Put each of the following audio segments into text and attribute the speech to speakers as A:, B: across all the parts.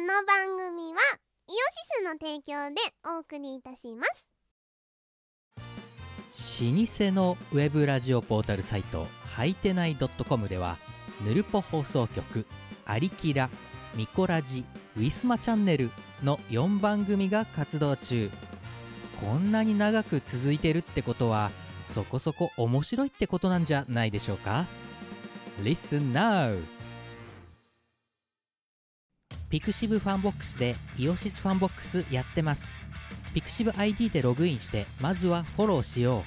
A: の番組はイオシスの提供でお送りいたします
B: 老舗のウェブラジオポータルサイトはいてない .com ではぬるぽ放送局「アリキラ」「ミコラジ」「ウィスマチャンネル」の4番組が活動中こんなに長く続いてるってことはそこそこ面白いってことなんじゃないでしょうか Listen now! ピクシブファンボックスでイオシスファンボックスやってますピクシブ ID でログインしてまずはフォローしよ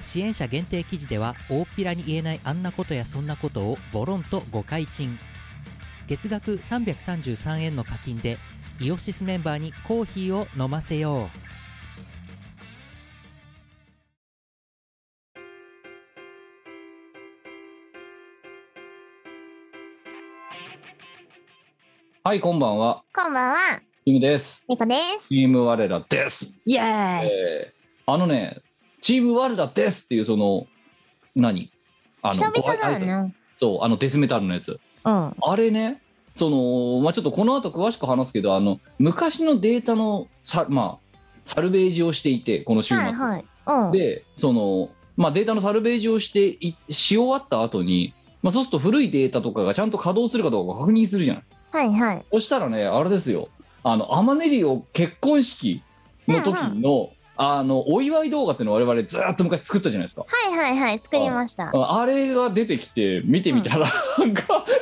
B: う支援者限定記事では大っぴらに言えないあんなことやそんなことをボロンと誤解賃月額333円の課金でイオシスメンバーにコーヒーを飲ませよう
C: はい、こんばんは。
A: こんばんは
C: チームです。
A: みこです
C: チーム我らです。
A: イエー
C: えー、あのね、チーム我らですっていうその、何あの
A: 久々だ
C: ご挨拶
A: よね
C: そう、あのデスメタルのやつ。
A: うん
C: あれね、その、まあちょっとこの後詳しく話すけど、あの、昔のデータのさ、まあ、サルベージをしていて、この週末。
A: はいはいうん
C: で、その、まあ、データのサルベージをしていし終わった後に、まあ、そうすると古いデータとかがちゃんと稼働するかどうか確認するじゃん。
A: はいはい
C: そしたらね、あれですよ、あの、アマネリオ結婚式の時の、あの、お祝い動画っていうのを我々ずーっと昔作ったじゃないですか。
A: はいはいはい作りました
C: ああれが出てきて、見てみたら、なんか、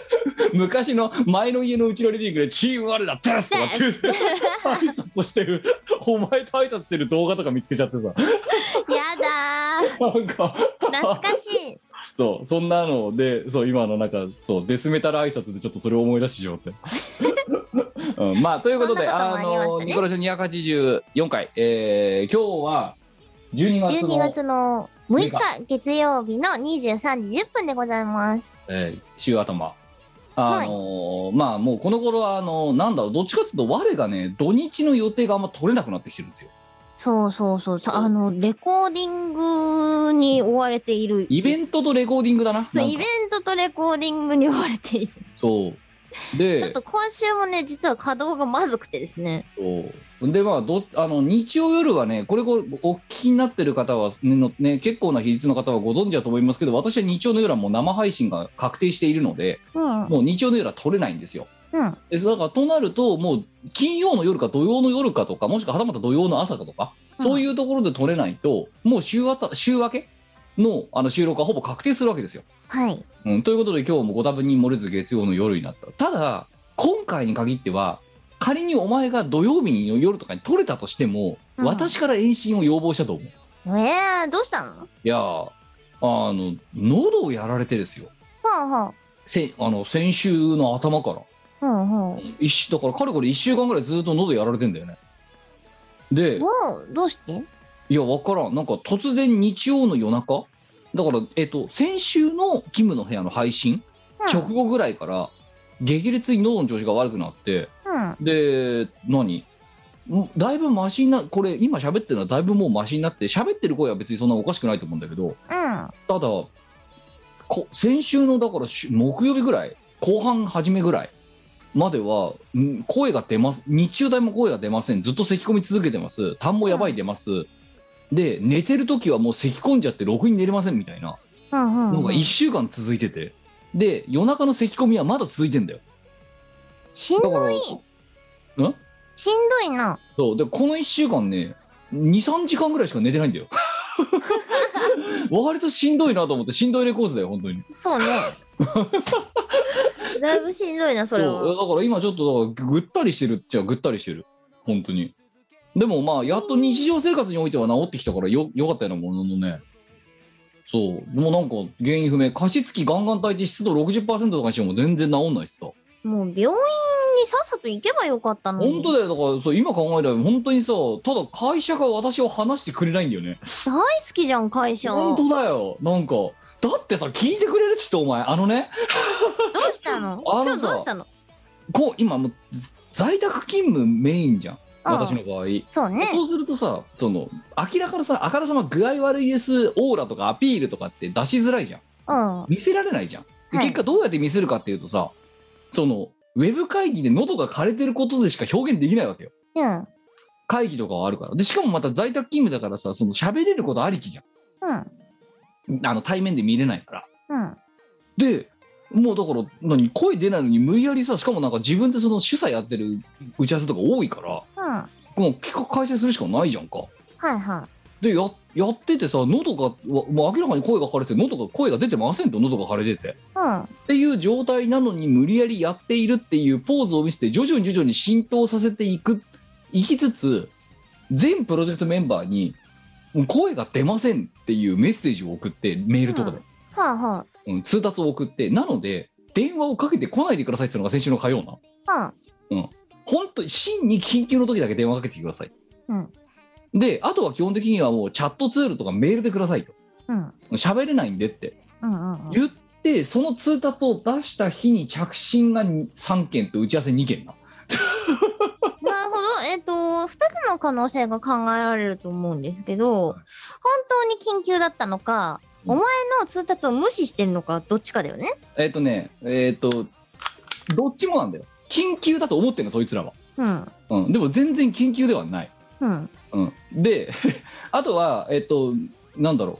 C: 昔の前の家のうちのリビングで、チーム我らですとかって言って、 挨拶してる、お前と挨拶してる動画とか見つけちゃってさ、
A: やだー
C: なんか、
A: 懐かしい
C: そう、そんなので、そう、今のなんか、そう、デスメタル挨拶でちょっとそれを思い出して しまって。うん、まあ、ということで、
A: そんなこともありましたね
C: の、ニコラジオ284回、えー、今日は12月の
A: 12月の6
C: 六
A: 日月曜日の23時10分でございます
C: えー週頭。あのーまあもうこの頃はあのーなんだろうどっちかっていうと我がね土日の予定があんま取れなくなってきてるんですよ
A: そうそうそうさあのレコーディングに追われている
C: イベントとレコーディングだな
A: そう
C: なん
A: イ
C: か
A: ベントとレコーディングに追われている、
C: そう
A: ちょっ
C: で
A: と今週もね実は稼働がまずくてですね
C: そうでまあどあの日曜夜はねこれこうお聞きになってる方はねのね結構な比率の方はご存知だと思いますけど私は日曜の夜はもう生配信が確定しているので
A: うんうん
C: もう日曜の夜は取れないんですよでだからとなるともう金曜の夜か土曜の夜かとかもしくははたまた土曜の朝かとかそういうところで取れないと、もう週あた週明けのあの収録はほぼ確定するわけですよ。
A: はい
C: うん、ということで今日もご多分に漏れず月曜の夜になった。ただ今回に限っては仮にお前が土曜日の夜とかに取れたとしても、
A: うん
C: 私から延伸を要望したと思う。い
A: えー、どうしたの
C: やーあの喉をやられてですよ。
A: ほうほう
C: せあの先週の頭から
A: ほうほ
C: 一週だからかれこれ1週間ぐらいずっと喉やられてんだよね。で
A: うもうどうして
C: いや、わからん。なんか突然日曜の夜中だから、えっと、先週のキムの部屋の配信、
A: うん
C: 直後ぐらいから、激烈に喉の調子が悪くなって、
A: うん
C: で、何んだいぶマシにな、これ今喋ってるのはだいぶもうマシになって、喋ってる声は別にそんなおかしくないと思うんだけど、
A: うん
C: ただ、こ先週のだからし木曜日ぐらい、後半初めぐらいまでは、ん声が出ます、日中帯も声が出ません、ずっと咳込み続けてます、痰もやばい出ます、で、寝てる時はもう咳込んじゃって、ろくに寝れませんみたいな
A: うんう
C: の
A: んう
C: が1
A: ん
C: 週間続いてて、で、夜中の咳込みはまだ続いてんだよ。
A: しん
C: だ
A: ど
C: から、
A: い
C: うん
A: しんどいな
C: そうでこの1週間ね23時間ぐらいしか寝てない んだよ割としんどいなと思ってしんどいレコーズだよ本当に
A: そう ねだいぶしんどいなそれ
C: そう
A: は
C: だから今ちょっとだからぐったりしてるっちゃぐったりしてる本当にでもまあやっと日常生活においては治ってきたからよよかったようなもののねそうでもなんか原因不明加湿器ガンガン炊いて湿度60%とかにしても全然治んないしさ、
A: もう病院にさっさと行けばよかったの
C: 本当
A: だ
C: だよだからそう今考えれば本当にさただ会社が私を話してくれないんだよね
A: 大好きじゃん会社ど
C: 本当だよなんかだってさ聞いてくれるっつってお前あのね
A: うしたの
C: あ
A: 今
C: の
A: 日
C: さ
A: どうしたの
C: こう今もう在宅勤務メインじゃん私の場合、
A: そうね
C: そうするとさその明らかなさあからさま具合悪いですオーラとかアピールとかって出しづらいじゃん
A: うん
C: 見せられないじゃん、で
A: はい
C: 結果どうやって見せるかっていうとさそのウェブ会議で喉が枯れてることでしか表現できないわけよ。
A: うん。
C: 会議とかはあるから。で、しかもまた在宅勤務だからさ、その喋れることありきじゃ
A: うん。
C: ん。あの、対面で見れないから。
A: うん。
C: で、もうだから、何、声出ないのに無理やりさ、しかもなんか自分でその主催やってる打ち合わせとか多いから、
A: うん。はい
C: もう企画開催するしかないじゃんか。
A: は
C: で、や、やっててさ、喉が、わもう明らかに声が枯れてて、喉が、声が出てませんと、喉が枯れてて。
A: い。うん。
C: っていう状態なのに無理やりやっているっていうポーズを見せて徐々に徐々に浸透させていくいきつつ全プロジェクトメンバーにもう声が出ませんっていうメッセージを送ってメールとかで、
A: はあは
C: うん通達を送ってなので電話をかけてこないでくださいってのが先週の火曜な
A: あ。
C: 本当に真に緊急の時だけ電話かけてきてください、
A: うん
C: であとは基本的にはもうチャットツールとかメールでくださいと
A: うん。うん。
C: 喋れないんでって
A: うんうんうん。
C: 言ってその通達を出した日に着信が3件と打ち合わせ2件な
A: なるほど。えっ、と、二つの可能性が考えられると思うんですけど、本当に緊急だったのか、
C: うん
A: お前の通達を無視してるのか、どっちかだよね。
C: えっ、とねえっ、とどっちもなんだよ緊急だと思ってんのそいつらは、
A: うん。
C: うん、でも全然緊急ではない、
A: うん。
C: うん、で あとはえっ、となんだろう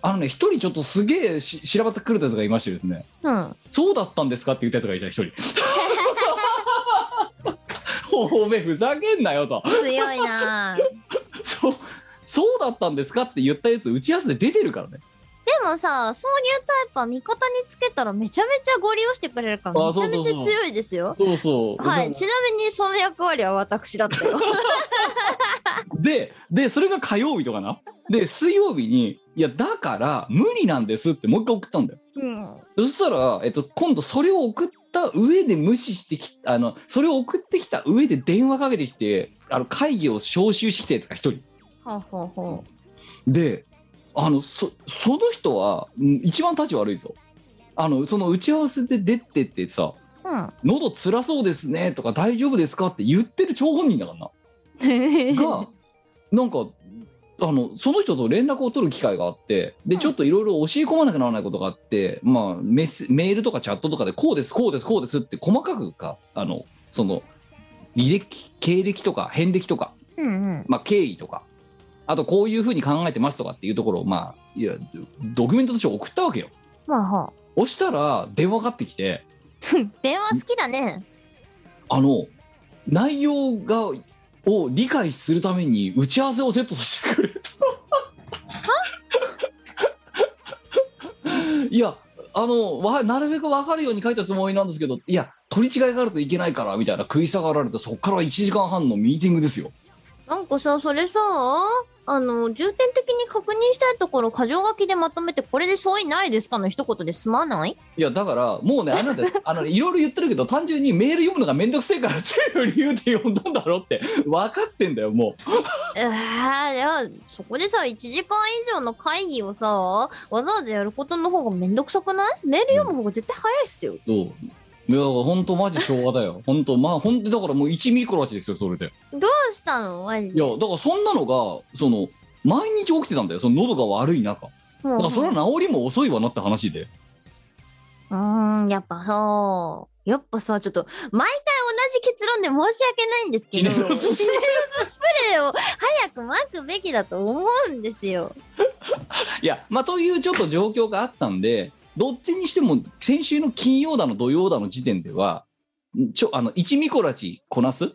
C: あのね一人ちょっとすげえししらばってくるやつがいましてですね
A: うん。
C: そうだったんですかって言ったやつがいた一人 おめえふざけんなよと
A: 強い なぁ。で
C: そうそうだったんですかって言ったやつ打ち合わせで出てるからね
A: もさ、そういうタイプは味方につけたらめちゃめちゃご利用してくれるから、
C: あ
A: めちゃめちゃ
C: そうそうそう
A: 強いですよ。
C: そうそう
A: はい、ちなみにその役割は私だったよ。
C: ででそれが火曜日とかなで水曜日に「いやだから無理なんです」ってもう一回送ったんだよ
A: うん、
C: そしたら、えっと、今度それを送った上で無視してきあのそれを送ってきた上で電話かけてきてあの会議を招集してきたやつが一人
A: ほうほうほ
C: であのそその人はうん一番立ち悪いぞあのその打ち合わせで出てってさ
A: う。うん。
C: 「喉辛そうですね」とか「大丈夫ですか?」って言ってる張本人だからながなんかあのその人と連絡を取る機会があって
A: う
C: で
A: ん
C: ちょっといろいろ教え込まなきゃならないことがあって、まあ、メスメールとかチャットとかでこうですこうですこうですって細かくかあのその履歴経歴とか遍歴とか、
A: うんうん。
C: まあ、経緯とかあとこういうふうに考えてますとかっていうところを、まあ、いやドキュメントとして送ったわけよ。
A: まあは
C: 押したら電話かかってきて
A: あ。 電話好きだね。
C: あの内容がを理解するために打ち合わせをセットさせてくれと。 いやあのわなるべく分かるように書いたつもりなんですけどいや取り違いがあるといけないからみたいな食い下がられてそこから1時間半のミーティングですよ。
A: なんかさ、それさ、あの、重点的に確認したいところ、箇条書きでまとめて、これで相違ないですかの一言で済まない
C: いやだからもうねあなたあのねいろいろ言ってるけど単純にメール読むのがめんどくせえからっていう理由で読んだんだろって分かってんだよもう。
A: えー、いや、そこでさ、1時間以上の会議をさ、わざわざやることの方がめんどくさくないメール読む方が絶対早いっすよ。
C: どういやだから本当マジ昭和だよ本当まあ本当だからもう1ミクロワチですよそれで
A: どうしたのマジ
C: い
A: で。
C: やだからそんなのがその毎日起きてたんだよその喉が悪い中だからそれは治りも遅いわなって話で
A: うーん、やっぱさ、やっぱさ、ちょっと、毎回同じ結論で申し訳ないんですけど、
C: シ
A: シ
C: ネ
A: ネ
C: ロ
A: ロ
C: ス
A: ススプレーを早くまくべきだと思うんですよ。
C: いやまあというちょっと状況があったんでどっちにしても先週の金曜だの土曜だの時点ではんちょあの1ミコラチこなす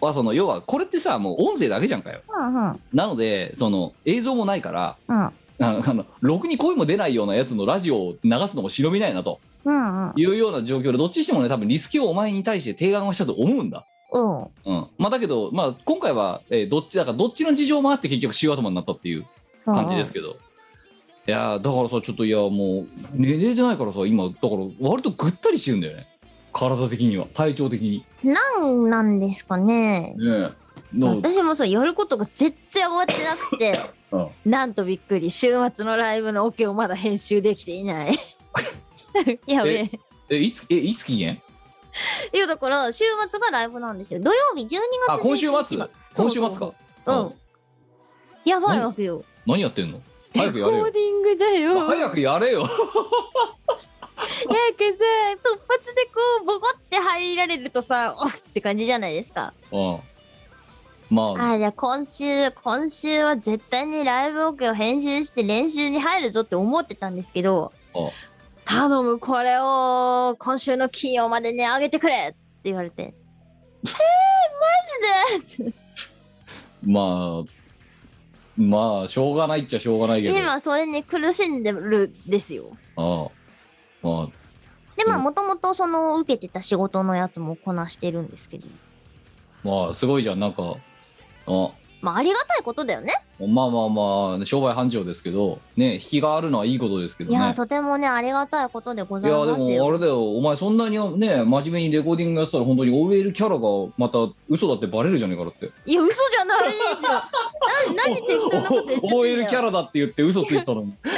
C: はその要はこれってさもう音声だけじゃんかよ
A: うんうん。
C: なのでその映像もないから
A: うん。
C: ああのろくに声も出ないようなやつのラジオを流すのも忍びないなと
A: うんうん。
C: いうような状況でどっちにしてもね多分リスケをお前に対して提案はしたと思うんだ
A: うん。
C: うんまあ、だけど、まあ、今回は、えーどっちだからどっちの事情もあって結局週頭になったっていう感じですけど、いやーだからさちょっといやもう寝れてないからさ今だから割とぐったりしてるんだよね体的には体調的に
A: なんなんですかね。
C: ねえの
A: 私もさ、やることが全然終わってなくて、
C: うん
A: なんとびっくり、週末のライブのオ、ケをまだ編集できていない。 やべえ。
C: えいつえいつ期限
A: いや、だから、週末がライブなんですよ。土曜日12月
C: あ今週
A: 11日
C: 末
A: が
C: 今週末か
A: そうそうそううんやばいわけよ。
C: 何やってんの早く
A: レ
C: や
A: コ
C: れよ
A: ーディングだよ。
C: 早くやれよ
A: かさ突発でこうボコって入られるとさおっって感じじゃないですか
C: うんまあ
A: あーじゃあ今週今週は絶対にライブオケを編集して練習に入るぞって思ってたんですけど
C: あ
A: 頼むこれを今週の金曜までに上げてくれって言われてえー、マジで
C: まあまあしょうがないっちゃしょうがないけど
A: 今それに苦しんでるんですよ
C: ああああ
A: でまあ
C: うん
A: もともとその受けてた仕事のやつもこなしてるんですけど
C: まあすごいじゃんなんかあ
A: まあありがたいことだよね
C: まあまあまあ商売繁盛ですけどね引きがあるのはいいことですけど
A: い
C: ね
A: やーとてもねありがたいことでご
C: い
A: ざい
C: やで
A: ます
C: もあ
A: よ
C: れだよお前そんなにね真面目にレコーディングやってたら本当に OL キャラがまた嘘だってバレるじゃねえか らって
A: いや嘘じゃ ないですよな何適当なこと言っちゃってんだよ
C: OL キャラだって言って嘘ついて たのに
A: OL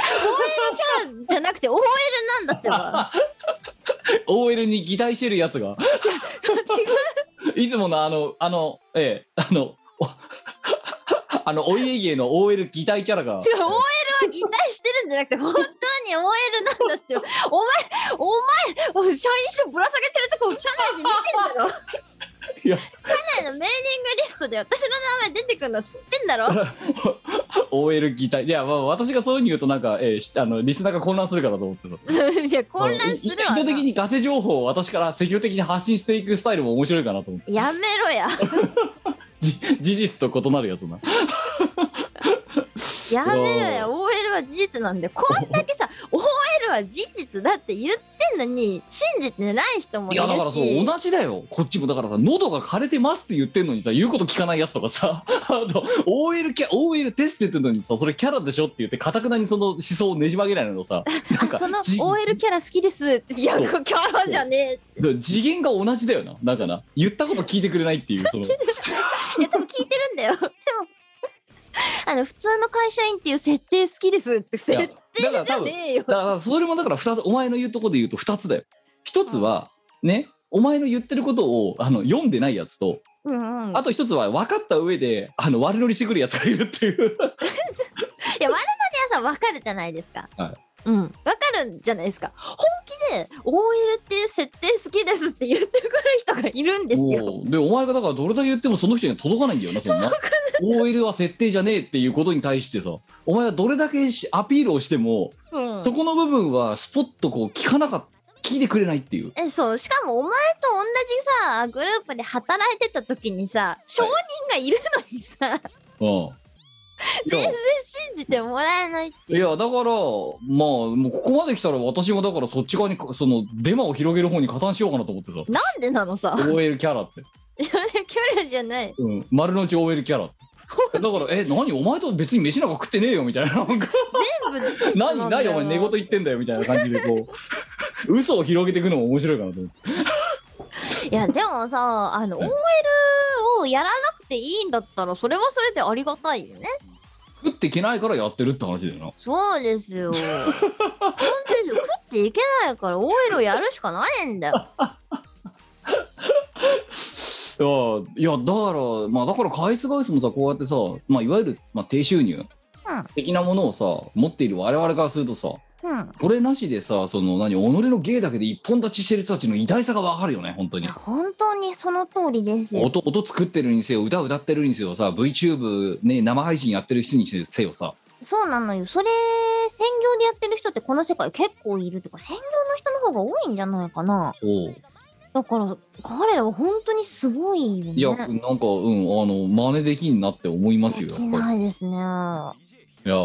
A: キャラじゃなくて OL なんだってば
C: OL に擬態してるやつがいつものあのあのええあの おあのお家芸の OL 擬態キャラが
A: 違う OL は擬態してるんじゃなくて本当に OL なんだってばお前お前社員証ぶら下げてるとこ社内で見てんだろ
C: いや
A: 社内のメーリングリストで私の名前出てくるの知ってん だろ
C: OL 擬態いや、まあ、私がそういうふうに言うとなんか、ええしあのリスナーが混乱するからと思って た
A: いや混乱するわ
C: 意図
A: な
C: 的にガセ情報を私から積極的に発信していくスタイルも面白いかなと思って
A: やめろや
C: じ事実と異なるやつな
A: やめろや OL は事実なんでこんだけ さ OL は事実だって言ってんのに信じてない人も
C: い
A: いる
C: やだからそう
A: し
C: 同じだよこっちもだからさ喉が枯れてますって言ってんのにさ言うこと聞かないやつとかさ あと OL キャ OL テストって言ってんのにさそれキャラでしょって言ってかたくなにその思想をねじ曲げない のさなん
A: あ
C: か
A: その
C: じ
A: OL キャラ好きですっていや
C: そ
A: キ
C: う
A: ャラじゃね え
C: 次元が同じだよなだから言ったこと聞いてくれないっていうその
A: いや多分聞いてるんだよでもあの普通の会社員っていう設定好きですって設
C: いやだか
A: 定
C: ら
A: じゃ
C: 多分
A: ねえよ
C: だからそれもだから二つお前の言うとこで言うと2つだよ1つはねお前の言ってることをあの読んでないやつと
A: うんうん
C: あと1つは分かった上であの悪乗りしてくるやつがいるっていう
A: いや我々の皆さん分かるじゃないですか、
C: はい
A: うん分かるじゃないですか本気で OL っていう設定好きですって言ってくる人がいるんですよ
C: もうでお前がだからどれだけ言ってもその人には届かないんだよなそんな OL は設定じゃねえっていうことに対してさお前はどれだけしアピールをしても
A: うん
C: そこの部分はスポッとこう聞かなかった聞いてくれないって いう
A: えそうしかもお前と同じさグループで働いてた時にさ証人がいるのにさ、
C: うんい
A: 全
C: や
A: 然信じてもらえない
C: いやだからまあもうここまで来たら私もだからそっち側にそのデマを広げる方に加担しようかなと思ってさ
A: なんでなのさ
C: OL キャラって、
A: いやキャラじゃない
C: うん、丸の内 OL キャラってだからえ何 お前と別に飯なんか食ってねえよみたいななんか
A: 全部事実な
C: 何
A: んだ
C: 何
A: よ
C: お前寝言言ってんだよみたいな感じでこ う嘘を広げていくのも面白いかなと思って
A: いやでもさあの
C: はい
A: OL をやらなくていいんだったらそれはそれでありがたいよね
C: 食っていけないからやってるって話だよ
A: そうですよ本当ですよ食っていけないから OL をやるしかないんだよ
C: ないやいやだからまあだから返す返すもさこうやってさ、まあ、いわゆる、まあ、低収入
A: うん
C: 的なものをさ持っている我々からするとさ
A: うん
C: これなしでさその何己の芸だけで一本立ちしてる人たちの偉大さがわかるよね本当
A: い
C: に
A: や本当にその通りですよ
C: 音音作ってるにせよ歌歌ってるにせよさ VTube ね生配信やってる人にせよさ
A: そうなのよそれ専業でやってる人ってこの世界結構いるとか専業の人の方が多いんじゃないかな
C: お
A: だから彼らは本当にすごいよね
C: いやなんかうんあの真似できんなって思います
A: で
C: よや
A: き
C: っぱり
A: ないですね。
C: いや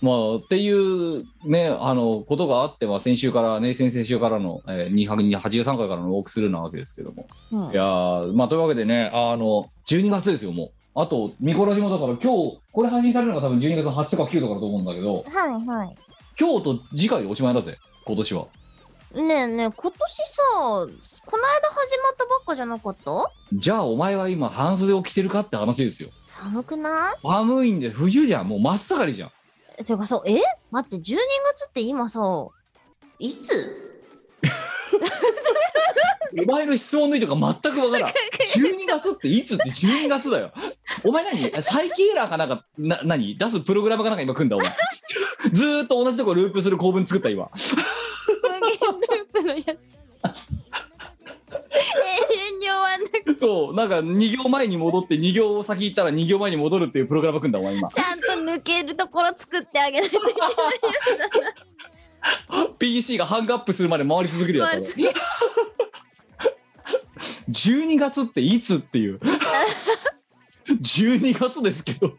C: まあっていうねあのことがあって、まあ、先週からね先々週からの、えー、283回からのウォークスルーなわけですけども
A: うん
C: いやーまあというわけでねあの12月ですよもうあとミコラジもだから今日これ配信されるのが多分12月8とか9とかだと思うんだけど
A: はいはい。
C: 今日と次回でおしまいだぜ今年は
A: ねえねえ、今年さ、この間始まったばっかじゃなかった
C: じゃあお前は今半袖を着てるかって話ですよ
A: 寒くな
C: 寒いんで冬じゃんもう真っ盛りじゃん
A: いてかさ、え待って、12月って今さ、い つ
C: お前の質問の意図が全 くわからん12月っていつって12月だよ お前何サイキエラーかなんかな何出すプログラムかなんか今 組んだお前ずーっと同じとこループする構文作った今
A: 無限ループのの やつ永遠に終わんなく
C: そうなんか2行前に戻って2行先行ったら2行前に戻るっていうプログラム組んだお 前今
A: ちゃんと抜けるところ作ってあげないといけない
C: PC がハングアップするまで回り続ける や
A: 回り
C: つ
A: 続ける
C: 12月っていつって いう12月ですけ ど
A: 12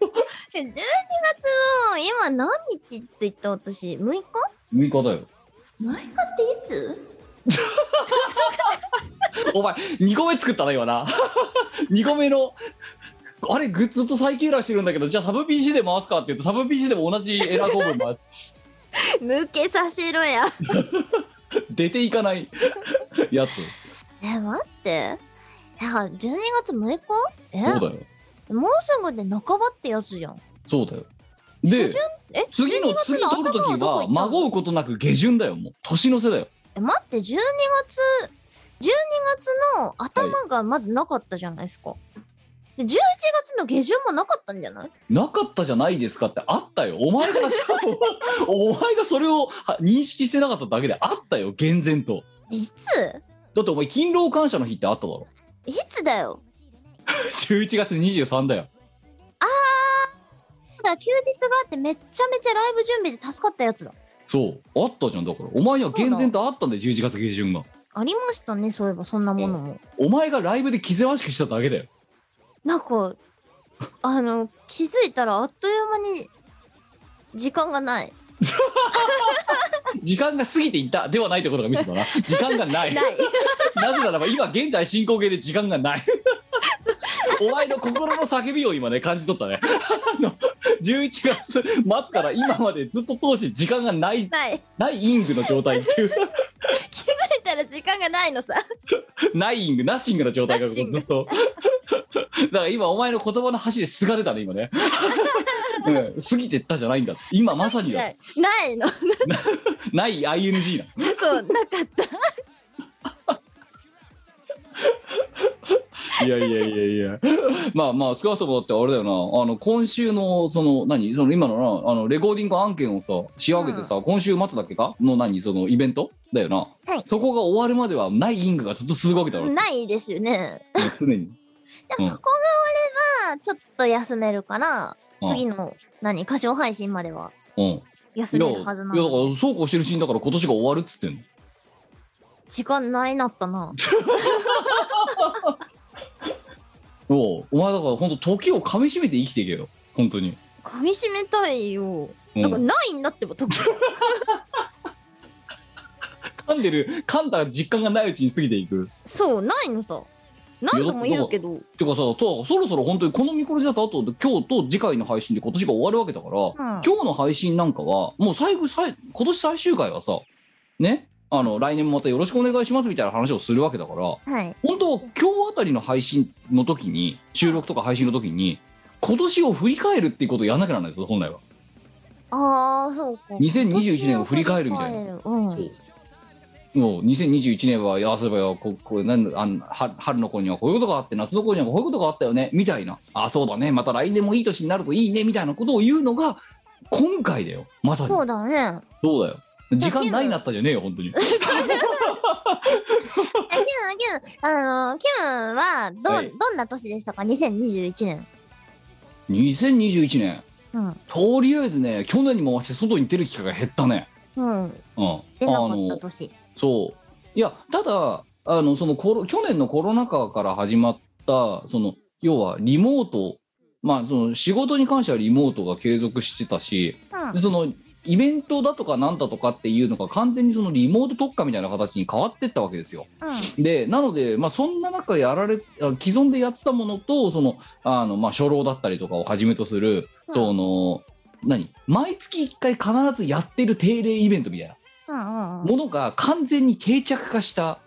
A: 月の今何日って言った私6日
C: 6日だよ
A: 6日っていつ
C: お前2個目作ったな今な2 個目のあれグッズとサイキューラーしてるんだけどじゃあサブ PC で回すかって言うとサブ PC でも同じエラー構文が
A: 抜けさせろや
C: 出ていかない やつ
A: え待ってえ12月6日え
C: そうだよ
A: もうすぐで半ばってやつじゃん
C: そうだよで
A: え
C: 次の
A: 12月
C: 次取るとき
A: 頭どこ行
C: は
A: ったの
C: まごうことなく下旬だよもう年の瀬だよ
A: え待って12月12月の頭がまずなかったじゃないですか、で11月の下旬もなかったんじゃない
C: なかったじゃないですかってあったよお前が お前がそれをは認識してなかっただけであったよ厳然と
A: いつ
C: だってお前勤労感謝の日ってあっただろ
A: いつだよ
C: 11月23だよ
A: だから休日があってめっちゃめちゃライブ準備で助かったやつだ
C: そうあったじゃんだからお前には厳然とあったんだよ11月下旬が
A: ありましたねそういえばそんなものも、
C: お前がライブで気ぜわしくしただけ だよ
A: なんかあの気づいたらあっという間に時間がない
C: 時間が過ぎていったではないところが見せた な時間がない
A: ない
C: なぜならば今現在進行形で時間がない お前の心の叫びを今ね感じ取ったね あの11月末から今までずっと通して時間がない
A: ない
C: ないイングの状態っていう
A: 気づいたら時間がないのさ
C: ないイングナッシングの状態が
A: ナッシング
C: ずっと だから今お前の言葉の端ですがれたね 今ね、うん、過ぎてったじゃないんだ今まさに
A: な
C: だ
A: いない の
C: ない ING な
A: そうなかった
C: いやいやいやいやまあまあ少なくともだってあれだよなあの今週のその何その今のなあのレコーディング案件をさ仕上げてさ、今週末だっけかの何そのイベントだよな、
A: はい
C: そこが終わるまではないイングがずっと続くわけだろ
A: ないですよね
C: 常に、
A: でも
C: う
A: そこが
C: ん
A: 終わればちょっと休めるから、
C: うん
A: 次の何歌唱配信までは
C: うん、いや
A: 休
C: いや
A: め
C: だ
A: る
C: か
A: は
C: ら
A: ずなの
C: そうこうしてるシーンだから今年が終わるっつってんの
A: 時間ないなった な
C: おうお前だから本当時をかみしめて生きていけよ本当に、
A: 噛み締めたいよ、
C: うん
A: なんかないんだってば時々
C: 噛んでる噛んだ実感がないうちに過ぎていく
A: そうないのさ何度も言うけど
C: てかさとそろそろ本当にこの見殺しだとあと今日と次回の配信で今年が終わるわけだから、
A: うん
C: 今日の配信なんかはもう最後最今年最終回はさねあの来年もまたよろしくお願いしますみたいな話をするわけだから
A: はい
C: 本当今日あたりの配信の時に収録とか配信の時に今年を振り返るっていうことをやんなきゃならないですよ本来は
A: あーそうか
C: 2021年を振り返るみたいな
A: 今年を振り返るうん
C: そうもう2021年はあそういえばよここうなんあん春春の子にはこういうことがあって夏の子にはこういうことがあったよねみたいなあそうだねまた来年もいい年になるといいねみたいなことを言うのが今回だよまさに
A: そうだね
C: そうだよ時間ないなったじゃねえ よ本当に
A: えキュンキュンあのキュンはど,、
C: はい
A: どんな年でしたか2021年
C: 2021年
A: うん
C: とりあえずね去年に回して外に出る機会が減ったね
A: うん
C: うん
A: 出なか
C: あ
A: った
C: の
A: 年
C: そういやただあのそのコロ去年のコロナ禍から始まったその要はリモートまあその仕事に関してはリモートが継続してたし
A: うん
C: でそのイベントだとかなんだとかっていうのが完全にそのリモート特化みたいな形に変わってったわけですよ。
A: うん
C: でなので、まあ、そんな中やられあ既存でやってたものとそのあの、まあ、初老だったりとかをはじめとする、
A: うん
C: その何毎月1回必ずやってる定例イベントみたいな
A: うんうん
C: ものが完全に定着化した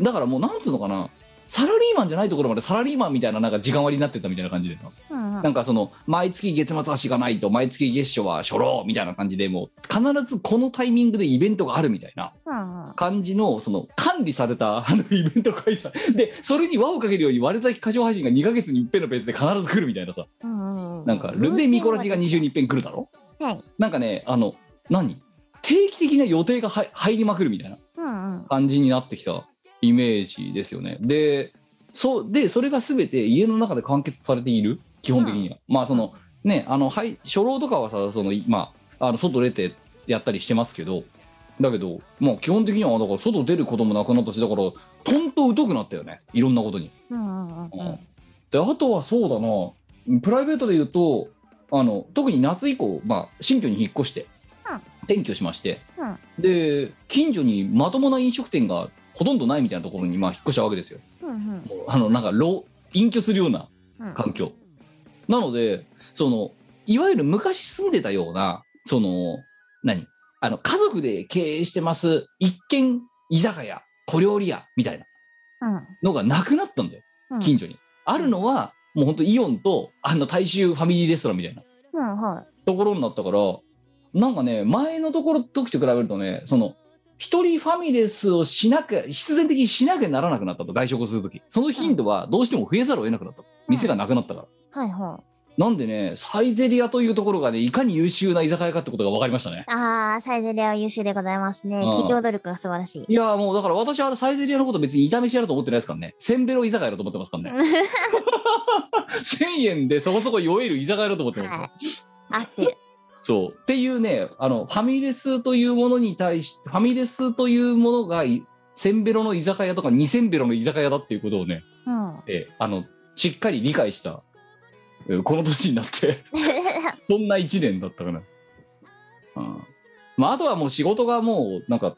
C: だからもうなんつうのかなサラリーマンじゃないところまでサラリーマンみたいななんか時間割りになってったみたいな感じで
A: うんうん
C: なんかその毎月月末はしがないと毎月月初は初老みたいな感じでもう必ずこのタイミングでイベントがあるみたいな
A: うんうん
C: 感じのその管理されたあのイベント開催でそれに輪をかけるように割れた歌唱配信が2ヶ月に一遍のペースで必ず来るみたいなさ
A: な
C: なんかルンデミコラジが2週に一遍来るだろ
A: はい。
C: なんかねあの何定期的な予定がは入りまくるみたいな
A: うんうんうん
C: 感じになってきたイメージですよね。でそうでそれが全て家の中で完結されている基本的には。まあそのねあのはい初老とかはさその、まあ、あの外出てやったりしてますけどだけどもう基本的にはだから外出ることもなくなったしだからとんと疎くなったよねいろんなことに。
A: うんうんうんうん
C: であとはそうだなプライベートで言うとあの特に夏以降、まあ、新居に引っ越して、
A: うん
C: 転居しまして、で近所にまともな飲食店がほとんどないみたいなところにまあ引っ越したわけですよ
A: うんうん
C: もうあのなんか老隠居するような
A: うん
C: 環境なのでそのいわゆる昔住んでたようなその何あの家族で経営してます一軒居酒屋小料理屋みたいな
A: うん
C: のがなくなったんだよ
A: うん
C: 近所に、あるのはもうほんとイオンとあの大衆ファミリーレストランみたいな
A: うんはい
C: ところになったからなんかね前のところ時と比べるとねその一人ファミレスをしなきゃ必然的にしなきゃならなくなったと外食をする時その頻度はどうしても増えざるを得なくなった店がなくなったから、
A: はいは
C: なんでねサイゼリアというところがねいかに優秀な居酒屋かってことが分かりましたね
A: いあーサイゼリアは優秀でございますね
C: うん
A: 企業努力が素晴らしい
C: いやーもうだから私はサイゼリアのこと別に痛めしやると思ってないですからねせんべろ居酒屋だと思ってますからね1000円でそこそこ酔える居酒屋だと思ってますから
A: はい合ってる
C: そうっていうねあのファミレスというものに対してファミレスというものがいせんべろの居酒屋とか2せんべろの居酒屋だっていうことをね、
A: うん
C: えあのしっかり理解したえーこの年になって そんな1年だったかな、うんまあ、あとはもう仕事がもうなんか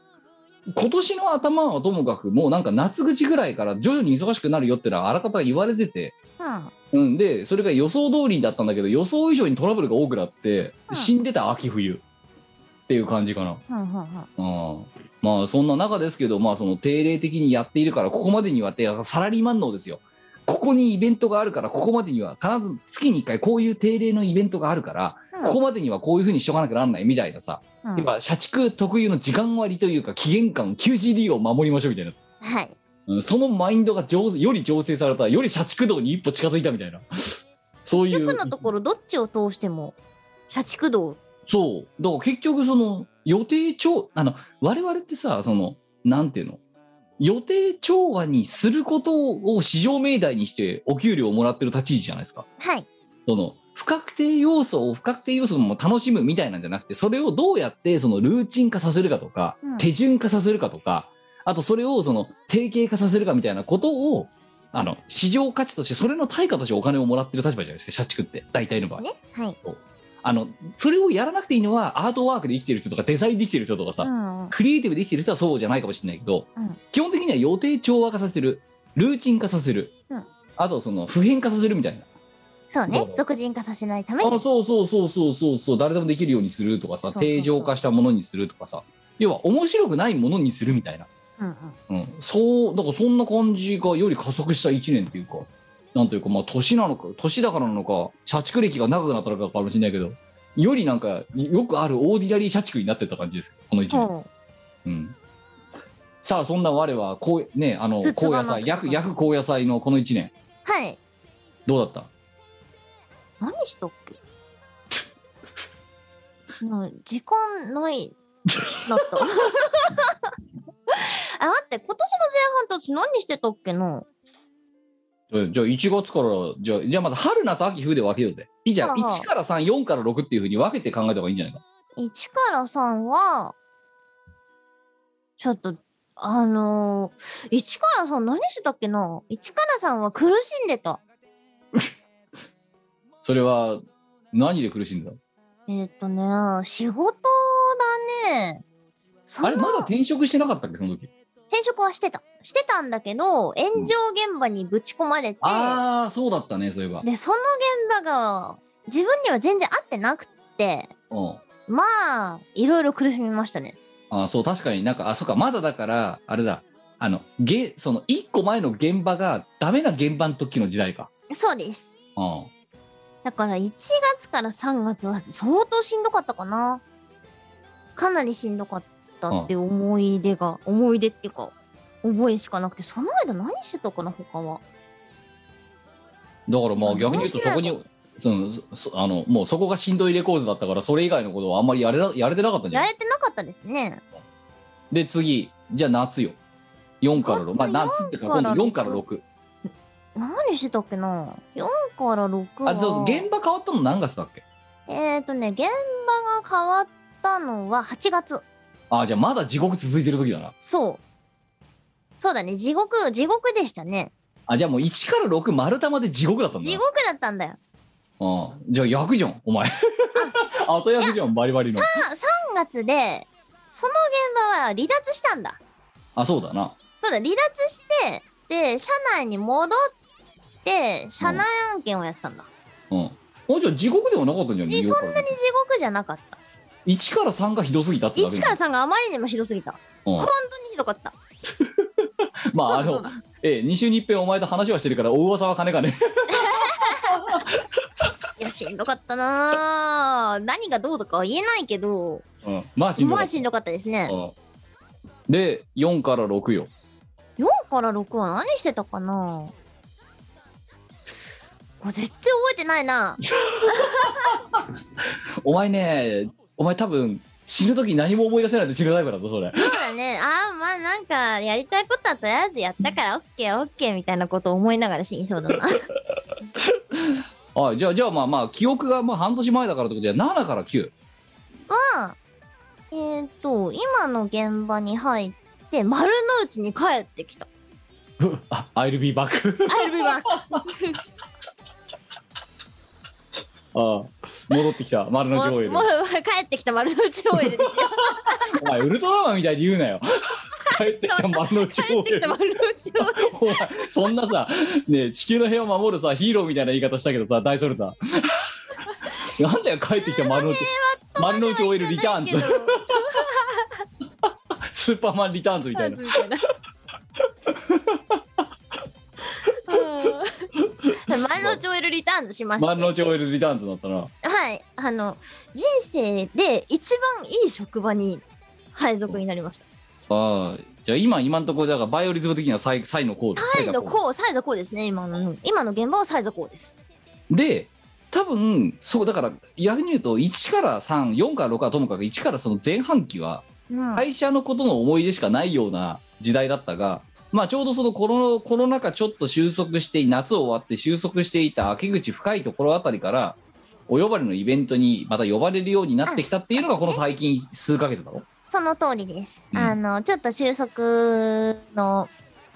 C: 今年の頭はともかくもうなんか夏口ぐらいから徐々に忙しくなるよってのはあらかた言われてて、
A: うん
C: うん、でそれが予想通りだったんだけど予想以上にトラブルが多くなって
A: うん
C: 死んでた秋冬っていう感じかな、
A: うんうんうん
C: うん、まあそんな中ですけどまあその定例的にやっているからここまでにはってサラリーマン能ですよここにイベントがあるからここまでには必ず月に1回こういう定例のイベントがあるからここまでにはこういうふうにしとかなきゃなんないみたいなさ、
A: うん
C: やっぱ社畜特有の時間割というか期限感 QGD を守りましょうみたいなやつ、
A: はい
C: うん、そのマインドが上手より醸成されたより社畜道に一歩近づいたみたいな そういう
A: 局のところどっちを通しても社畜道
C: そう。だから結局その予定調、あの、我々ってさ、その、なんていうの予定調和にすることを市場命題にしてお給料をもらってる立ち位置じゃないですか。
A: はい
C: その、不確定要素を不確定要素も楽しむみたいなんじゃなくて、それをどうやってそのルーチン化させるかとか、
A: うん
C: 手順化させるかとか、あとそれをその定型化させるかみたいなことを、あの、市場価値として、それの対価としてお金をもらってる立場じゃないですか、社畜って、大体の場合。
A: ねはい
C: あの、それをやらなくていいのは、アートワークで生きてる人とか、デザインで生きてる人とかさ、
A: うんうん
C: クリエイティブで生きてる人はそうじゃないかもしれないけど、
A: うん
C: 基本的には予定調和化させる、ルーチン化させる、
A: うん
C: あとその普遍化させるみたいな。
A: そう
C: どう
A: ね
C: ぞ
A: 俗人化させないため
C: あ
A: に
C: そうそうそうそうそうそう、誰でもできるようにするとか
A: そうそ
C: さ、
A: うそう
C: 定常化したものにするとかさ、要は面白くないものにするみたいな。
A: うんうん
C: うん、そう、だからそんな感じがより加速した1年っていうか、なんというか、まあ年なのか、年だからなのか、社畜歴が長くなったのかかもしれないけど、よりなんか、よくあるオーディナリー社畜になってった感じです、この1年。
A: ほ
C: うん、さあ、そんな我は、こう、ね、あの、
A: つつ
C: 高
A: が
C: 野
A: なく
C: 菜、約、約高野菜のこの1年、
A: うはい
C: どうだった
A: 何したっけな時間ないだった あ待って今年の前半と私何してたっけな
C: うんじゃあ1月から、じゃあ、じゃあまず春、夏、秋、冬で分けようぜ。いいじゃん。
A: はあはあ
C: 1から3、4から6っていうふうに分けて考えた方がいいんじゃないか。
A: 1から3は、ちょっと、あのー、1から3何してたっけな ?1 から3は苦しんでた。
C: それは、何で苦しんだ
A: えーっ、とね、仕事だね。そんな
C: あれ、まだ転職してなかったっけ、その時。
A: 転職はしてた。してたんだけど、炎上現場にぶち込まれて、
C: ああ、そうだったね、そういえば。
A: で、その現場が自分には全然合ってなくって、
C: うん。
A: まあ、いろいろ苦しみましたね。
C: あーそう、確かになんか、あ、そっか、まだだから、あれだ、あの、げ、その、一個前の現場が、ダメな現場の時の時代か。
A: そうです。
C: うん。
A: だから1月から3月は相当しんどかったかな。かなりしんどかったって思い出が、思い出っていうか、覚えしかなくて、その間何してたかな、他は。
C: だからまあ、
A: うん
C: 逆に言うと、そこ
A: 面
C: に、その、そあの、もうそこがしんどいレコーズだったから、それ以外のことはあんまりやれな、やれてなかったんじゃ
A: や
C: ない
A: れてなかったですね。
C: で、次、じゃあ夏よ4から6まあ
A: 夏
C: 夏っていうか今度4から6
A: 何してたっけな ?4 から6は。
C: あそう現場変わったの何月だっけ
A: えっ、ー、とね、現場が変わったのは8月。
C: あじゃあまだ地獄続いてる時だな
A: そう。そうだね、地獄、地獄でしたね。
C: あじゃあもう1から6丸玉で地獄だったんだ
A: 地
C: な
A: 獄だったんだよ。
C: うんじゃあ役じゃんお前 後役じゃんバリバリの
A: あ3月で、その現場は離脱したんだ。
C: あそうだな
A: そうだ、離脱して、で、社内に戻って、社内案件をやってたんだ。
C: うんあじゃあ地獄でもなかったんじゃない
A: でそんなに地獄じゃなかった。
C: 1から3がひどすぎたってだけ
A: 1から
C: だ
A: 3があまりにもひどすぎた。
C: うん
A: 本当にひどかった。
C: まああ
A: そう
C: の
A: だそうだ
C: ええ2週に一遍お前と話はしてるからお噂は金かね
A: いや、しんどかったなぁ何がどうとかは言えないけど、
C: うんまあしんど
A: ま
C: かっ
A: あしんどかったですね
C: た。うんで4から6よ
A: 4から6は何してたかなこれ絶対覚えてないな。
C: お前ねお前多分死ぬ時何も思い出せないで死ぬタイプだぞそれ
A: そうだね。ああ、まあなんか、やりたいことはとりあえずやったから、オッケーオッケーみたいなことを思いながら死にそうだ な。
C: あじゃあじゃあまあまあ記憶がまあ半年前だからってことで7から9
A: えーっと、今の現場に入って、丸の内に帰ってきた。
C: ふあ I'll be back
A: アイルビバン。
C: あ戻ってきた丸の
A: も
C: 内オ
A: う
C: イル
A: もう帰ってきた丸の内オイルですよ。
C: お前ウルトラマンみたいに言 うなよ帰ってきた丸の内
A: 帰っ
C: オ
A: てき
C: イル
A: た丸の内オイル。
C: お前そんなさ、ねえ、地球の平和を守るさヒーローみたいな言い方したけどさ大そ れたなんだよ帰ってきた丸の内丸の内オイルリターンズスーパーマンリターンズみたいな
A: みたいな。 丸の内オイルリターンズしました、
C: 丸の
A: ね。
C: 内オイルリターンズだったな
A: はい、あの人生で一番いい職場に配属になりました。
C: ああじゃあ今今のところだからバイオリズム的にはサイサイのコード
A: サイ
C: の
A: ド
C: コー
A: こう、サイドこうですね。今の今の現場はサイドこうです。
C: ドで多分そうだから逆に言うと1から34から6はともかく1からその前半期は
A: うん、
C: 会社のことの思い出しかないような時代だったが、まあ、ちょうどそのコロコロナ禍ちょっと収束して夏終わって収束していた秋口深いところあたりからお呼ばれのイベントにまた呼ばれるようになってきたっていうのがこの最近数ヶ月だろ
A: その通りです。
C: うん
A: あのちょっと収束の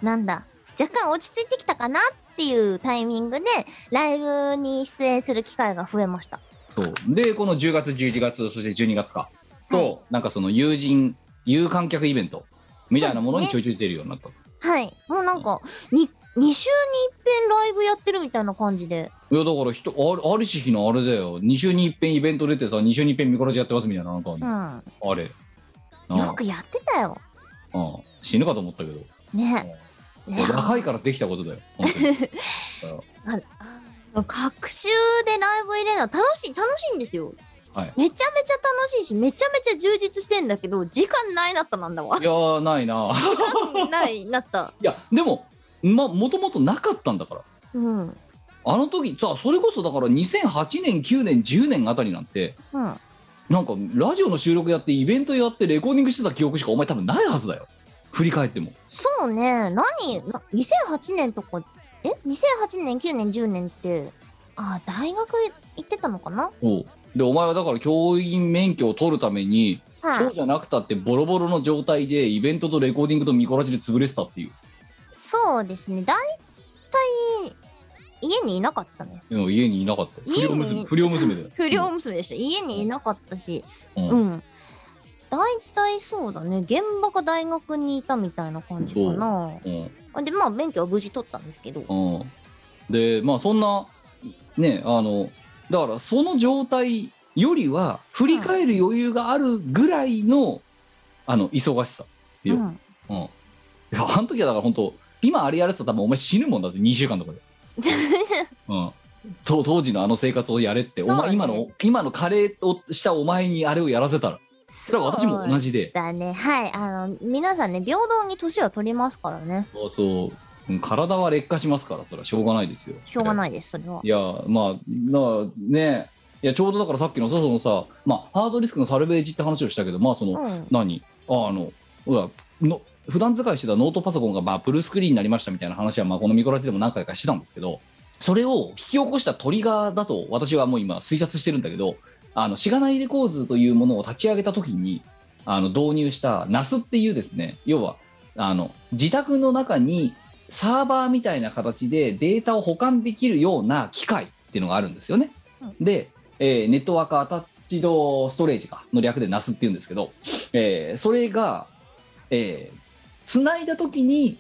A: なんだ若干落ち着いてきたかなっていうタイミングでライブに出演する機会が増えました。
C: そうでこの10月11月そして12月かと、
A: はい
C: なんかその友人有観客イベントみたいなものにちょいちょい出るようになった、
A: はい。もうなんか、に、2週に一遍ライブやってるみたいな感じで。
C: いやだから人あありし日のあれだよ2週に一遍イベント出てさ2週に一遍見殺しやってますみたいななんか、
A: うん。
C: あれあ
A: よくやってたよ。
C: あ死ぬかと思ったけど
A: ね。
C: これ
A: ね
C: 若いからできたことだよ本当にうん
A: あの隔週でライブ入れるのは楽しい、楽しいんですよ。
C: はい
A: めちゃめちゃ楽しいし、めちゃめちゃ充実してんだけど、時間ないなったなん だわ
C: い。やーないな
A: ないなった。
C: いやでもまもともとなかったんだから
A: うん。うん。
C: あの時さそれこそだから2008年9年10年あたりなんてなんかラジオの収録やってイベントやってレコーディングしてた記憶しかお前多分ないはずだよ振り返っても
A: そうね。何な ?2008 年とか、え ?2008 年、9年、10年って、あ、大学行ってたのかな
C: おでお前はだから教員免許を取るために
A: は
C: そ。
A: いう
C: じゃなくたってボロボロの状態でイベントとレコーディングと見こらしで潰れてたっていう
A: そうですね。大体、家にいなかったね。
C: うん家にいなかったよ
A: 家
C: 不良娘
A: に
C: 不良娘だよ
A: 不良娘でした。家にいなかったし、
C: うん
A: う、ん。大体そうだね。現場が大学にいたみたいな感じかな。
C: うん
A: で、まあ、免許は無事取ったんですけど。
C: うん、でまあそんなねあのだからその状態よりは振り返る余裕があるぐらいの、あの忙しさ、いや
A: うん。
C: うん、いやあの時はだから本当今あれやれてたら多分お前死ぬもんだって2週間とかで、うん、と当時のあの生活をやれって、お
A: そうだ
C: 前
A: ね
C: 今の今のカレーをしたお前にあれをやらせたらそれは私も同じで
A: だね。はい。あの、皆さんね、平等に年は取りますからね。
C: そうそううん体は劣化しますからそれはしょうがないですよ
A: しょうがないです、それは。
C: いやまあなねいやちょうどだからさっきのそのさ、まあ、ハードリスクのサルベージって話をしたけどまあその、
A: うん。
C: 何あのほらの普段使いしてたノートパソコンがまあブルースクリーンになりましたみたいな話はまあこのミコラジでも何回かしてたんですけどそれを引き起こしたトリガーだと私はもう今推察してるんだけどあのしがないレコーズというものを立ち上げた時にあの導入したナスっていうですね要はあの自宅の中にサーバーみたいな形でデータを保管できるような機械っていうのがあるんですよね。で、えーネットワークアタッチドストレージかの略で NAS っていうんですけど、えーそれが、えー、繋いだ時に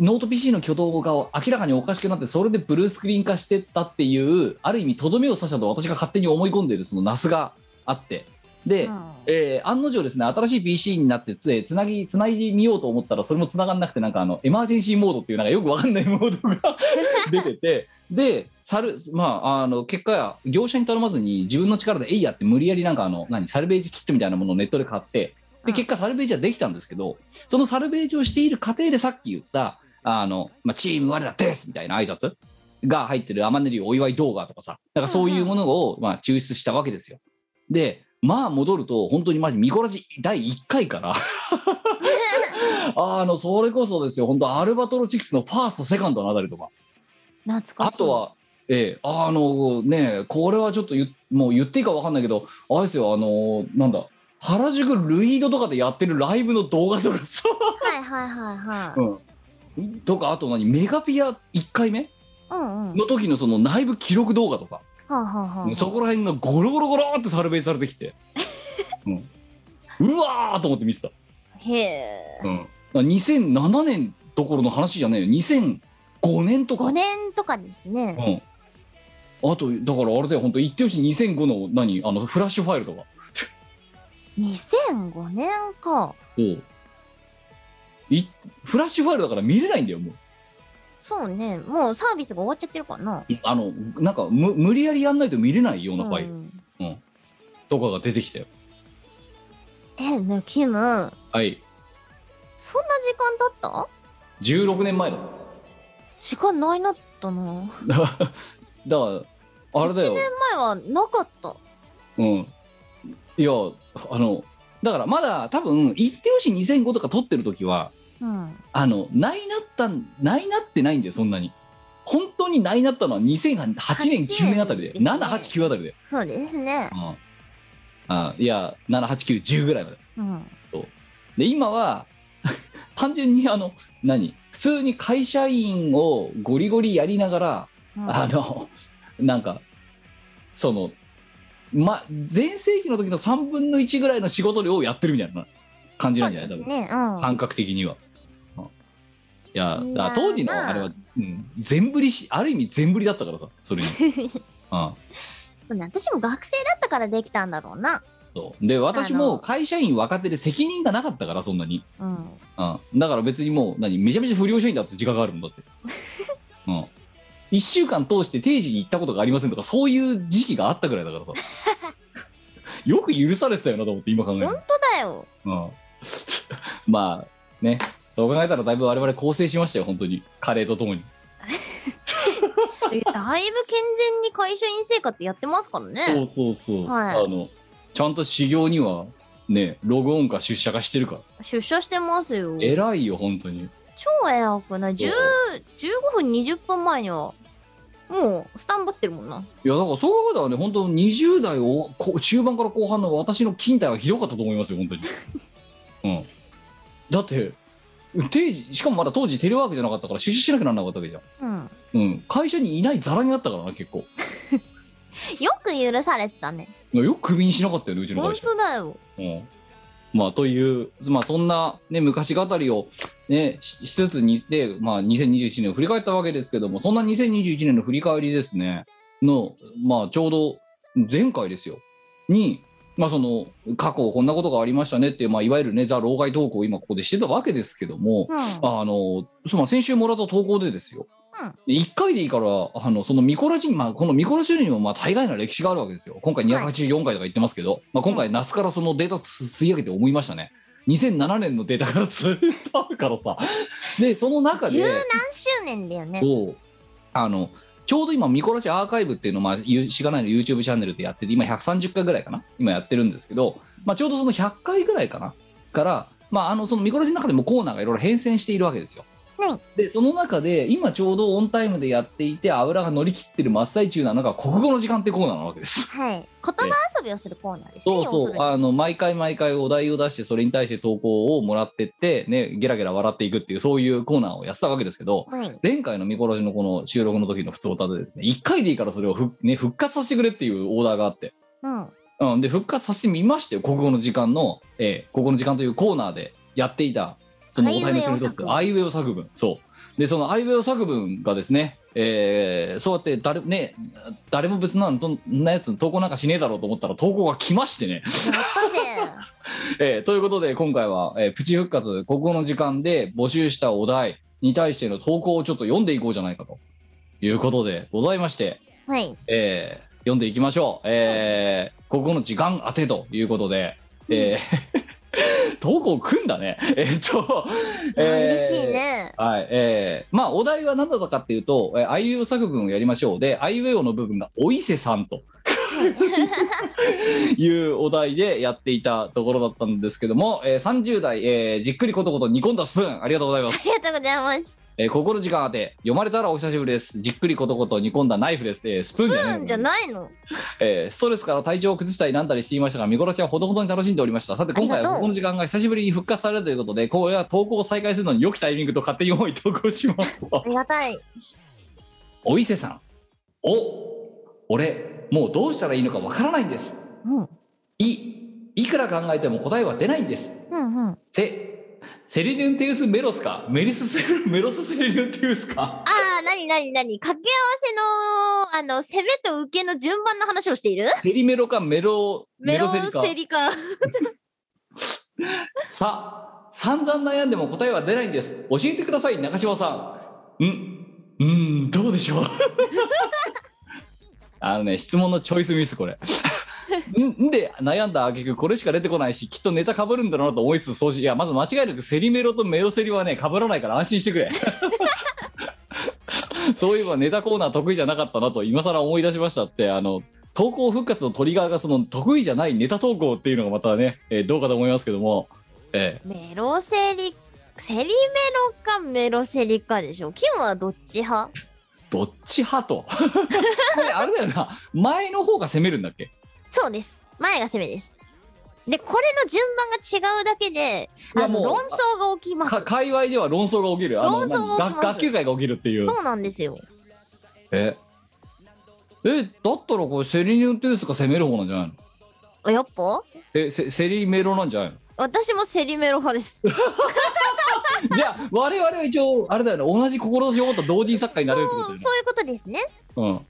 C: ノート PC の挙動が明らかにおかしくなってそれでブルースクリーン化してったっていうある意味とどめを刺したと私が勝手に思い込んでいるその NAS があってで、えー案の定ですね新しい PC になってつ,、えーつなぎつないでみようと思ったらそれもつながんなくてなんかあのエマージェンシーモードっていうなんかよくわかんない モードが出ててでサル、まあ、あの結果や業者に頼まずに自分の力でえいやって無理やりなんかあの何サルベージキットみたいなものをネットで買って
A: う
C: で
A: ん
C: 結果サルベージはできたんですけどそのサルベージをしている過程でさっき言ったあの、まあ、チーム我らですみたいな挨拶が入ってるアマネリお祝い動画とかさなんかそういうものをまあ抽出したわけですよ。でまあ戻ると本当にマジミコラジ第1回から あのそれこそですよ本当アルバトロチックスのファーストセカンドのあたりとか
A: 懐かしい。
C: あとは、ええ、あのね、これはちょっと言っもう言っていいか分かんないけど、あれですよ、あのなんだ、原宿ルイードとかでやってるライブの動画とかさ、
A: はいはいはいは
C: うん、とか、あと何、メガピア1回目
A: い。うんうん。は
C: の時のその内部記録動画とか、
A: あ、はあはあ、
C: そこら辺がゴロゴロゴローってサルベイされてきて、うん、うわーと思って見てた。
A: へえ。
C: うん、だから2007年どころの話じゃないよ、2005年とか。
A: 五年とかですね。
C: うん。あと、だからあれだよ、本当一等し2005の何、あの、フラッシュファイルとか。
A: 二千五年か。
C: おういフラッシュファイルだから見れないんだよ、もう。
A: そうね。もうサービスが終わっちゃってるかな。
C: あの、なんか無、無理やりやんないと見れないようなファイ
A: う
C: ル
A: ん
C: とかが出てきたよ。
A: え、ね、キム、
C: はい。
A: そんな時間だった
C: 16年前だぞ。
A: 時間ないなったな。
C: だから、あれだよ
A: 1。前はなかった。
C: うん。いや、あの、だからまだ多分、一等し2005とか撮ってる時は、
A: うん。
C: あの、ないなったん、ないなってないんだよ、そんなに。本当にないなったのは2008年、9年あたりで、
A: ですね
C: 7、8、9あたりで。
A: そうですね。
C: うんあいや78910ぐらいまで
A: うん。
C: で今は 単純にあの何普通に会社員をゴリゴリやりながら、
A: うん
C: あのなんかそのま全盛期の時の3分の1ぐらいの仕事量をやってるみたいな感じ
A: そ
C: な
A: うん
C: じ
A: で
C: ゃ
A: す
C: ない多
A: ね。
C: 分
A: うん。
C: 感覚的には。うんいやだから
A: まあ
C: 当時の
A: まあ
C: あれは、うん、全振りしある意味全振りだったからさ それに。うん
A: でもね私も学生だったからできたんだろうな。
C: そうで私
A: あ
C: も
A: の
C: 会社員若手で責任がなかったからそんなに、
A: うん。
C: うん、だから別にもう何めちゃめちゃ不良社員だって自覚があるもん だって、うん、1週間通して定時に行ったことがありませんとかそういう時期があったぐらいだ からさよく許されてたよなと思って今考える
A: 本当だよ。
C: と、うん、 まあねそう考えたらだいぶ我々構成しましたよ本当にカレーとともに、
A: えだいぶ健全に会社員生活やってますから
C: そ
A: ね。
C: うそうそう、
A: はい
C: あのちゃんと修行にはねログオンか出社かしてるから
A: 出社してますよ。
C: 偉いよ本当に
A: 超偉くない。
C: そう
A: 10 15分20分前には、もうスタンバってるもんな。
C: いやだからそういうことはね本当20代をこ中盤から後半の私の勤怠はひどかったと思いますよ本当に、うん、だって定時しかもまだ当時テレワークじゃなかったから出社しなきゃならなかったわけじゃん、
A: うん。
C: うん、会社にいないザラになったからな結構
A: よく許されてたね。
C: よくクビにしなかったよねうちの
A: 本
C: 会社、
A: 当だよ。
C: うん、まあというまあそんなね昔語りをねししつつにでまあ2021年を振り返ったわけですけどもそんな2021年の振り返りですねの、まあ、ちょうど前回ですよに、まあ、その過去こんなことがありましたねっていう、まあ、いわゆるねザ・老害投稿を今ここでしてたわけですけども、
A: うん。
C: あのその先週もらった投稿でですよ、1回でいいからあのそのミコラジン、まあ、このミコラジンにもまあ大概な歴史があるわけですよ今回284回とか言ってますけど、まあ、今回夏からそのデータつ吸い上げて思いましたね2007年のデータからずっとあるからさでその中で
A: 十何周年だよね。
C: をあのちょうど今、ミコラシアーカイブっていうのを、まあ、ゆしがないの YouTube チャンネルでやってて、今130回ぐらいかな、今やってるんですけど、まあ、ちょうどその100回ぐらいかな、から、ままあ、あのそのミコラジの中でもコーナーがいろいろ変遷しているわけですよ。
A: はい
C: でその中で今ちょうどオンタイムでやっていて油が乗り切ってる真っ最中なのが国語の時間ってコーナーなわけです。
A: はい。言葉遊びをするコーナーですね。
C: そう
A: 要
C: そ
A: す
C: う
A: るに
C: あの毎回毎回お題を出してそれに対して投稿をもらってって、ね、ゲラゲラ笑っていくっていうそういうコーナーをやってたわけですけど
A: はい。
C: 前回のミコラジのこの収録の時の普通歌でですね1回でいいからそれをふ、ね、復活させてくれっていうオーダーがあって。
A: うん。
C: うん、で復活させてみましたよ国語の時間の、えー、国語の時間というコーナーでやっていたそのお題のうちの一つ
A: あ
C: あいうえお作文そうでそのあいうえお作文がですね、えーそうやって誰,、ね、誰も別なんとなやつの投稿なんかしねえだろうと思ったら投稿が来ましてね、
A: やったぜ。
C: えーということで今回は、えープチ復活国語の時間で募集したお題に対しての投稿をちょっと読んでいこうじゃないかということでございまして
A: はい。
C: えー読んでいきましょう、えー、ここの時間当てということで、えー 投稿組んだねえーっと、
A: いや
C: えー
A: 嬉しいね。
C: はいえーまあお題は何だったかっていうと「えーあいうえお作文をやりましょう」で「あいうえお」の部分が「お伊勢さん」 というお題でやっていたところだったんですけども、えー30代、えーじっくりことこと煮込んだスプーンありがとうございま
A: あ
C: す
A: りがとうございます。
C: えー、心時間当て読まれたらお久しぶりですじっくりことこと煮込んだナイフです、えースプーンじゃない
A: うんじゃないの。
C: えーストレスから体調を崩したりなんだりしていましたが見頃ちゃんはほどほどに楽しんでおりましたさて今
A: あり
C: 回
A: がとう
C: はここの時間が久しぶりに復活されるということでこれは投稿を再開するのに良きタイミングと勝手に思い投稿します
A: ありがたい。
C: お伊勢さんお俺もうどうしたらいいのかわからないんです
A: うん。
C: いいくら考えても答えは出ないんです
A: うんうん。
C: せセリリュンテウスメロスかメリスセルメロスセリリュンテウスか
A: ああ、なになになに掛け合わせの、あの、攻めと受けの順番の話をしている
C: セリメロかメロ
A: メロ
C: セリか
A: セリか。
C: さ、散々悩んでも答えは出ないんです。教えてください、中島さん。ん、うーん、どうでしょう。 あのね、質問のチョイスミス、これ。 んんで悩んだ挙句これしか出てこないしきっとネタかぶるんだろうなと思いつつ掃除いやまず間違いなくセリメロとメロセリはねかぶらないから安心してくれ そういえばネタコーナー得意じゃなかったなと今更思い出しましたってあの投稿復活のトリガーがその得意じゃないネタ投稿っていうのがまたね、えーどうかと思いますけども、え
A: メロセリ、セリメロかメロセリかでしょ。キムはどっち派
C: ーどっち派と これあれだよな前の方が攻めるんだっけ
A: そうです。前が攻めです。で、これの順番が違うだけで、
C: いや
A: あの
C: もう
A: 論争が起きます
C: か。界隈では論争が起きるあの
A: 論争が起きます
C: 学学級会が起きるっていう
A: そうなんですよ。
C: ええだったらこれセリニュートゥースが攻める方なんじゃないの
A: あやっぱ
C: えセセリメロなんじゃないの
A: 私もセリメロ派です。
C: じゃあ我々は一応あれだよね同じ志を持った同人作家になれるってこと
A: そう
C: だよね
A: そういうことですね。
C: うん、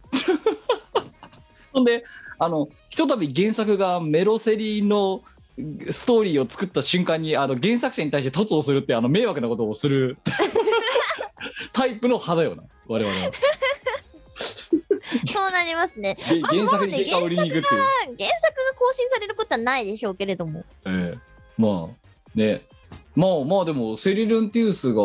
C: ほんであのひとたび原作がメロセリのストーリーを作った瞬間にあの原作者に対して突をするってあの迷惑なことを するタイプの派だよな我々は
A: そうなりますね。
C: で原作に結果を売りに行くっていう。
A: まあ原作が更新されることはないでしょうけれども。
C: ええまあねまあまあでもセリルンティウスが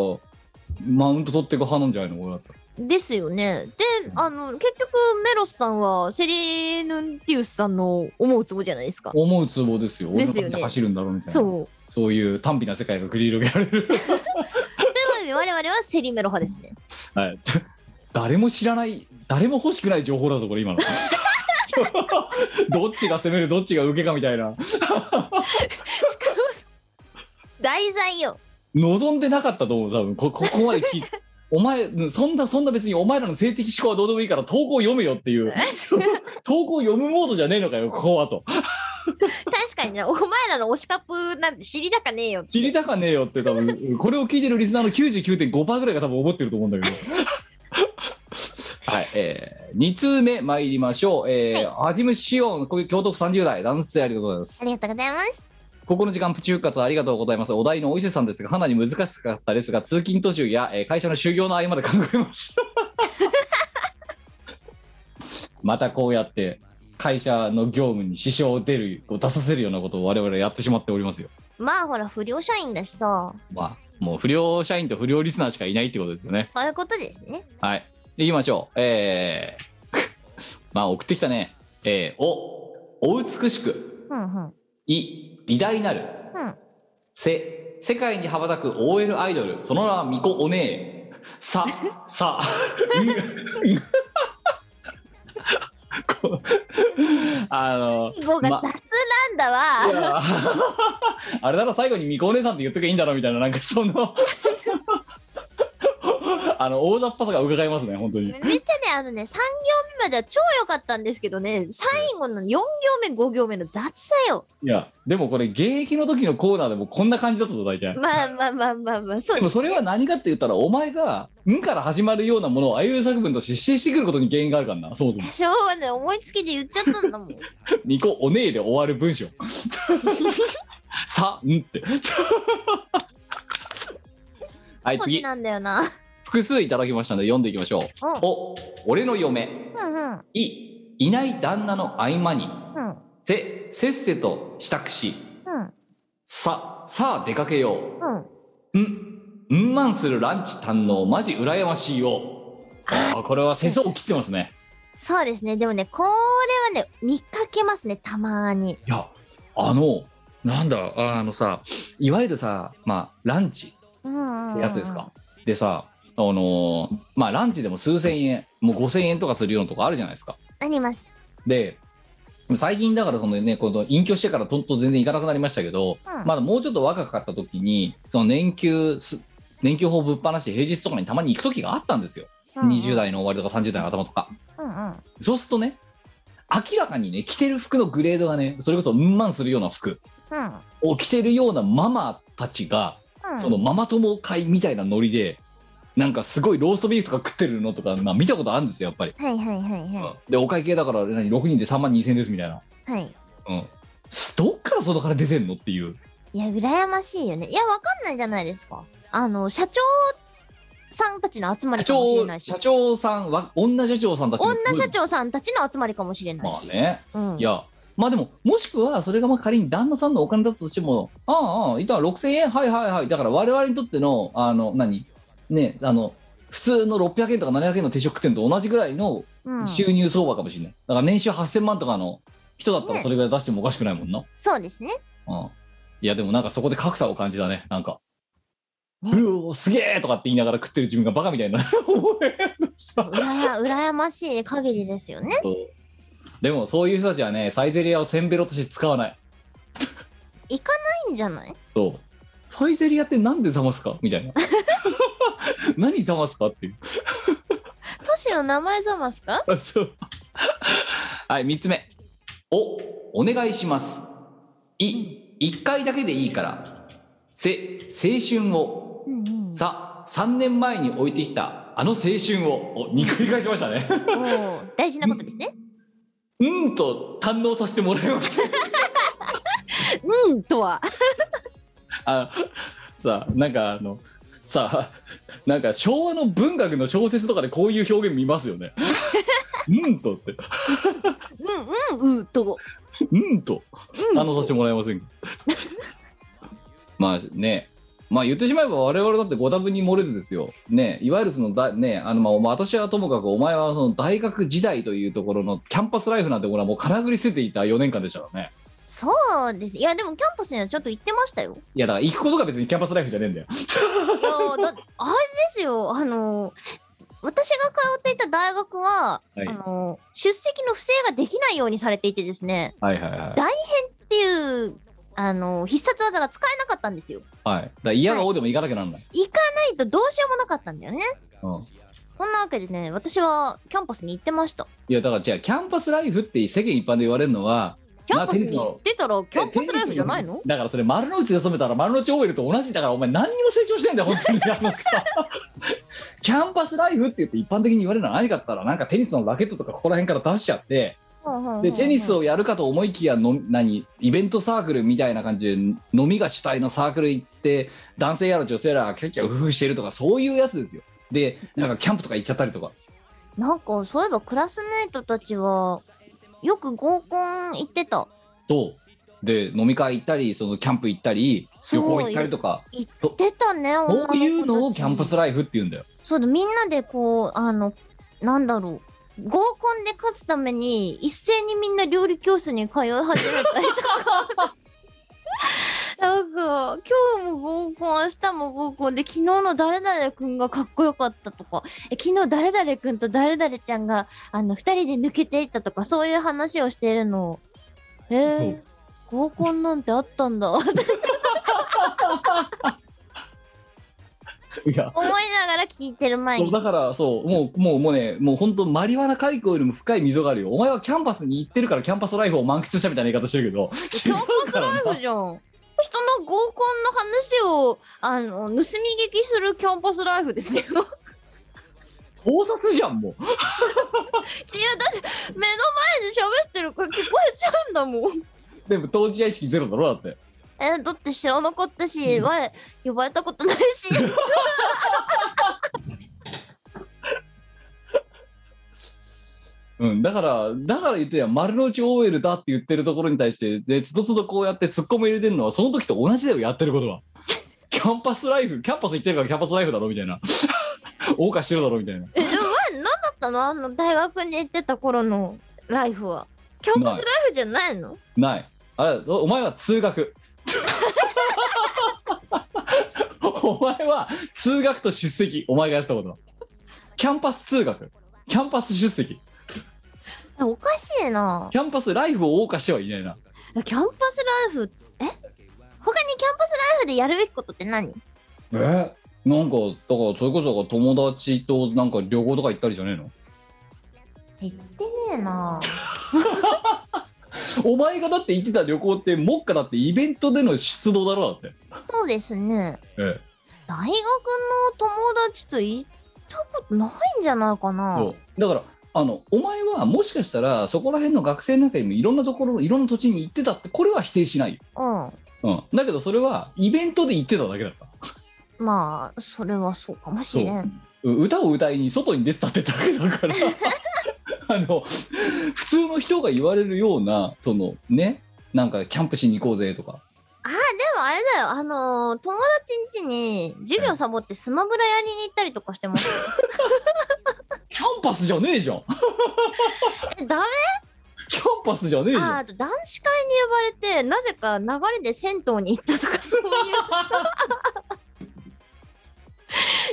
C: マウント取っていく派なんじゃないの俺だったら
A: ですよね。で、あの、結局、メロスさんはセリヌンティウスさんの思うつぼじゃないですか。
C: 思うツボですよ俺の
A: ですよね
C: ために走るんだろうみたいな
A: そう。
C: そういう短美な世界が繰り広げられる
A: ということで、我々はセリメロ派ですね。
C: はい 誰も知らない誰も欲しくない情報だぞこれ今の どっちが攻めるどっちが受けかみたいな
A: しかも、題材よ。
C: 望んでなかったと思う多分こここまで聞いて お前そんなそんな別にお前らの性的思考はどうでもいいから投稿読めよっていう 投稿読むモードじゃねえのかよここはと
A: 確かにね、お前らの推しカップなんて知りたかねえよ。
C: 知りたかねえよって多分これを聞いてるリスナーの99.5%ぐらいが多分思ってると思うんだけど はい、えー、2通目参りましょうえーはじむしおんこういう京都府30代男性ありがとうございます
A: ありがとうございます。
C: ここの時間、プチ復活ありがとうございます。お題のお伊勢さんですが、かなり難しかったですが、通勤途中や、えー会社の就業の合間で考えました。 またこうやって、会社の業務に支障を出る、を出させるようなことを我々やってしまっておりますよ。
A: まあほら、不良社員だしさ、
C: まあ、もう不良社員と不良リスナーしかいないってことですよね。
A: そういうことですね。
C: はい。行きましょう。えー まあ、送ってきたね。えーお、お美しく、
A: うんうん。
C: い、偉大なる、
A: うん。
C: せ、世界に羽ばたく OL アイドルその名はミコおねえささ こうあの
A: 最後が雑なんだわ、
C: いや あれなら最後にみこお姉さんって言っときゃいいんだろみたいななんかその あの大雑把さが伺えますね本当に
A: めっちゃねあのね3行目までは超良かったんですけどね最後の4行目5行目の雑さよ
C: いやでもこれ現役の時のコーナーでもこんな感じだったぞ大体
A: まあまあまあまあまあそう
C: でもそれは何かって言ったらお前が「ん」から始まるようなものをあいうえお作文として指定してくることに原因があるからなそもそも
A: しょうがない思いつきで言っちゃったんだもん
C: 「みこおねえ」で終わる文章 「さ」「ん」って はい
A: 文字
C: 次
A: なんだよな
C: 複数いただきましたので読んでいきましょう
A: う
C: お俺の嫁
A: んうんうん
C: いいない旦那の合間に
A: うん
C: せせっせと支度し
A: うん
C: ささあ出かけよ
A: うん
C: ううんうんまんするランチ堪能マジ羨ましいよあーこれは世相を切ってますね
A: そうですねでもねこれはね見かけますねたまーに
C: いやあのなんだああのさいわゆるさまあランチ
A: うんうん、う
C: って
A: ん、
C: やつですか、でさあのーまあランチでも数千円もう5,000円とかするようなとこあるじゃないですか
A: あります
C: で最近だからそのねこの隠居してからとんと全然行かなくなりましたけど、
A: うん
C: まだもうちょっと若かった時にその年休す年休法ぶっ放して平日とかにたまに行く時があったんですよ、
A: うんうん
C: 20代の終わりとか30代の頭とか
A: うんうん
C: そうするとね明らかにね着てる服のグレードがねそれこそうんまんするような服
A: うん
C: を着てるようなママたち
A: う
C: が、
A: ん
C: そのママ友会みたいなノリでなんかすごいローストビーフとか食ってるのとか、まあ、見たことあるんですよやっぱり、
A: はいはいはいは
C: でお会計だから何6人で3万2000円ですみたいない
A: はい
C: うん、どっから外から出てんのっていう
A: いや羨ましいよねいやわかんないじゃないですかあの社長さんたちの集ま
C: 社
A: りかもしれ
C: 長
A: ないし
C: 社長さんは女社長さんたちも
A: 女社長さんたちの集まりかもしれない
C: まあ
A: し、
C: ね
A: うん、
C: いやまあでももしくはそれがまあ仮に旦那さんのお金だとしてもああああいた6000円はいはいはいだから我々にとってのあの何ねあの普通の600円とか700円の定食店と同じぐらいの
A: うん、
C: 収入相場かもしれない、だから年収8000万とかの人だったら
A: ね
C: それぐらい出してもおかしくないもんな、
A: そうですね
C: うん、いやでもなんかそこで格差を感じたねなんか「
A: ね
C: うおすげえ!」とかって言いながら食ってる自 分がバカみたいな思えるさ
A: うらや羨ましい限りですよね
C: でもそういう人たちはねサイゼリアをせんべろとして使わない
A: ないんじゃない
C: そうサイゼリアってなんでざますかみたい な何ざますかっていう
A: 都市の名前ざますか
C: あそうはい3つ目おお願いしますい1回だけでいいからせ青春を
A: うんうん
C: さ3年前に置いてきたあの青春をお2回返しましたね
A: おー大事なことですね
C: うんと堪能させてもらいます
A: うんとは
C: あさあなんかあのさあなんか昭和の文学の小説とかでこういう表現見ますよねうんとって
A: うんうんうと
C: うんと
A: うん
C: 堪能させてもらえませんかまあねまあ言ってしまえば我々だってご多分に漏れずですよ。ねいわゆるそのだ、ねあのまあまあ私はともかくお前はその大学時代というところのキャンパスライフなんてものはもうからぐり捨てていた4年間でしたからね。
A: そうですいやでもキャンパスにはちょっと行ってましたよ
C: いやだから行くことが別にキャンパスライフじゃねえんだよ。
A: いやーだあれですよあのー私が通っていた大学は、
C: はい
A: あのー出席の不正ができないようにされていてですね
C: はいはいはい。
A: っていうあのー必殺技が使えなかったんですよ。
C: はい、だから嫌がおうでも行かなきゃなんない。
A: 行かないとどうしようもなかったんだよね。
C: うん、
A: そんなわけでね私はキャンパスに行ってました。
C: いやだからじゃあキャンパスライフって世間一般で言われるのは
A: キャンパスに行ってたらキャンパスライフじゃないの
C: だからそれ丸の内で染めたら丸の内 OL と同じだからお前何にも成長してないんだよ本当にあのさキャンパスライフって言って一般的に言われるのは何かって言ったらなんかテニスのラケットとかここら辺から出しちゃってでテニス
A: を
C: をやるかと思いきやの何イベントサークルみたいな感じで飲みが主体のサークル行って男性やら女性やらキャッキャウフフしてるとかそういうやつですよでなんかキャンプとか行っちゃったりとか
A: なんかそういえばクラスメートたちはよく合コン行ってた。
C: とで飲み会行ったりそのキャンプ行ったり
A: す
C: 旅
A: ごい
C: 行行ったりとか
A: 行ってたね女の子
C: こ
A: た
C: う
A: ち
C: いうのをキャンパスライフって言うんだよ
A: そうだみんなでこうあのなんだろう合コンで勝つために一 斉にみんな料理教室に通い始めたりとかなんかか今日も合コン明日も合コンで昨日の誰々くんがかっこよかったとかえ昨日誰々くんと誰々ちゃんがあの2人で抜けていったとかそういう話をしているのをえー
C: そう
A: 合コンなんてあったんだ 思い
C: いや
A: ながら聞いてる前
C: そう
A: に
C: だからそうもうもうもうねもう本当マリワナ海溝よりも深い溝があるよお前はキャンパスに行ってるからキャンパスライフを満喫したみたいな言い方してるけど
A: キャンパスライフじゃん人の合コンの話をあの盗み聞きするキャンパスライフ ですよ
C: 盗撮じゃんもう
A: 違うだって目の前で喋ってるから聞こえちゃうんだもん
C: でも当事者意識ゼロだろだって
A: えだって知らなかったし、わ呼ばれたことない し
C: うん、だから、だから言ってや、丸の内 OL だって言ってるところに対して、で、つどつどこうやって突っ込み入れてるのは、その時と同じだよ、やってることは。 キャンパスライフ、キャンパス行ってるからキャンパスライフだろ、みたいな。 謳歌してるだろ、みたいな。
A: えでもわ何だったのあの大学に行ってた頃のライフはキャンパスライフじゃないの
C: ない。あれ、おお前は通学。お前は通学と出席、お前がやってたことは。キャンパス通学、キャンパス出席、
A: えおかしいな
C: キャンパスライフを謳歌してはいないな。
A: えキャンパスライフえ他にキャンパスライフでやるべきことって何
C: えなんかだからそれこそだから友達となんか旅行とか行ったりじゃねえの
A: 言ってねえな
C: お前がだって行ってた旅行って目下だってイベントでの出動だろだって
A: そうですね
C: え
A: 大学の友達と行ったことないんじゃないか
C: え
A: な
C: そうだからあのお前はもしかしたらそこら辺の学生の中にもいろんなところいろんな土地に行ってたってこれは否定しないよ、
A: うん
C: うん、だけどそれはイベントで行ってただけだった
A: まあそれはそうかもしれん
C: う歌を歌いに外に出てたってだけ だからあの普通の人が言われるようなそのねなんかキャンプしに行こうぜとか
A: あーでもあれだよあのー友達ん家に授業サボってスマブラやりに行ったりとかしてます
C: キャンパスじゃねえじゃん
A: えダメ
C: キャンパスじゃねえじゃん
A: あーあと男子会に呼ばれてなぜか流れで銭湯に行ったとかそういう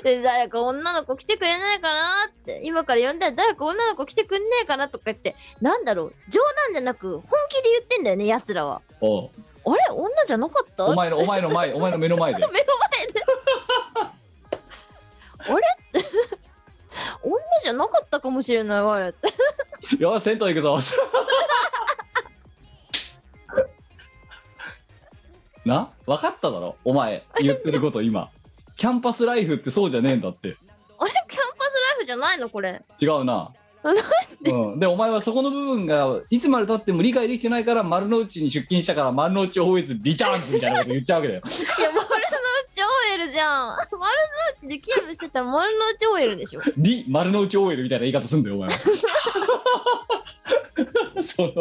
A: で誰か女の子来てくれないかなって今から呼んだら誰か女の子来てくんねえかなとか言ってなんだろう冗談じゃなく本気で言ってんだよねやつらは
C: おう
A: あれ女じゃなかった
C: お前のお前の前お前の目の前 で
A: 目の前であれ 女じゃなかったかもしれないわれって
C: よし銭湯行くぞ な分かっただろお前言ってること今キャンパスライフってそうじゃねえんだって
A: あれキャンパスライフじゃないのこれ
C: 違うな
A: なん
C: うん、でお前はそこの部分がいつまでたっても理解できてないから丸の内に出勤したから丸の内 OS リターンズみたいなこと言っちゃうわけだよ
A: いや丸の内 OL じゃん丸の内で勤務してたら丸の内 OL でしょ
C: リ丸の内 OL みたいな言い方すんだよお 前はその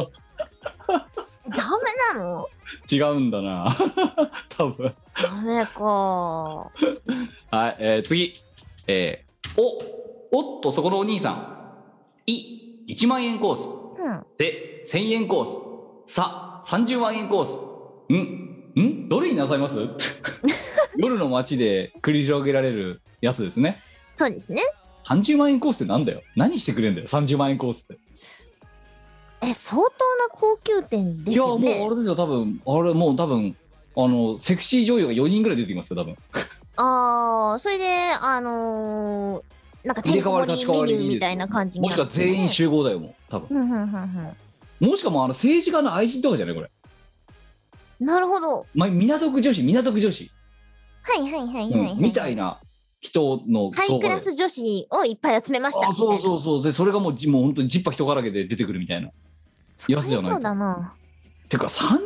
A: ダメなの
C: 違うんだな 多分
A: ダメか
C: はい、えー次、えーおおっとそこのお兄さんい1万円コース
A: うん
C: で1000円コースさ30万円コースんんどれになさいます 夜の街で繰り広げられるやつですね
A: そうですね
C: 30万円コースってなんだよ何してくれんだよ30万円コースって
A: え相当な高級店で
C: い
A: す
C: や
A: よ
C: もうあ
A: ね
C: れですよ多分あれもう多分あのセクシー女優が4人ぐらい出てきますよ多分
A: ああそれであのー、なんか
C: 入
A: 手
C: れ替わ
A: こ
C: り
A: り
C: 立ち替
A: メ
C: わ
A: ニ
C: り
A: ュー
C: いい
A: み
C: で
A: た
C: す
A: い
C: よ
A: な感じに
C: も
A: な
C: し
A: って
C: く
A: る
C: は全員集合だよもう多分
A: うんうんうんうん
C: もしかもあの政治家の愛人とかじゃないこれ
A: なるほど。
C: まあ、港区女子港区女子、
A: はいはいはいはい、
C: うん
A: はい
C: みたいな人の
A: ハイクラ
C: で
A: ス女子をいっぱい集めました。
C: あそう
A: う。
C: そうそうでそれがもうじもう本当にジッパ人からげで出てくるみたいなやつじゃない
A: そうだな。
C: てか30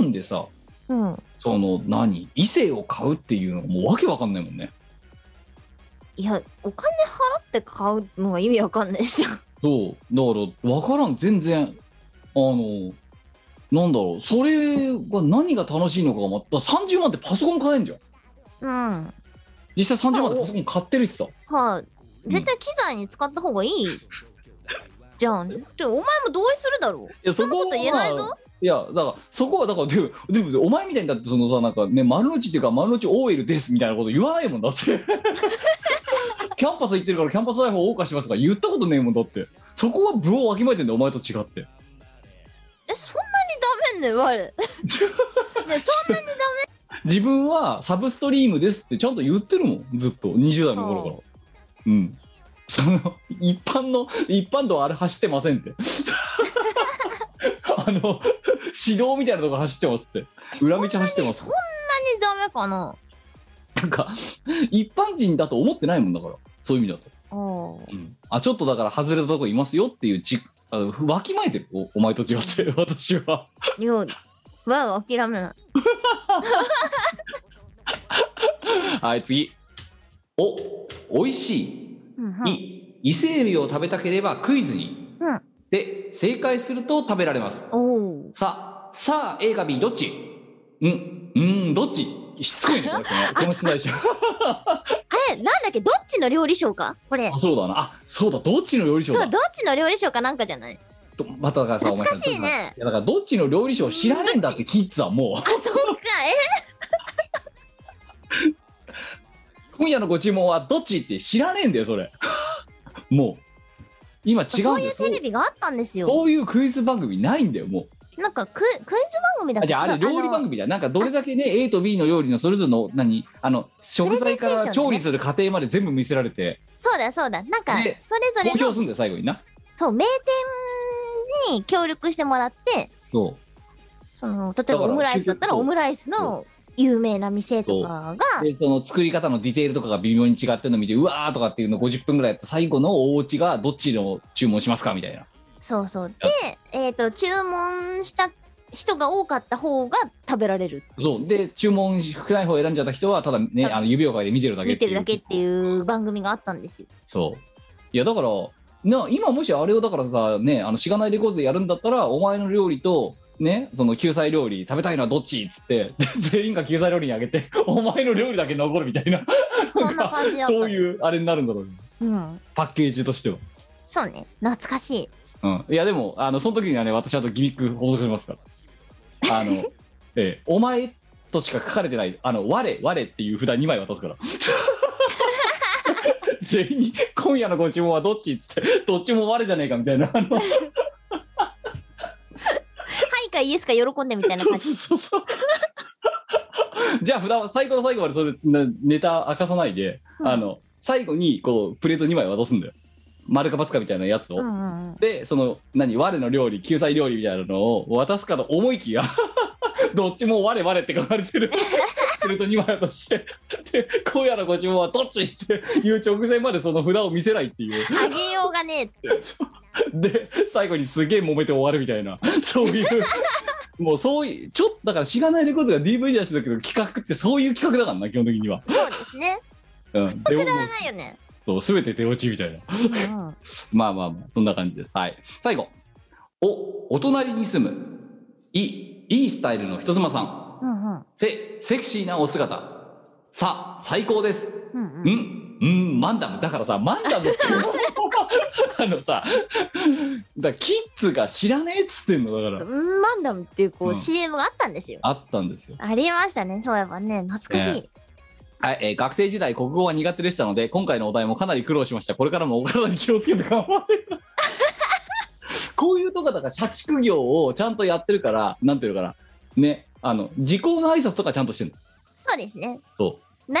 C: 万でさ
A: うん。
C: その何異性を買うっていうのがもうわけわかんないもんね
A: いや、お金払って買うのは意味わかんないじゃん。
C: そうだからわからん全然あのなんだろうそれが何が楽しいのかがまた30万ってパソコン買えんじゃん
A: うん。
C: 実際30万ってパソコン買ってるしさ
A: はい、絶対機材に使った方がいい。じゃんでお前も同意するだろう
C: いや
A: そんな
C: は
A: こと言えないぞ
C: いやだからそこはだからでもでもお前みたいにだってそのさなんかね丸の内っていうか丸の内 OL ですみたいなこと言わないもんだって キャンパス行ってるからキャンパスライフを謳歌しますとか言ったことねえもんだってそこは部をわきまえてんだよお前と違って
A: えそんなにダメね我 ねそんなに
C: 自分はサブストリームですってちゃんと言ってるもんずっと20代の頃からうんその一般の一般道あれ走ってませんって あの指導みたいなとこ走ってますって裏道走ってます
A: そんなにダメかな
C: なんか一般人だと思ってないもんだからそういう意味だと、
A: お
C: あちょっとだから外れたとこいますよっていうちあのわきまえてるおお前と違って 私は
A: 料理我は諦めない
C: はい次おおいし
A: うん
C: いい伊勢エビを食べたければクイズに、
A: うん
C: で正解すると食べられます
A: おお
C: さあさあ A か B どっちうんうんどっちしつこいねこれこのこの出題者
A: あれなんだっけどっちの料理賞かこれ
C: あそうだなあそうだどっちの料理賞
A: そ
C: だ
A: うどっちの料理賞かなんかじゃない
C: とまただからさお前さ
A: 懐かしいね
C: いやだからどっちの料理賞知らねえんだってキッズはも
A: あ そっか
C: う今夜のご注文はどっちって知らねえんだよそれ もう今
A: え
C: 違う
A: そ
C: ん
A: う
C: だ
A: い
C: よ
A: うテレビがあったんです
C: そう
A: よ
C: そういうクイズ番組ないんだよも
A: なんかククイズ番組だっけ
C: うじゃああ
A: 違
C: れ
A: う
C: 料理
A: の
C: 番組だよなんかどれだけね A と B の料理のそれぞれの何あの食材か
A: プレゼンテーションだ
C: ら
A: ね
C: 調理する過程まで全部見せられて
A: そうだそうだなんか
C: で
A: それぞれ
C: 公
A: の
C: 表すんだよ最後にな
A: そう名店に協力してもらって
C: そ
A: その例え
C: だ
A: ば
C: から
A: オムライスだったら
C: そう
A: オムライスの有名な店とか
C: う
A: が
C: でその作り方のディテールとかが微妙に違ってるの見てうわーとかっていうの50分ぐらいやって最後のお家がどっちの注文しますかみたいな
A: そうそうで、えー、と注文した人が多かった方が食べられる
C: そうで注文少ない方を選んじゃった人はただねあの指をかいて見てるだけ
A: 見てるだけって
C: う
A: いう番組があったんですよ
C: そういやだからな今もしあれをだからさねあのしがないレコードでやるんだったらお前の料理とねその救済料理食べたいのはどっちっつって で全員が救済料理にあげてお前の料理だけ残るみたいな
A: そんな感じだった
C: そういうあれになるんだろうね
A: うん
C: パッケージとしては、
A: そうね懐かしい
C: うん、いやでもあのその時にはね私あとギミック報告しますから あの、ええ、お前としか書かれてないあの我我っていう札2枚渡すから 全員に今夜のご注文はどっちっつってどっちも我じゃねえかみたいなあの
A: はいかイエスか喜んでみたいな
C: そう
A: 感じ
C: そうそうそう じゃあ札は最後の最後までそれなネタ明かさないで、
A: うん
C: あの最後にこうプレート2枚渡すんだよ丸か×かみたいなやつを、
A: うんうんうん
C: でその何我の料理救済料理みたいなのを渡すかと思いきや どっちも我々って書か れてるそれと2枚渡してで今夜のご注文はどっちっていう直前までその札を見せないっていう
A: あげようがねえって
C: で最後にすげえ揉めて終わるみたいなそういうもうそういうちょっとだからしがないレコードが DVD 出してたけど企画ってそういう企画だからな基本的には、
A: そうですね
C: うん、でも
A: ないよね、
C: もう全て手落ちみたいな
A: うんうん、
C: まあまあまあ、そんな感じです。はい。最後。お、お隣に住む。い、いいスタイルの人妻さん。
A: うんうん
C: せ、セクシーなお姿。さ、最高です。
A: うんうん
C: ん、うん、マンダム。だからさ、マンダムって あのさ、だからキッズが知らねえっつってんの、だから。
A: うんマンダムっていうこう、
C: うん
A: CM があったんですよ
C: あったんですよ。
A: ありましたねそういえばね懐かしい、
C: はい、えー学生時代国語は苦手でしたので、今回のお題もかなり苦労しました。これからもお体に気をつけて頑張ってください。こういうとこだから社畜業をちゃんとやってるから、なんていうのかな、ね、あの時効の挨拶とかちゃんとしてる
A: そうですね
C: そ
A: が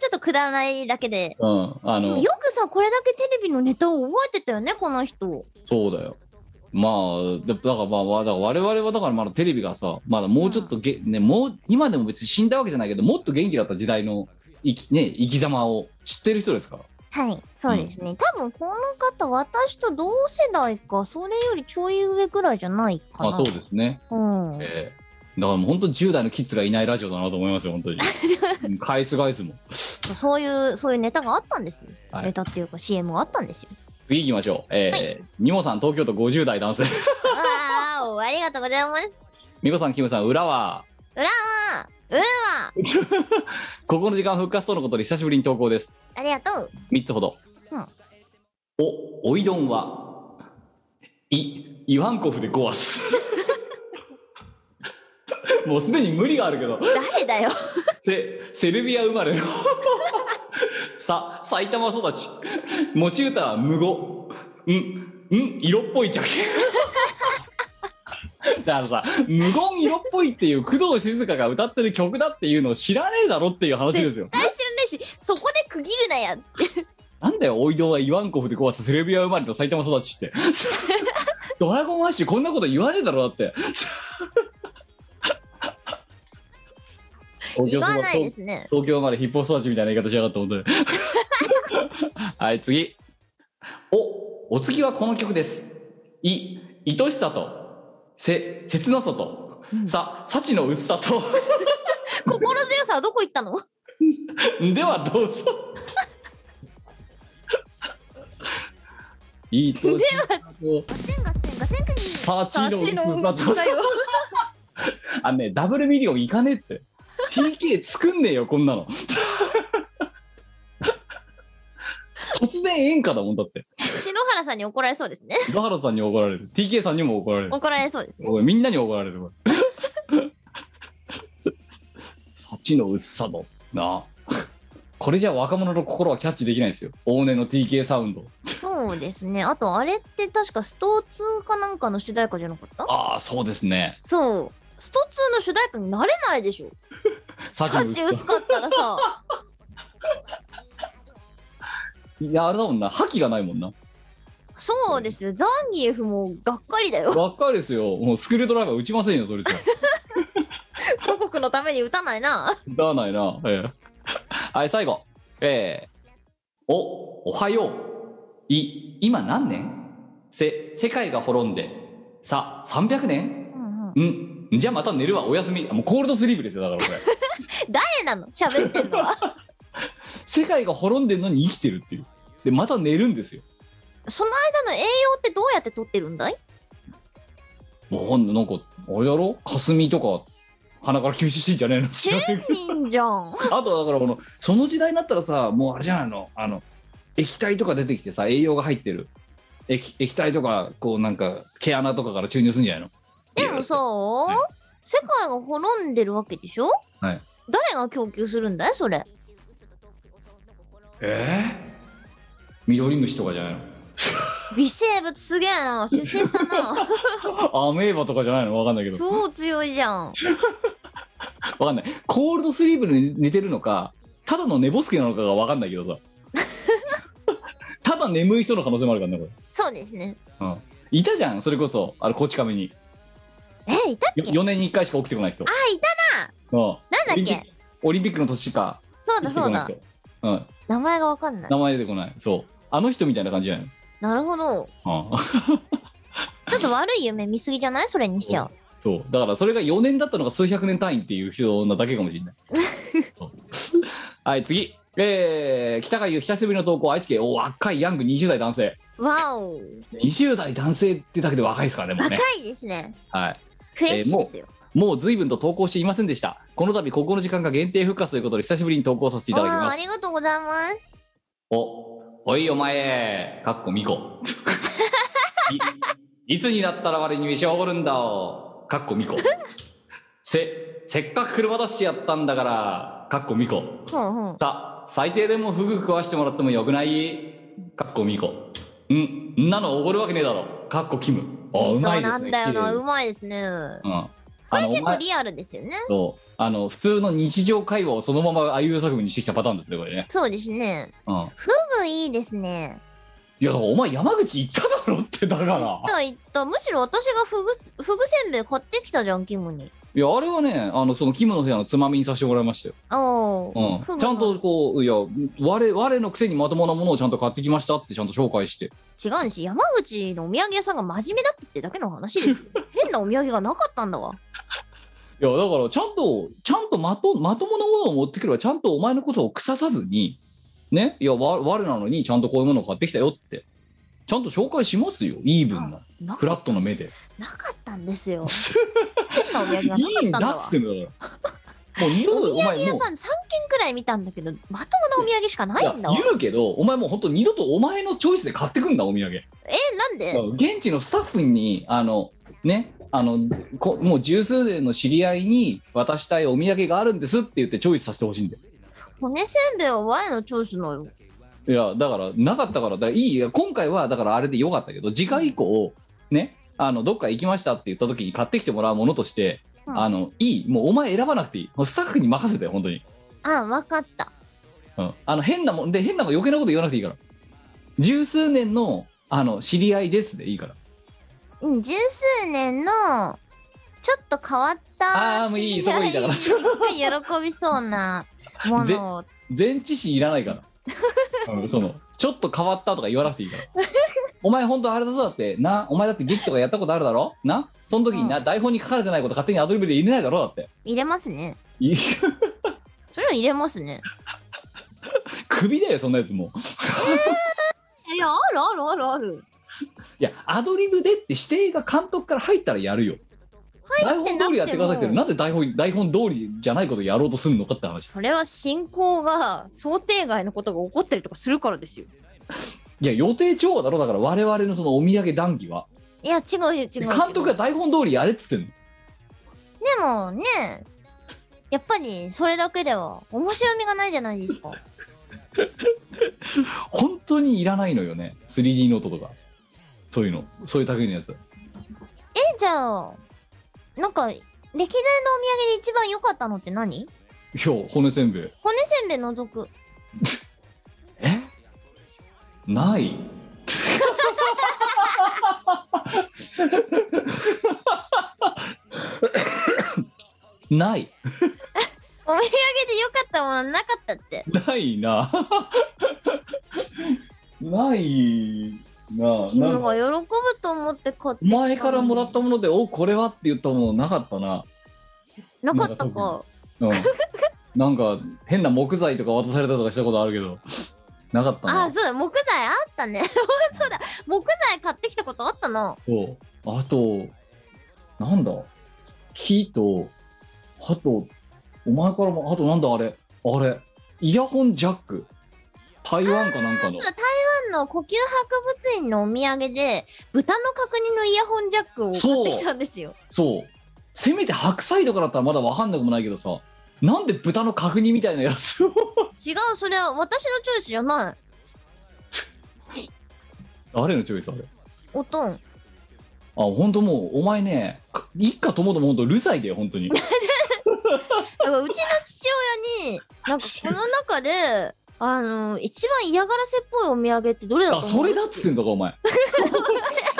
A: ちょっとくだらないだけで
C: う、うん、あの、
A: よくさこれだけテレビのネタを覚えてたよねこの人
C: そうだよ。まあ、だだからまあ、わだから我々はだからまだテレビがさ、まだもうちょっとげ、ね、もう今でも別に死んだわけじゃないけど、もっと元気だった時代の生き,、ね、生き様を知ってる人ですから。
A: はいそうですね、多分この方私と同世代かそれよりちょい上くらいじゃないかな
C: まあそうですね。
A: うん、
C: えーだからもう本当10代のキッズがいないラジオだなと思いますよ本当にうん返す返すもん
A: そういうそういうネタがあったんですよ、
C: はい
A: ネタっていうか CM があったん ですよ
C: 次行きましょうえーニモさん東京都50代男性
A: わーおありがとうございます
C: ミコさんキムさん裏は
A: あーうわ
C: ここの時間復活とのことで久しぶりに投稿です
A: ありがとう
C: 3つほど、
A: うん
C: おおいどんはいイワンコフで壊すもうすでに無理があるけど
A: 誰 だよ。
C: セセルビア生まれの さ埼玉育ち持ち歌は無語うんうん色っぽいジャケ だからさ無言色っぽいっていう工藤静香が歌ってる曲だっていうのを知らねえだろっていう話ですよ
A: 絶対知らないし、そこで区切るなや。
C: なんだよおいどはイワンコフで壊すセルビア生まれの埼玉育ちって ドラゴンアッシュこんなこと言わねえだろだって 東
A: 言
C: 京
A: わ
C: 育
A: な
C: ち
A: いですね。
C: 東京生まれヒップホップ育ちみたいな言い方しやがった本当に はい次おお次はこの曲ですい愛しさとせ切なさと
A: うん
C: さ幸の薄さと
A: 心強さはどこ行ったの
C: ではどうぞ 愛しさと
A: 千が千が千国
C: 幸の薄さと
A: だよ。
C: あのねダブルミリオンいかねえって TK 作んねえよこんなの 突然演歌だもんだって
A: 篠原さんに怒られそうですね。
C: 井ノ原さんに怒られる TK さんにも怒られる
A: 怒られそうですね。
C: おいみんなに怒られるこ れ幸の薄さのなあこれじゃ若者の心はキャッチできないですよ往年の TK サウンド
A: そうですね。あと、あれって確かスト2かなんかの主題歌じゃなかった
C: ああそうですね
A: そう。スト2の主題歌になれないでしょ。
C: 幸の
A: 幸
C: 薄
A: 薄
C: さ
A: かったらさ。
C: いやあれだもんな覇気がないもんな
A: そうですよ。ザンギエフもがっかりだよ。
C: ばっかりですよもうスクールドライバー打ちませんよそれじゃ
A: 祖国のために打たないな。
C: 歌わないな。ええ、 はい、最後。ええお、おはよう。い、今何年せ、世界が滅んで。さ、300年
A: うんうん、
C: うん。じゃあまた寝るわ、おやすみ。あもうコールドスリープですよ、だからこ れ。
A: 誰なの喋ってんのは。
C: 世界が滅んでるのに生きてるっていう。で、また寝るんですよ。
A: その間の栄養ってどうやって取ってるんだい
C: もうほんの、なんか、あれだろ霞とか、鼻から吸収してんじゃねえの
A: チューミンじゃん。
C: あとだからこのその時代になったらさもうあれじゃないのあの液体とか出てきてさ栄養が入ってる液液体とかこうなんか毛穴とかから注入するんじゃないの
A: でもさ、世界が滅んでるわけでしょ
C: はい
A: 誰が供給するんだいそれ。
C: ええミドリムシとかじゃない
A: 微生物すげえな。出世した な。
C: のアメーバとかじゃないのわかんないけど
A: 超強いじゃん。
C: わかんないコールドスリープに寝てるのかただの寝ぼすけなのかがわかんない けどさただ眠い人の可能性もあるからねこ
A: そうですね。
C: れ、うん、いたじゃんそれこそあれこち亀に
A: え、いたっけ
C: 4年に1回しか起きてこない人あ
A: い
C: たな、うん、
A: なんだっ
C: オリンピック
A: け
C: オリンピックの年しか
A: そう
C: 生
A: だ
C: きて
A: そ
C: こ
A: う
C: ない
A: だ。
C: 人うん、
A: 名前がわかんない
C: 名。前出てこないそうあの人みたいな感じじゃない
A: なるほど。
C: の、うん
A: ちょっと悪い夢見すぎじゃないそれにしちゃう。
C: そうだからそれが4年だったのが数百年単位っていう人なだけかもしれないそう はい次えー、北川優久しぶりの投稿愛知県お若いヤング20代男性
A: わお。
C: 20代男性ってだけで若いですからねもう
A: 若
C: ね、
A: いですね。
C: はい、
A: フレッシュですよ。
C: もう随分と投稿していませんでしたこの度ここの時間が限定復活ということで久しぶりに投稿させていただき
A: わあ
C: ま
A: あ
C: す
A: りがとうございます。
C: おおいお前かっこみこ いいつになったら我に飯はおごるんだおかっこみ こせせっかく車出してやったんだからかっこみこ
A: ほうほう。
C: さ最低でもフグ食わしてもらってもよくないかっこみこうんんなのおごるわけねえだろかっこキムあうま
A: そう
C: いで
A: な
C: すね
A: んだよ
C: 綺麗
A: な。
C: で
A: うまいですね。
C: うん
A: こ
C: あ
A: れ
C: のお
A: 結構
C: 前
A: リアルですよね。
C: とあの普通の日常会話をそのままあいうえお作文にしてきたパターンですねこれね、
A: そうですね。
C: うん、
A: すぐいいですね。
C: いやだからお前山口行っただろってだ から
A: 行った行った。むしろ私がふぐ、ふぐせんべい買ってきたじゃん、キムに。
C: いやあれはねあのそのキムの部屋のつまみにさせてもらいましたよ、
A: おお。
C: う
A: ふぐ
C: ん、
A: の
C: ちゃんとこういや我我のくせにまともなものをちゃんと買ってきましたってちゃんと紹介して
A: 違うんですよ山口のお土産屋さんが真面目だってってだけの 話ですよ変なお土産がなかったんだわ
C: いやだからちゃんとちゃんとまとまともなものを持ってくればちゃんとお前のことを腐さずにねいやわ我なのにちゃんとこういうものを買ってきたよってちゃんと紹介しますよイーブンな
A: な
C: フラットの目で
A: なかったんですよ変なお土産がなかっ
C: いいん
A: たんだ
C: だっ
A: わ
C: つってんだからもう二
A: お
C: 度と
A: 土
C: お前
A: 産
C: も
A: 屋
C: う
A: さん3軒くらい見たんだけどまともなお土産しかないい
C: や
A: んだわ
C: 言うけどお前もう本当二度とお前のチョイスで買ってくんだお土産
A: えなんで
C: 現地のスタッフにあのねあのこもう十数年の知り合いに渡したいお土産があるんですって言ってチョイスさせてほしいんだよ
A: 骨せんべいはワイのチョイスなのよ
C: いやだからなかったからだからいいよ今回はだからあれでよかったけど次回以降ねあのどっか行きましたって言った時に買ってきてもらうものとして、
A: うん
C: あのいいもうお前選ばなくていいもうスタッフに任せて本当に、
A: あわかった
C: うん、あの変なもんで変なもん余計なこと言わなくていいから十数年のあの知り合いですでいいから
A: うん十数年のちょっと変わった
C: あーもういい
A: 知り合
C: そこいいだから
A: が喜びそうなも
C: ぜ
A: のを
C: 全知識いらないから、うんそのちょっと変わったとか言わなくていいから お前本当あれだぞだってなお前だって劇とかやったことあるだろなその時にな、台本に書かれてないこと勝手にアドリブで入れないだろだって
A: 入れますね
C: いい
A: それは入れますね
C: クビだよそんなやつもう
A: いやあるあるあるある
C: いやアドリブでって指定が監督から入ったらやるよ
A: ってな
C: 台
A: くても
C: 本通りやってくださいってなんで台本台本通りじゃないことやろうとするのかって話
A: それは進行が想定外のことが起こったりとかするからですよ
C: いや予定調和だろだから我々のそのお土産談義はい
A: や違うよ違うよ
C: 監督が台本通りやれっつってんの
A: でもねやっぱりそれだけでは面白みがないじゃないですか
C: 本当にいらないのよね 3D ノートとかそういうのそういう類のやつ
A: えじゃあなんか歴代のお土産で一番良かったのって何
C: いや骨せんべい
A: 骨せんべい除く
C: えないない
A: お土産で良かったものなかったって
C: ないなないな
A: キ
C: な
A: ム
C: ん
A: が
C: か
A: 喜ぶと思って買ってきたのに
C: 前からもらったもので「おこれは?」って言ったものなかったな
A: なかったか
C: うんなんか変な木材とか渡されたとかしたことあるけどなかったな
A: あそう木材あったね そうだ木材買ってきたことあったな
C: そうあとなんだ木とあとお前からもあとなんだあれあれイヤホンジャック台湾かなんかの
A: 台湾の呼吸博物院のお土産で豚の角煮のイヤホンジャックを買ってきたんですよ
C: そうせめて白菜とかだったらまだわかんなくもないけどさなんで豚の角煮みたいなやつを
A: 違うそれは私のチョイスじゃない
C: 誰のチョイスあれあ
A: おとん
C: 本当もうお前ねか一家ともども本当ルザイだよ本当に
A: だからうちの父親になんかこの中であの一番嫌がらせっぽいお土産ってどれだ
C: あ
A: と思う
C: それだっつってんだかお前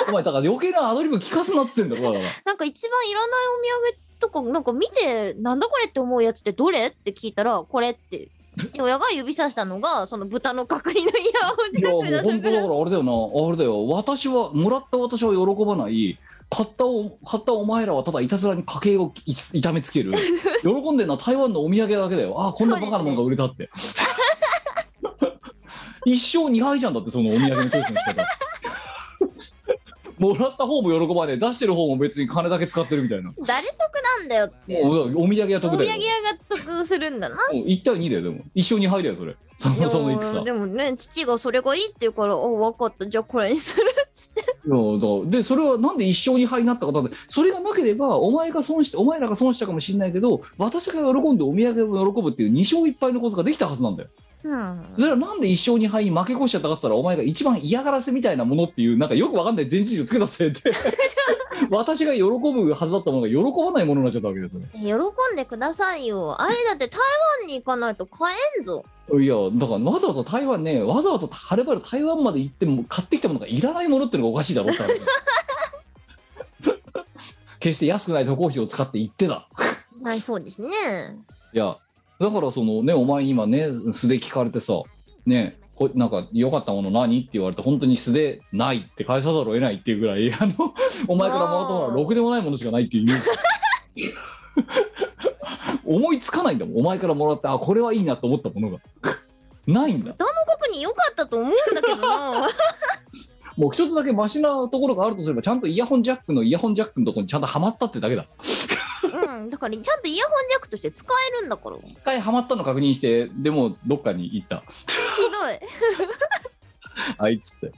C: お前だから余計なアドリブ聞かすなっつってんだろだから
A: なんか一番いらないお土産とかなんか見てなんだこれって思うやつってどれって聞いたらこれって父親が指さしたのがその豚の角煮のイヤホン
C: い
A: ジ
C: や
A: ャ
C: も
A: ッ
C: う
A: ク
C: 本
A: だ
C: 当だ
A: ったか
C: か
A: らら
C: あれだよなあれだよ私はもらった私は喜ばない買ったお買ったお前らはただいたずらに家計をい痛めつける喜んでるのは台湾のお土産だけだよああこんなバカなもんが売れたって、 一生二敗じゃんだってそのお土産のチョイスの仕方もらった方も喜ばねえ出してる方も別に金だけ使ってるみたいな
A: 誰得なんだよって
C: おお土産屋
A: お土
C: 得
A: 産
C: だ
A: 屋
C: よ
A: が得するんだな
C: もう1対2だよでも一生二敗だよそれ そのその
A: いや
C: 戦
A: でもね父がそれがいいって言うからあ分かったじゃあこれにするっつって
C: いやだからでそれはなんで一生に敗になったかだってそれがなければお前が損してお前らが損したかもしれないけど私が喜んでお土産を喜ぶっていう2勝1敗のことができたはずなんだよ
A: うん
C: それはなんで一生に敗に負け越しちゃったかって言ったらお前が一番嫌がらせみたいなものっていうなんかよくわかんない前置詞をつけた せいで私が喜ぶはずだったものが喜ばないものになっちゃったわけですよね
A: 喜んでくださいよあれだって台湾に行かないと買えんぞ
C: いやだからわざわざ台湾ねわざわざはるばる台湾まで行っても買ってきたものがいらないものってのがおかしいだろって話 決して安くない渡航費を使って行ってた
A: はいそうですね
C: いやだからそのねお前今ね素で聞かれてさねこなんか良かったもの何って言われて本当に素でないって返さざるを得ないっていうぐらいあのお前からもらったものはろくでもないものしかないっていうイメージ思いつかないんだもんお前からもらってあこれはいいなと思ったものがないんだ
A: 特に良かったと思うんだけどな
C: もう一つだけマシなところがあるとすればちゃんとイヤホンジャックのイヤホンジャックのところにちゃんとはまったってだけだ
A: うんうんだからちゃんとイヤホンジャックとして使えるんだからひどい
C: 一回ハマったの確認してでもどっかに行ったあいつって。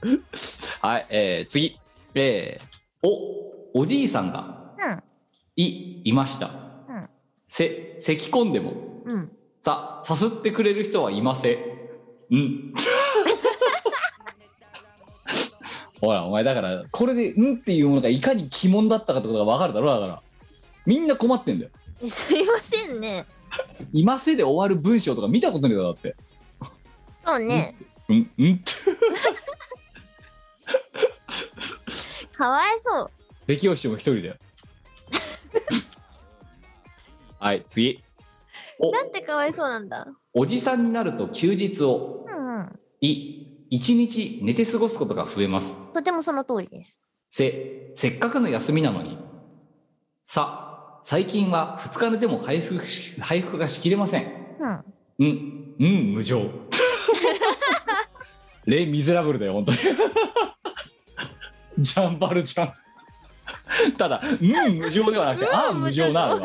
C: はい、えー、次。えー、お、おじいさんが、い、いました。
A: ん
C: せ、咳き込んでも、
A: うんうん
C: さ、さすってくれる人はいません。うん。 ほら、お前だから、これで、うんっていうものがいかに鬼門だったかってことがわかるだろ、だから。みんな困ってんだよ。
A: すいませんね
C: いませで終わる文章とか見たことないだろ、だって。
A: そうね
C: うん、うんって。
A: かわいそう
C: 適応しても一人だよ はい次お
A: なんてかわいそうなんだ
C: おじさんになると休日を
A: うんうん
C: い一日寝て過ごすことが増えます
A: とてもその通りです
C: せせっかくの休みなのにさ最近は2日寝ても回復し回復がしきれません
A: うん
C: うんうん無 情レ・ミゼラブルだよ本当にジャンバルちゃんただうん無情ではなくてああ無情なの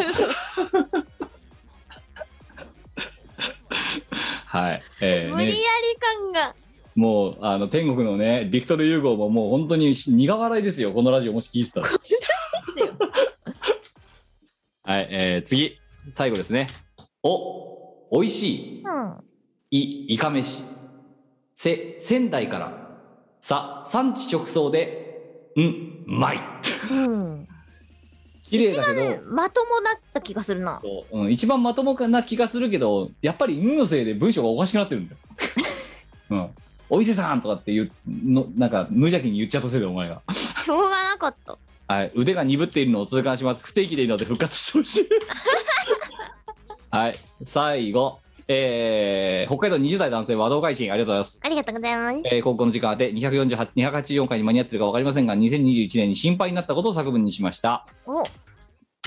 C: はい、えー
A: 無理や
C: ね
A: り、感が
C: もうあの天国のねビクトル・ユーゴーももう本当に苦笑いですよこのラジオもし聞いてたら
A: ですよ
C: はい、えー次最後ですねおおいし
A: うん
C: いいいかめしせ仙台からさ産地直送でうんうまい
A: うん、
C: 綺麗
A: 一
C: だけ
A: 番
C: ど
A: ねまともだった気がするな
C: そううん、一番まともかな気がするけどやっぱり運のせいで文章がおかしくなって るんだよ。うん、お伊勢さんとかっていうのなんか無邪気に言っちゃったせいでお前が、
A: しょうがなかった
C: はい、腕が鈍っているのを痛感します不定期でいいので復活してほしいはい最後、えー北海道20代男性和道会心ありがとうございます
A: ありがとうございます
C: えー、高校の時間で248 284回に間に合ってるか分かりませんが2021年に心配になったことを作文にしました
A: お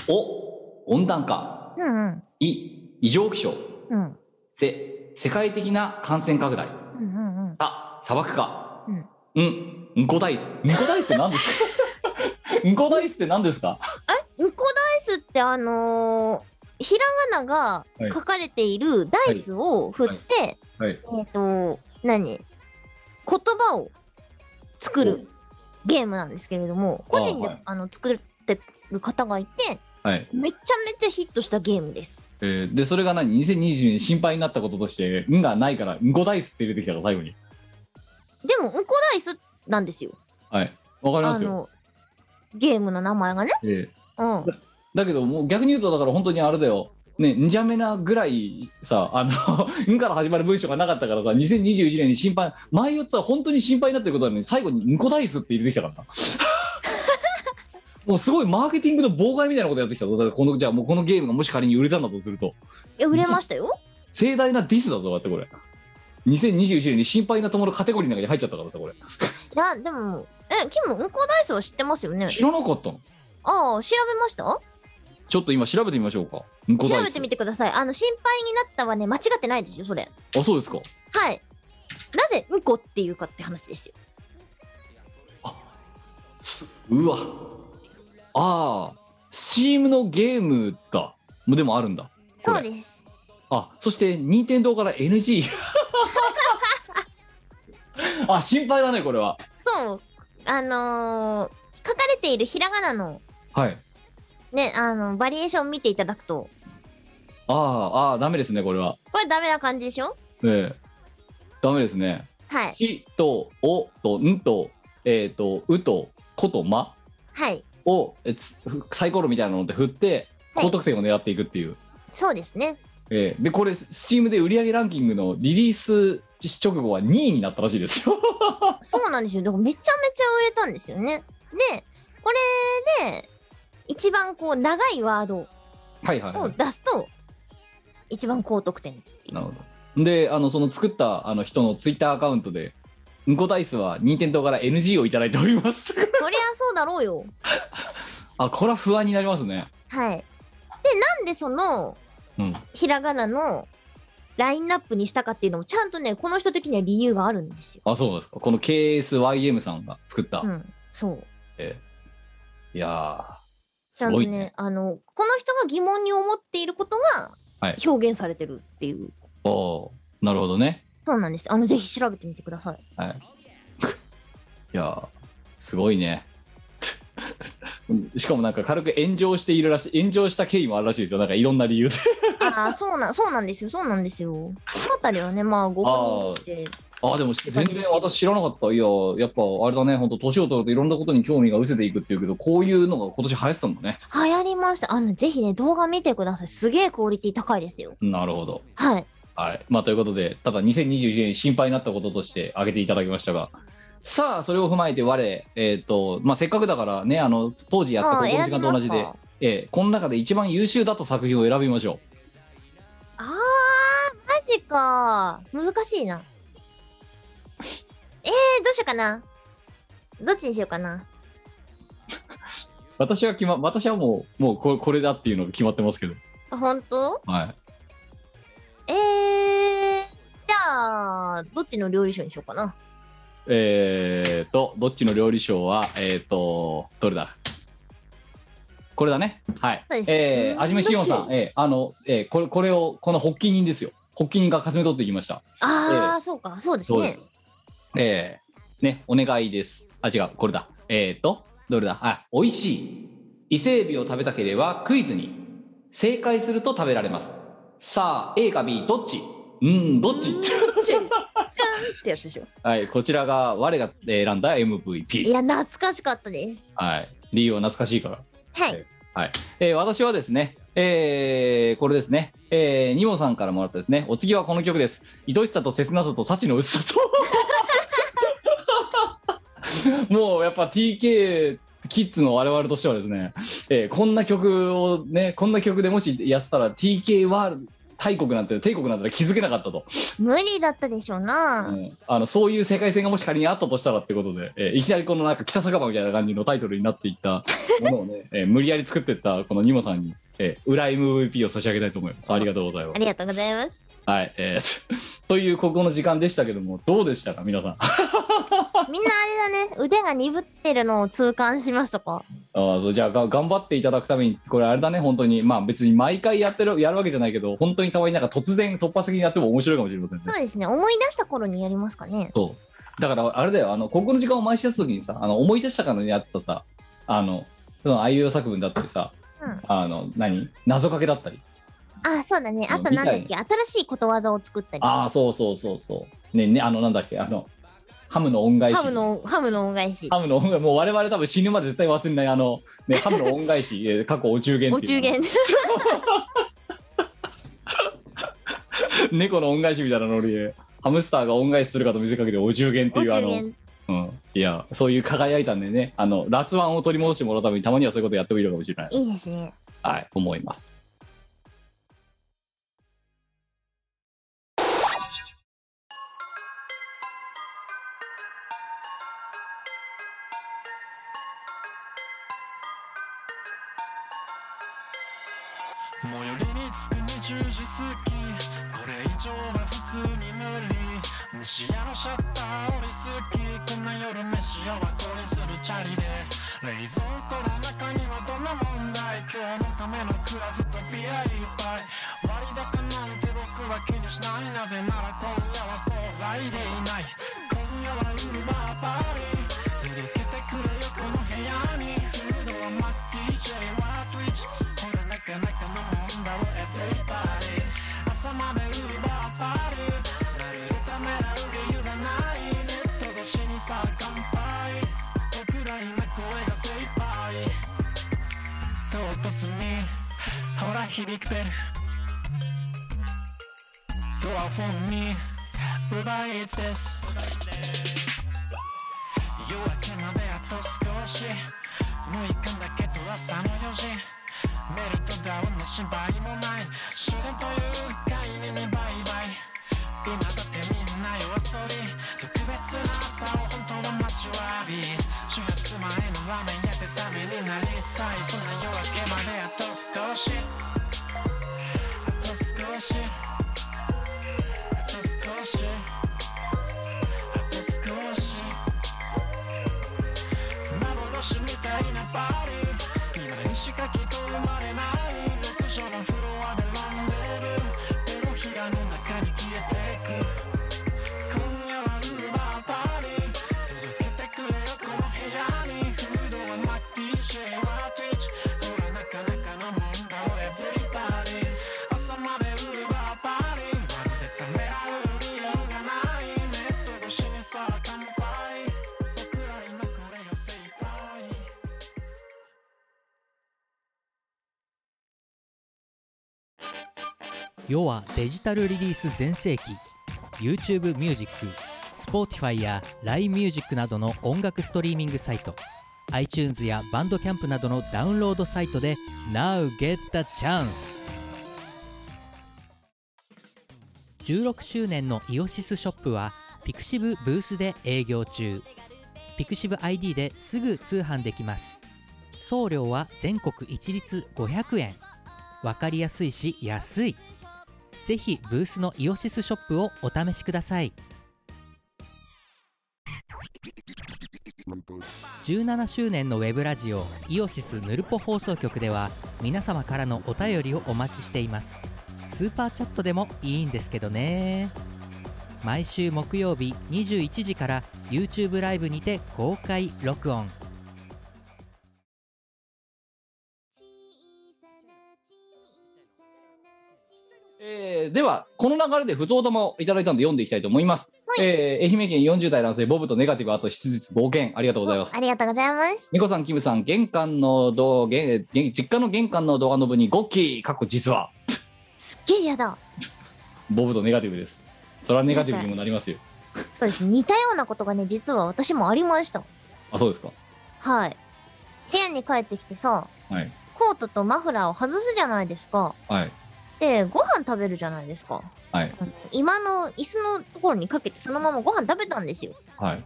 C: お温暖化
A: うんうん
C: い異常気象
A: うん
C: せ世界的な感染拡大
A: うんうんうん
C: さ砂漠化
A: うん
C: うんうんこダイスうんこダイスって何ですかうんこダイスって何ですか
A: うんこダイスってあのーひらがなが書かれているダイスを振って、
C: はい
A: えっ、と何言葉を作るゲームなんですけれども個人で
C: あ
A: あ、
C: はい
A: の作ってる方がいて
C: はい、
A: めちゃめちゃヒットしたゲームです
C: えーでそれが何2020年心配になったこととしてうんがないからうんこダイスって入れてきたから最後に
A: でもうんこダイスなんですよ
C: はいわかりま
A: あ
C: すよ、
A: のゲームの名前がね
C: え
A: う
C: ー
A: ん
C: だけどもう逆に言うとだから本当にあれだよねんじゃめなぐらいさあの「ん」 から始まる文章がなかったからさ2021年に心配前4つは本当に心配になってることなのに最後に「んこダイス」って入れてきたからな もうすごいマーケティングの妨害みたいなことやってきたぞだからこのじゃあもうこのゲームがもし仮に売れたんだとすると
A: いや売れましたよ
C: 盛大なディスだぞだってこれ2021年に心配なとものカテゴリーの中に入っちゃったからさこれ
A: いやでもえキムうんこダイスは知ってますよね
C: 知らなかったの
A: ああ調べました
C: ちょっと今調べてみましょうかうんこダ
A: 調
C: イ
A: べ
C: ス
A: てみてくださいあの心配になったはね間違ってないですよそれ
C: あそうですか
A: はいなぜうんこっていうかって話ですよ
C: うわああ Steam のゲームだもでもあるんだこれ
A: そうです
C: あそして任天堂から NG あ心配だねこれは
A: そうあのー、書かれているひらがなの
C: はい
A: ねあのバリエーションを見ていただくと
C: あああーダメですねこれは
A: これダメな感じでしょ
C: ええダメですね
A: は
C: 「
A: い
C: ち」と「お」と「ん」と「えっ、と「う」と「こと」「ま
A: はい」
C: をえつサイコロみたいなので振って
A: はい
C: 高得点を狙っていくっていう、
A: そうですね
C: ええでこれ Steam で売上ランキングのリリース直後は2位になったらしいですよ
A: そうなんですよだからめちゃめちゃ売れたんですよねでこれで一番こう長いワード
C: はいはい、は
A: を
C: い、
A: 出すと一番高得点
C: なるほどであのその作ったあの人のツイッターアカウントで「うんこダイスは任天堂から NG をいただいております」 とか
A: そりゃそうだろうよ
C: あこれは不安になりますね
A: はいでなんでその
C: うん
A: ひらがなのラインナップにしたかっていうのもちゃんとねこの人的には理由があるんですよ
C: あそうなんですかこの KSYM さんが作った、
A: うんそう
C: えーいやー
A: ち
C: す
A: ゃんと
C: ご
A: ね
C: いね。
A: あのこの人が疑問に思っていることが
C: はい
A: 表現されてるっていう、
C: おおーなるほどね。
A: そうなんですあのぜひ調べてみてくだ さい
C: いやーすごいね。 しかもなんか軽く炎上しているらしい炎上した経緯もあるらしいですよなんかいろんな理由で
A: ああそうなそうなんですよそうなんですよこの辺りはねまあご本人として
C: ああでも全然私知らなかったいやーやっぱあれだね本当年を取るといろんなことに興味が失せていくっていうけどこういうのが今年流行ってたんだね
A: 流行りましたあのぜひね動画見てくださいすげえクオリティ高いですよ
C: なるほど
A: はい
C: はいまあということでただ2021年心配になったこととして挙げていただきましたがさあそれを踏まえて我えっ、とまあせっかくだからねあの当時やった
A: あ
C: 高
A: あ
C: 校の時間と同じで
A: か
C: ええこの中で一番優秀だった作品を選びましょ
A: あーマジか難しいな えー、どうしようかなどっちにしようかな
C: う私は決ま私はもうもうこれこれだっていうのが決まってますけど
A: あ本当
C: はい
A: えー、じゃあどっちの料理賞にしようかな
C: えー、とどっちの料理賞はえっ、とどれだこれだねはい
A: そうです
C: え
A: う
C: ー、
A: ん
C: あじめしおん
A: ど
C: さ
A: っ
C: ん、
A: ち
C: えーあの、えーこれこれをこの発起人ですよ発起人がかすめ取っていきました
A: あー、そうかそうです
C: そうで
A: ね
C: す。えーね、お願いです。あ、違う、これだ。えっ、と、どれだあ、美味しい。伊勢海老を食べたければクイズに。正解すると食べられます。さあ、A か B、どっちうーん、どっち
A: う ーんどっちじゃんってやつでしょ
C: はい、こちらが我が選んだ
A: い
C: MVP。
A: や懐かしかったです
C: はい、理由は懐かしいから。
A: はい
C: えー私はですね、えーこれですね、えー、ニモさんからもらったですね、お次はこの曲です。愛しさと切なさと幸の薄さと。 もうやっぱ TK キッズの我々としてはですね、えーこんな曲をね、こんな曲でもしやってたら TK は大国なんて、帝国なんて気づけなかったと、
A: 無理だったでしょうな、
C: うんあの、そういう世界線がもし仮にあったとしたらってことで、えーいきなりこのなんか北酒場みたいな感じのタイトルになってい ったものをね、えー無理やり作っていったこのニモさんに、えー裏 MVP を差し上げたいと思います。ありがとうございます
A: あ。りがとうございます
C: はい、えー とというここの時間でしたけども、どうでしたか、皆さん。あ
A: みんなあれだね腕が鈍ってるのを痛感しましたか
C: ーそうじゃあが、頑張っていただくために、これあれだね、本当に、まあ別に毎回やってる、やるわけじゃないけど、本当にたまになんか突然突発的にやっても面白いかもしれませんね
A: そ。うですね思い出した頃にやりますかね
C: そう。だから、あれだよ、あの、ここの時間を毎週やった時にさ、あの、思い出したからやってたさ、あの、そのあいうえお作文だったりさ、
A: うん
C: あの、何謎かけだったり。
A: あそうだねあと
C: うん
A: なんだっけ新しいことわざを作ったり
C: ああ、そうそうそうそう。ねね、あの、なんだっけ、あの、ハムの恩返し。
A: ハムのハムの恩返し
C: ハムの恩返し、もう我々多分死ぬまで絶対忘れない、あの、ね、ハムの恩返し、 えー過去お中元
A: お
C: ってい
A: 中
C: うの。
A: 元
C: 猫の恩返しみたいなノリで、ハムスターが恩返しするかと見せかけてお中元って
A: お
C: いう、あ
A: 中
C: の、
A: 元
C: うん、いや、そういう輝いたんでね、あの、辣腕を取り戻してもらうために、たまにはそういうことやってもいいのかもしれない。
A: いいですね
C: はい、思います。
D: 最寄りに着くの10時過ぎこれ以上は普通に無理虫屋のシャッター降りすぎこんな夜飯をはこりするチャリで冷蔵庫の中にはどんな問題今日のためのクラフトビアいっぱい割高なんて僕は気にしないなぜなら今夜はそう来でいない今夜はウーバーパーリー届けてくれよこの部屋にフードはマッキー j は Twitch ほらなかなかのもんだろ Everybody 朝までウーバーパーリーなるためらう理由がないネット越しにさ乾杯僕ら今声が精一杯唐突にほら響くベルドアフォンに奪いです夜明けまであと少し6日だけど朝の4時メルトダウンの心配もない終電という概念にバイバイ今だってみんな夜遊び特別な朝を本当は待ちわび4月前のラーメン屋でダメになりたいそんな夜明けまであと少しあと少しあと少しあと少し幻みたいなパーリー今一しか聞こえまれない六畳のフロアでロンデブ手のひらの中に消えてく今夜はウーバーパーリー届けてくれよこの部屋にフードはマッキーシェイワーティッチほらなかなかのもんだろエブリバディ朝までウーバーパーリーまるでためらう理由がないネット越しにさあ乾杯僕ら今これが精一杯
B: 世はデジタルリリース全盛期 YouTube ミュージック Spotify や LINE ミュージックなどの音楽ストリーミングサイト iTunes やバンドキャンプなどのダウンロードサイトで Now get the chance 16周年のイオシスショップはピクシブブースで営業中ピクシブ ID ですぐ通販できます送料は全国一律500円わかりやすいし安いぜひブースのイオシスショップをお試しください17周年のウェブラジオイオシスヌルポ放送局では皆様からのお便りをお待ちしていますスーパーチャットでもいいんですけどね毎週木曜日21時から YouTube ライブにて公開録音
C: えーでは、この流れで不当玉をいただいたので読んでいきたいと思います。
A: はい
C: えー愛媛県40代男性、ボブとネガティブ、あと質実冒険、ありがとうございます。
A: ありがとうございます。
C: ニコさん、キムさん、玄関のドア、玄玄実家の玄関のドアノブにゴッキー、かっこ実は、
A: すっげえ嫌だ。
C: ボブとネガティブです。それはネガティブにもなりますよ。
A: そうです。似たようなことがね、実は私もありました。
C: あ、そうですか。
A: はい。部屋に帰ってきてさ、
C: はい。
A: コートとマフラーを外すじゃないですか。
C: はい。
A: で、ご飯食べるじゃないですか。
C: はい。
A: あの今の椅子のところにかけてそのままご飯食べたんですよ。
C: はい。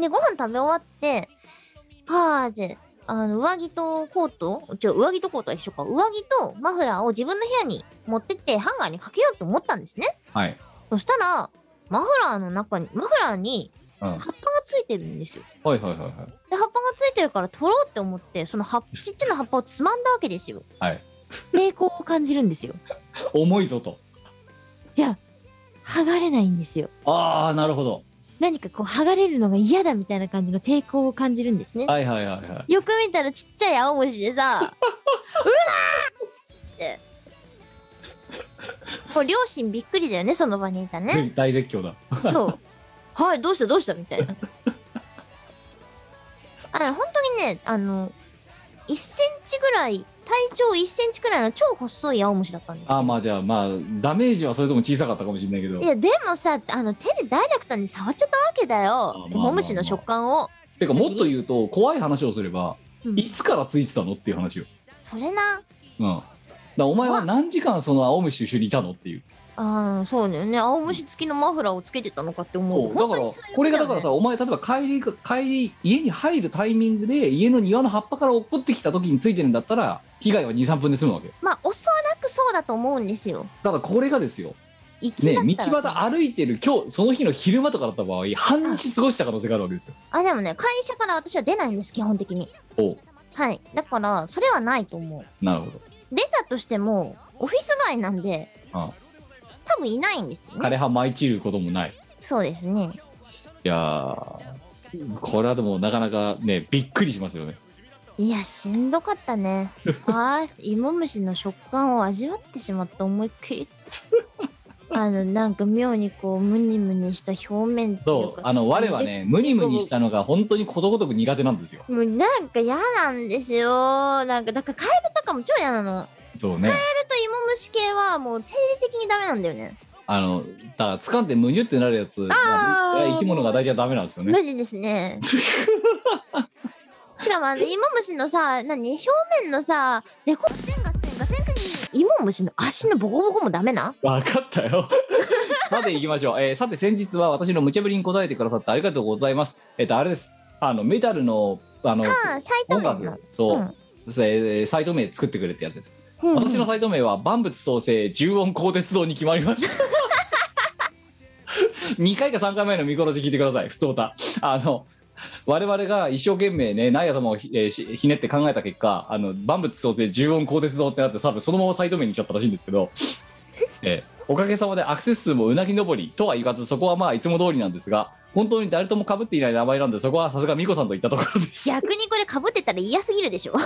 A: で、ご飯食べ終わって、パーって、あの、上着とコート、違う、上着とコートは一緒か。上着とマフラーを自分の部屋に持ってって、ハンガーにかけようと思ったんですね。
C: はい。
A: そしたら、マフラーの中に、マフラーに
C: うん。はい
A: 葉っぱがついてるんですよ。
C: はいはいはい。
A: で、葉っぱがついてるから取ろうって思って、その葉っ ちっちゃな葉っぱをつまんだわけですよ。
C: はい。
A: 抵抗を感じるんですよ。
C: 重いぞと。
A: いや、剥がれないんですよ。
C: ああ、なるほど。
A: 何かこう、剥がれるのが嫌だみたいな感じの抵抗を感じるんですね。
C: はいはいはいはい。
A: よく見たらちっちゃい青虫で さ、うわーって。もう両親びっくりだよね、その場にいたね。
C: 大絶叫だ。
A: そう。はい、どうしたどうしたみたいな。あの、本当にね、あの、1センチぐらい、体長1センチくらいの超細い青虫だったんですよ
C: あーまあじゃあまあ、ダメージはそれとも小さかったかもしれないけど
A: い。や、でもさ、あの、手でダイレクトに触っちゃったわけだ
C: まあま
A: よ
C: あ。まあ
A: モムシの食感を。
C: てか、もっと言うと、怖い話をすれば、
A: うん
C: いつからついてたのっていう話よ。
A: それな、
C: うん。だからお前は何時間その青虫と一緒にいたのっていう。
A: あーそうだよね青虫付きのマフラーをつけてたのかって思
C: そううだから、これがだからさ、お前、例えば帰りか、帰り、家に入るタイミングで、家の庭の葉っぱから落っこってきた時についてるんだったら、被害は2、3分で済むわけよ。
A: まあおそらくそうだと思うんですよ
C: ただ、これがですよ、
A: 行きだっ
C: ね、
A: た
C: 道
A: ら
C: 端歩いてる今日、その日の昼間とかだった場合、半日過ごした可能性があるわけですよ。
A: あでもね会社から私は出ないんです基本的に
C: おう
A: はいだからそれはないと思
C: なるほど。
A: う出たとしてもオフィス街なんで
C: あ
A: 多分いないんですよ
C: 枯
A: ね
C: 葉舞い散ることもない。
A: そうですね
C: いやーこれはでもなかなかねびっくりしますよね
A: いやしんどかった ねあー芋虫の食感を味わってしまった思いっきり あのなんか妙にこうムニムニした表面っていう
C: そう
A: か
C: あの我はねムニムニしたのが本当にことごとく苦手なんですよ
A: もうなんか嫌なんですよなんかだからカエルとかも超嫌なの
C: そうね
A: カエルと芋虫系はもう生理的にダメなんだよね
C: あのだから掴んでむにゅってなるやつ
A: あー
C: いや生き物が大体ダメなんですよね
A: マジです ねしかもあの芋虫のさ何表面のさデコ線が線が線がに芋虫の足のボコボコもダメな
C: 分かったよ さて行きましょう、えーさて先日は私の無茶ぶりに答えてくださってありがとうございますえっ、とあれですあのメタルのあの
A: ああサイト
C: 音
A: 面の
C: 楽そう、
A: うん
C: えーサイト名作ってくれってやつです
A: うん
C: 私のサイト名は万物創生重音鋼鉄道に決まりました 2回か3回前の見殺し聞いてください普通歌あの我々が一生懸命ね、ナイア様をひ,、えーしひねって考えた結果、あの万物創生、重音鋼鉄堂ってなって、多分そのままサイド面にしちゃったらしいんです けど、えーおかげさまでアクセス数もうなぎ登りとは言わず、そこはまあいつも通りなんですが、本当に誰とも被っていない名前なんで、そこはさすがミコさんといったところです。
A: 逆にこれかぶってたら嫌すぎるでしょ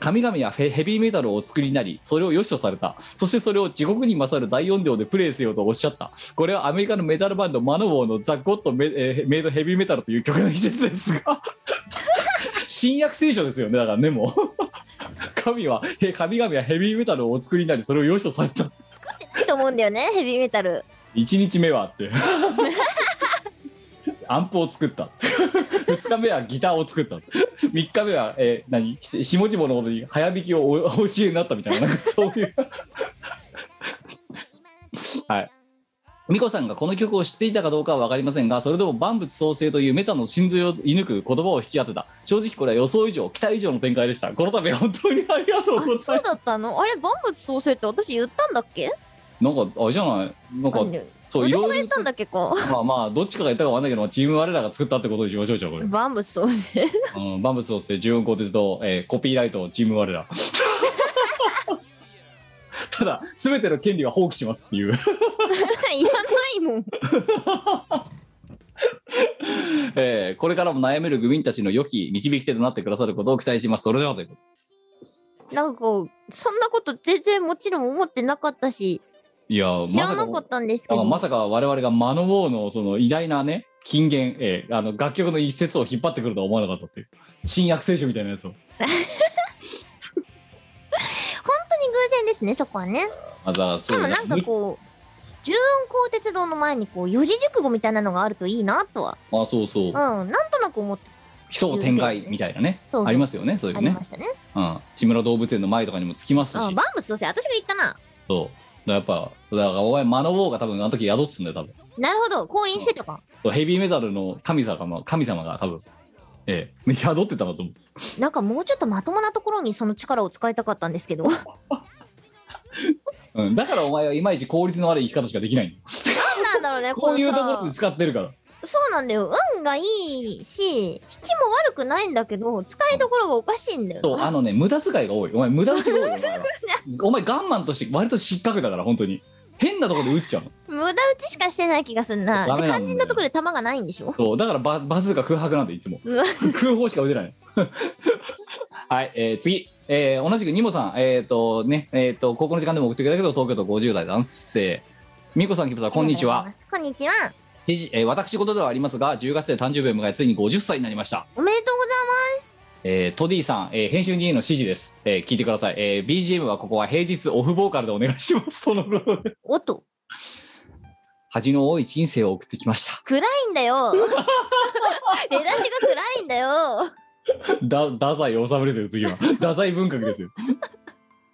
C: 神々はヘヘビーメタルをお作りになりそれを良しとされたそしてそれを地獄に勝る大音量でプレイせよとおっしゃったこれはアメリカのメタルバンドマノウォーのザ・ゴッドメ・えーメイド・ヘビーメタルという曲の一節ですが新約聖書ですよねだからねもう神はへ神々はヘビーメタルをお作りになりそれを良しとされた
A: いいと思うんだよねヘビーメタル
C: 1日目はって アンプを作った2日目はギターを作った3日目は、えー何下々のことに早弾きをおお教えになったみたいななんかそういう はい美子さんがこの曲を知っていたかどうかは分かりませんがそれでも万物創生というメタの真髄を射抜く言葉を引き当てた正直これは予想以上期待以上の展開でしたこの度は本当にありがとう
A: あ
C: ございます
A: そうだったのあれ万物創生って私言ったんだっけ
C: なんかあれじゃないなんか
A: あね
C: そうい
A: 私
C: ろ
A: が
C: い
A: 言っ
C: ろ
A: たんだっけか
C: まあまあどっちかが言ったかわかんないけどチーム我らが作ったってことにしましょうじゃあ これ、
A: 万物創 生
C: うん、万物創生重音鋼鉄道、えーコピーライトチーム 我らただ全ての権利は放棄しますっていう
A: いらないもん
C: えーこれからも悩める愚民たちの良き導き手となってくださることを期待します。それではということ
A: なんかそんなこと全然もちろん思ってなかったし
C: いや
A: 知らなかったんですけ
C: まさかあ
A: ど
C: まさか我々がマノウォーのその偉大なね金言、えーあの楽曲の一節を引っ張ってくるとは思わなかったっていう新約聖書みたいなやつを
A: 本当に偶然ですねそこはね
C: あだからそ
A: しか
C: う
A: もなんかこう重音鋼鉄道の前にこう四字熟語みたいなのがあるといいなとは
C: あそうそう、
A: うんなんとなく思って
C: 奇想天外みたいなね
A: そうそう
C: ありますよねそういう
A: あり
C: ね
A: ましたね
C: うん千村動物園の前とかにもつきますし、
A: うん万物創生私が言ったな
C: そうだからやっぱだからお前マノウォーが多分あの時宿ってたんだよ多分
A: なるほど降臨してたか
C: そうヘビーメタルの神様が神様が多分ええ宿ってたんだと思う
A: なんかもうちょっとまともなところにその力を使いたかったんです けどなん
C: うん、だからお前はいまいち効率の悪い生き方しかできないの
A: なんだろうね
C: こういう
A: の
C: と
A: さ
C: ころで使ってるから
A: そうなんだよ運がいいし引きも悪くないんだけど使いどころがおかしいんだよ
C: そうあのね無駄遣いが多いお前無駄打ちが多 いよお前はお前ガンマンとして割と失格だから本当に変なところで打っちゃうの
A: 無駄打ちしかしてない気がすんな
C: ダメ
A: で
C: なんだよ
A: 肝心なところで弾がないんでしょ
C: そうだからババズーカ空白なんでいつも
A: うわ
C: 空砲しか打てない はい、えー次、えー同じくニモさんえっ、とねえっ、と高校の時間でも送ってくれたけど東京都50代男性みこさんキムさんこんにちは
A: こんにちは
C: じじえー私事ではありますが10月で誕生日を迎えついに50歳になりました
A: おめでとうござい
C: えートディさん、えー編集 D の指示です、えー聞いてください、えー BGM はここは平日オフボーカルでお願いしますとのこと
A: ま
C: で
A: すおっと
C: 恥の多い人生を送ってきました
A: 暗いんだ よ出だしが暗いんだよ
C: だ太宰治ですよ次 は太宰文学ですよ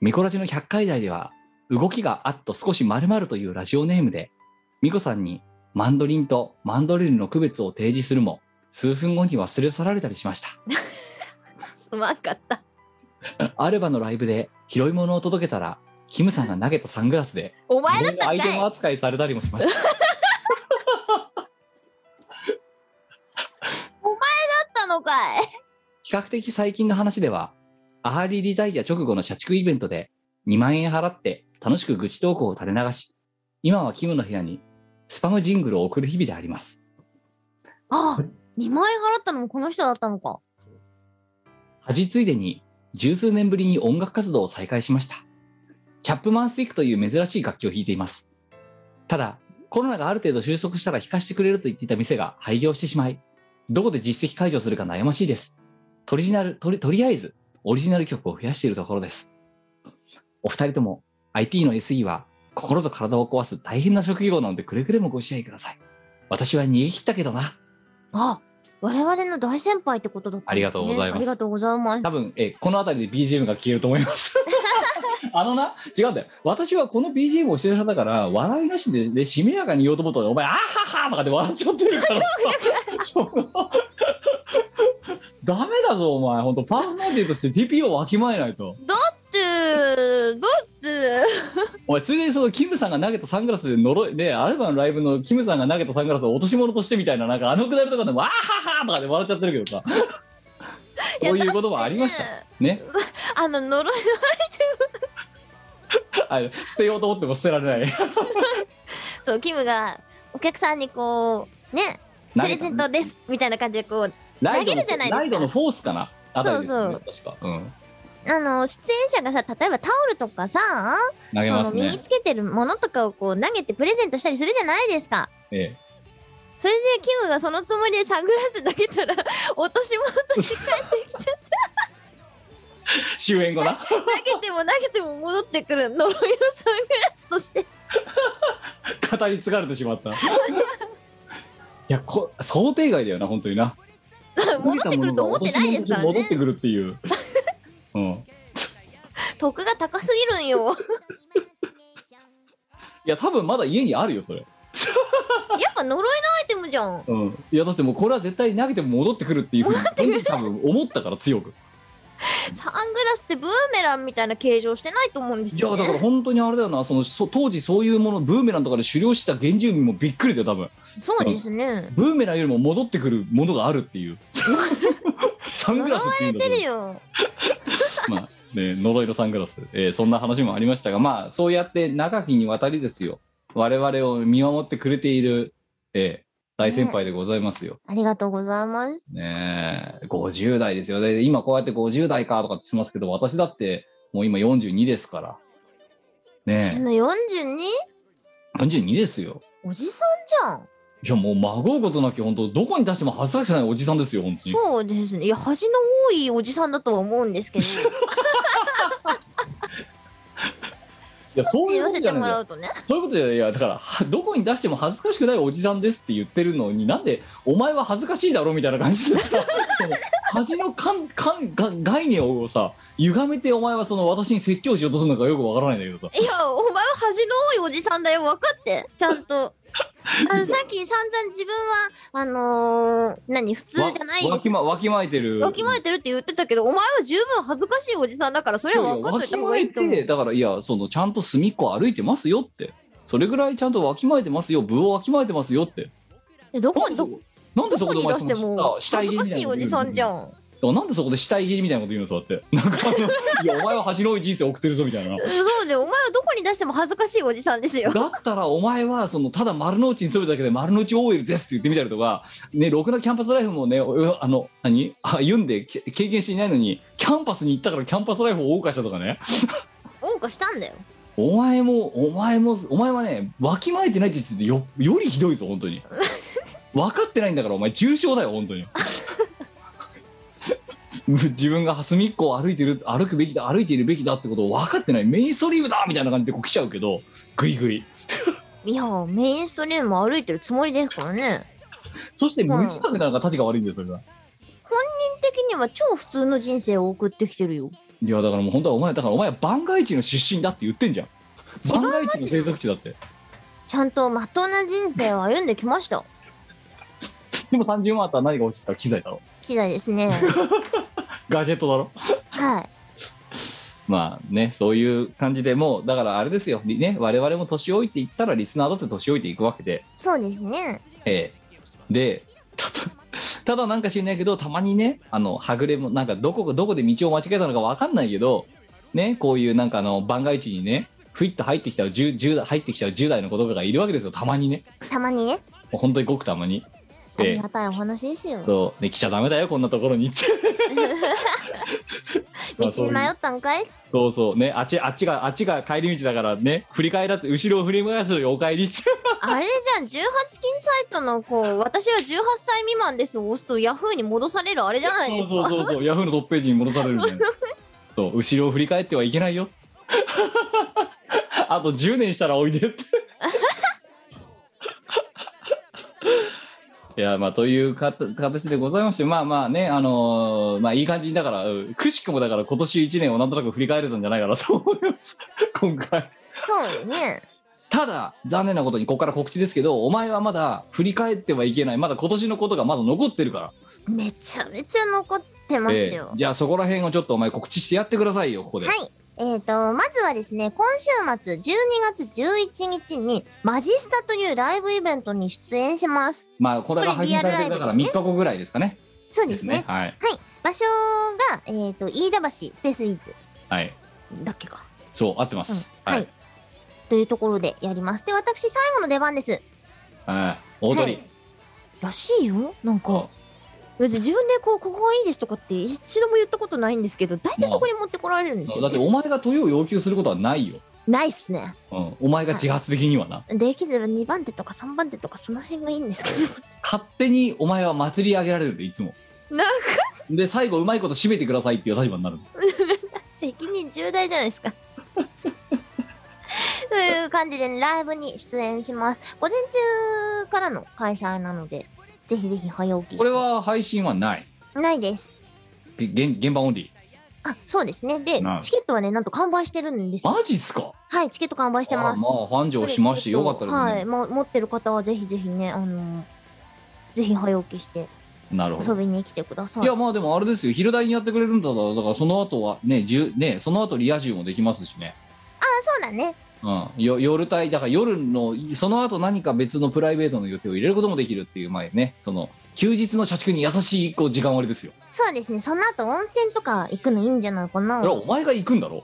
C: ミコラジの100回台では動きがあっと少しまるというラジオネームでミコさんにマンドリンとマンドリルの区別を提示するも数分後に忘れ去られたりしました
A: すまんかった
C: アルバのライブで拾い物を届けたらキムさんが投げたサングラスで
A: お前
C: い
A: だ
C: ろ
A: っ
C: いろ
A: た
C: ア
A: ん
C: イテ
A: かい
C: ム扱いされたりもしました。
A: だったのかい
C: 比較的最近の話では、アーリーリタイア直後の社畜イベントで2万円払って楽しく愚痴投稿を垂れ流し、今はキムの部屋にスパムジングルを送る日々であります。
A: あ2万円払ったのもこの人だったのか
C: 恥ついでに十数年ぶりに音楽活動を再開しました。チャップマンスティックという珍しい楽器を弾いています。ただ、コロナがある程度収束したら弾かしてくれると言っていた店が廃業してしまい、どこで実績解除するか悩ましいです。とりジナルとりとりあえず、オリジナル曲を増やしているところです。お二人とも IT の SE は心と体を壊す大変な職業なのでくれぐれもご支配ください。私は逃げ切ったけどな。
A: あ我々の大先輩ってことだったんですね
C: ありがとうございます
A: ありがとうございます
C: 多分えーこの辺りで BGM が消えると思います あのな違うんだよ私はこの BGM をしてる人だから笑いなしででしめやかに言おうと思ったらお前「あはは」とかで笑っちゃってるから さそのダメだぞお前本当パーソナリティとして TP をわきまえないと
A: だってだって
C: お前ついでにそのキムさんが投げたサングラスで呪いでアルバのライブのキムさんが投げたサングラスを落とし物としてみたいななんかあのくだりとかでも「わはは!」とかで笑っちゃってるけどさ
A: いや
C: そういうこともありました
A: だってね
C: ね
A: あの 呪いのアイテム
C: あの捨てようと思っても捨てられない
A: そうキムがお客さんにこうねプ
C: 投
A: レ
C: げた
A: ゼ
C: の
A: ントですみたいな感じでこう
C: ライ
A: 投げ
C: ドの
A: るじゃないですか
C: ライドのフォースかなあたりですよね確か、うん、
A: あの出演者がさ例えばタオルとかさ
C: 投げ
A: そ
C: ま
A: の
C: す
A: 身に
C: ね
A: つけてるものとかをこう投げてプレゼントしたりするじゃないですか
C: え
A: それでキムがそのつもりでサングラス投げたら落とし物として帰ってきちゃっ
C: え、終演後 な
A: て投げても投げても戻ってくる呪いのサングラスとして
C: 語り継がれてしまったいやこ想定外だよな本当にな
A: 戻ってくると思ってないですから
C: 戻っ
A: ね
C: てくるっ ていう、うん、
A: 得が高すぎるんよ
C: いや多分まだ家にあるよそれ、
A: やっぱ呪いのアイテムじゃん
C: うん、いやだってもうこれは絶対投げても戻ってくるっていうふうに本当に多分思ったから 強く
A: サングラスってブーメランみたいな形状してないと思うんです
C: いや
A: よ、
C: だ
A: ね、
C: から本当にあれだよなそのそ当時そういうものブーメランとかで狩猟した原住民もびっくりだよ多分
A: そうですね
C: ブーメランよりも戻ってくるものがあるっ ていうサング
A: 呪
C: ラスっ
A: わ
C: て
A: れ
C: いうんだ
A: て
C: けど
A: るよ
C: まあね、呪いのサングラス、えーそんな話もありましたが、まあ、そうやって長きにわたりですよ、我々を見守ってくれている、えー大先輩でございますよ。
A: ありがとうございます
C: ねえ、50代ですよ。で、今こうやって50代かとかってしますけど、私だってもう今42ですから。
A: あ
C: ね
A: の 42?
C: え、42ですよ。
A: おじさん
C: いや、もう孫うことなき、本当どこに出しても恥ずかしくないおじさんですよ、本当
A: じゃん
C: に。
A: そうですねいや恥の多いおじさんだとは思うんですけど
C: いや、そうい
A: 言
C: う
A: わ
C: こと
A: せて
C: じゃない
A: も
C: んだよ
A: らうとね
C: そういうことでいやだからはどこに出しても恥ずかしくないおじさんですって言ってるのになんでお前は恥ずかしいだろみたいな感じでさその恥のかんかんが概念をさ歪めてお前はその私に説教しようとするのかよくわからないんだけどさ
A: いやお前は恥の多いおじさんだよ分かってちゃん とあのさっき散々自分はあのー何普通じゃない
C: わ
A: で
C: わ
A: す
C: き,、ま、わきまえてる
A: わきまえてるって言ってたけどお前は十分恥ずかしいおじさんだからそれは分かっ
C: わ
A: とい
C: き
A: た方
C: ま
A: がい
C: え
A: いと思う
C: てだからいやそのちゃんと隅っこ歩いてますよってそれぐらいちゃんとわきまえてますよ部をわきまえてますよって
A: えどこ
C: なんで
A: ど
C: なんでそ
A: どこ
C: こで
A: に
C: お
A: 出
C: 前
A: して
C: そ
A: も
C: の下下
A: 恥
C: 入
A: ず
C: りみ
A: か
C: た
A: しいおじ
C: いなこと言う
A: さんじゃん
C: だからなんでそこで死体切りみたいなこと言うのそうやってなんかあのいやお前は恥の多い人生送ってるぞみたいな
A: そうでお前はどこに出しても恥ずかしいおじさんです よ
C: だったらお前はそのただ丸の内に住むだけで丸の内 OL ですって言ってみたりとかねろくなキャンパスライフもねおあの何歩んでけ経験していないのにキャンパスに行ったからキャンパスライフを謳歌したとかね
A: 謳歌したんだよ
C: お前もお前もお前はねわきまえてないって言ってよよりひどいぞ本当に分かってないんだからお前重症だよ本当に 自分が隅っこを歩いてる歩くべきだ歩いているべきだってことを分かってないメインストリームだみたいな感じでこう来ちゃうけどグイグイ
A: いやメインストリーム歩いてるつもりですからね
C: そして無自覚なのが立ちが悪いんですよそれが
A: 個人的には超普通の人生を送ってきてるよ
C: いやだからもう本当はお前だからお前は番外地の出身だって言ってんじゃん番外地の生息地だって
A: ちゃんとまっとうな人生を歩んできました
C: でも30万あったら何が落ちてたら機材だろ
A: 機材です ね
C: ガジェットだろ
A: はい
C: まあね、そういう感じでもう、だからあれですよ、りね、我々も年老いていったら、リスナーだって年老いていくわけで、
A: そうですね
C: ええで、ただ、ただなんか知らないけど、たまにね、あの、はぐれも、なんかどこ、どこで道を間違えたのかわかんないけど、ね、こういうなんかあの、番外地にね、ふいっと入ってきた10、10代、入ってきちゃう10代の子とかがいるわけですよ、たまにね。
A: たまにね
C: もう本当にごくたまに。
A: ありがたいお話ですよ道
C: そう、ね、来ちゃダメだよ、こんなところに って。 まあそうい
A: に
C: う
A: 迷ったんかい
C: そうそうねあっちあっちがあっちが帰り道だからね振り返らず後ろを振り返らずにお帰りって
A: あれじゃん18禁サイトのこう私は18歳未満ですを押すとヤフーに戻されるあれじゃないですか
C: そうそうそうそうヤフーのトップページに戻されるみたいなそう後ろを振り返ってはいけないよ あと10年したらおいでって いやまあというかた形でございましてまあまあねあのーまあいい感じにだからうんくしくもだから今年1年をなんとなく振り返れたんじゃないかなと思います今回
A: そうよね
C: ただ残念なことにここから告知ですけどお前はまだ振り返ってはいけないまだ今年のことがまだ残ってるから
A: めちゃめちゃ残ってます
C: ええ
A: よ、
C: じゃあそこら辺をちょっとお前告知してやってくださいよここで、
A: はいえー、と、まずはですね、今週末12月11日にマジスタというライブイベントに出演します。
C: まあこれが配信されてるだから
A: これリアルライブで
C: 3
A: す
C: 日
A: ね
C: 後ぐらいですかね。
A: そう
C: で
A: ですす
C: ね
A: ね。。
C: はい
A: はい。場所が、えー、と、飯田橋スペースウィーズ
C: はい。
A: だっけか。
C: そう合って
A: う
C: ま
A: ん
C: す。
A: はい、
C: はい。
A: というところでやります。で、私最後の出番です。
C: はい大
A: は
C: 鳥
A: い。らしいよ。なん
C: あ
A: か、別に自分でこう、ここがいいですとかって一度も言ったことないんですけど、大体そこに持ってこられるんです
C: そ
A: よ、
C: う
A: ね
C: だってお前が問いを要求することはないよ。
A: ないっすね。
C: うん。お前が自発的にはな。
A: できれば2番手とか3番手とかその辺がいいんですけ
C: 勝手にお前は祭り上げられるんでいつも。
A: ど、なんか
C: で最後うまいこと締めてくださいっていう立場になる。
A: 責任重大じゃない ですか。という感じで、ライブに出演します。午前中からの開催なので、ぜひぜひ早起きして
C: これは配信はない。
A: ないです。
C: げ現現場オンリ
A: あ、そうですね。で
C: な、い
A: チケットはね、なんと完売してるんです
C: ー。
A: よ。
C: マジっすか。
A: はい、チケット完売してます。
C: あまあ繁盛しましてよかったですね。
A: はい、もう持ってる方はぜひぜひね、あのぜひ早起きして
C: なるほ
A: 遊
C: ど。
A: びに来てください。
C: いやまあでもあれですよ昼代にやってくれるんだったらだからその後はねじゅねその後リア充もできますしね。
A: そうだね。
C: うん、よ夜帯だから夜のその後何か別のプライベートの予定を入れることもできるっていう前ねその休日の社畜に優しいこう時間割ですよ
A: そうですね。その後温泉とか行くのいいんじゃないかな。
C: それは
A: は
C: お前が行くんだろ
A: い、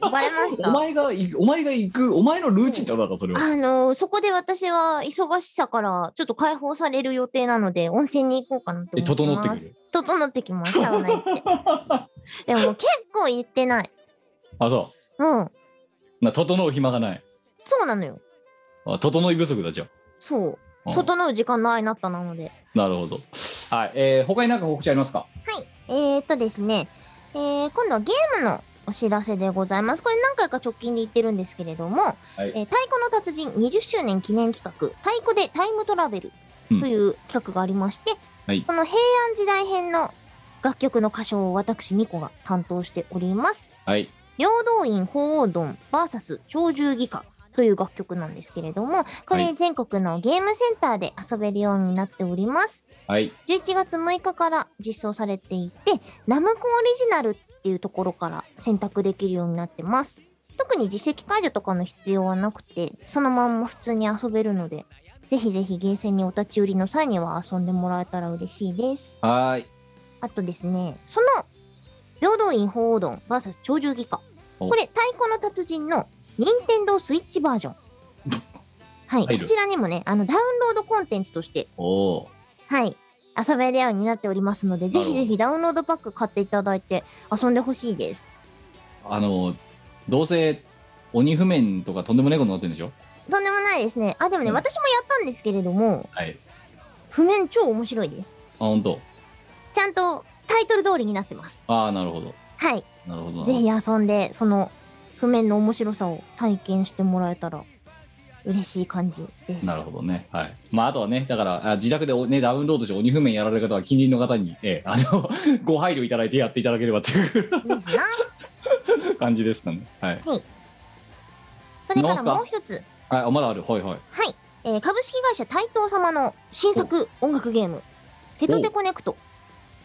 A: バレまし
C: お
A: た。
C: 前がいお前が行くお前のルーチンってことだからそれは、
A: あのそこで私は忙しさからちょっと解放される予定なので温泉に行こうかなと思って
C: え整っ
A: ま
C: てく
A: す。整ってきます。サウナ行って。 でも結構行ってない。
C: あそ
A: うん、
C: うな整う暇がない
A: そうなのよ。
C: あ整い不足だじゃ
A: そう。
C: あ、うん
A: 整う時間ないなったなので。
C: なるほどはいえー、他に何か告知ありますか
A: はい。えー、っとですね、えー、今度はゲームのお知らせでございます。これ何回か直近で言ってるんですけれども、
C: い
A: えー太鼓の達人20周年記念企画、太鼓でタイムトラベル
C: うん
A: という企画がありまして、
C: はい
A: その平安時代編の楽曲の歌唱を私、ミコが担当しております。
C: はい
A: 平等院鳳凰丼 VS 鳥獣戯歌という楽曲なんですけれども、こ
C: は
A: れ全国のゲームセンターで遊べるようになっております。
C: はい
A: 11月6日から実装されていて、ナムコオリジナルっていうところから選択できるようになってます。特に実績解除とかの必要はなくて、そのまんま普通に遊べるので、ぜひぜひゲーセンにお立ち寄りの際には遊んでもらえたら嬉しいです。
C: はーい
A: あとですね、その、平等院鳳凰丼 VS 鳥獣戯歌。
C: お
A: これ、太鼓の達人の任天堂スイッチバージョン。はい、
C: 入
A: こ
C: る
A: ちらにもね、あの、ダウンロードコンテンツとして
C: おお
A: はい。遊べるようになっておりますので、ぜ
C: なるほ
A: ひ
C: ど
A: ぜひダウンロードパック買っていただいて遊んでほしいです。
C: あのどうせ鬼譜面とかとんでもねえことになってるんでしょ
A: とんでもないですね。あ、でもね、
C: うん
A: 私もやったんですけれども、
C: はい
A: 譜面超面白いです。
C: あ本当
A: ちゃんとタイトル通りになってます。
C: ああなるほど
A: はい。
C: なるほどな
A: ぜひ遊んで、その譜面の面白さを体験してもらえたら嬉しい感じです。
C: なるほどね。はい。まあ、あとはね、だから、あ自宅でお、ね、ダウンロードして鬼譜面やられる方は、近隣の方に、ええ、あの、 ご配慮いただいてやっていただければという
A: ですな。
C: 感じですかね。はい。
A: それか
C: ど
A: ら
C: うすか
A: もう一つ。
C: はい、あまだある。はいはい。
A: はい。えー株式会社タイトー様の新作音楽ゲーム、テトテコネクト。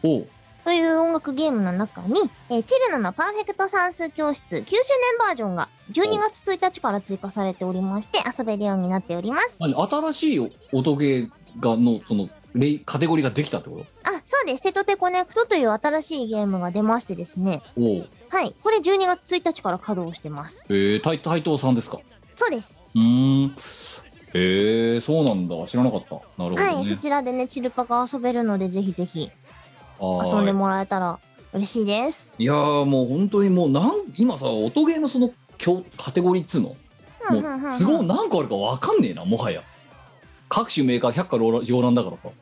C: おう
A: という音楽ゲームの中に、えーチルノのパーフェクト算数教室9周年バージョンが12月1日から追加されておりまして遊べるようになっております。
C: 何新しいお音ゲーが、の、その、レイ、カテゴリーができたってこと
A: あ、そうです。テトテコネクトという新しいゲームが出ましてですね。
C: おう
A: はい。これ12月1日から稼働してます。
C: ええ、タイ、タイトーさんですか。
A: そうです。
C: うーん。ええ、そうなんだ。知らなかった。なるほど
A: はい。そ
C: ね。
A: ちらでね、チルパが遊べるので、ぜひぜひ
C: は
A: 遊んでもらえたら嬉しいです。
C: いやーもう本当にもうなん今さ音ゲーのそのきょカテゴリーっつうの
A: うんうんうんう
C: も
A: ん
C: う都合何個あるかわかんねえなもはや各種メーカー百花繚乱だからさ
A: も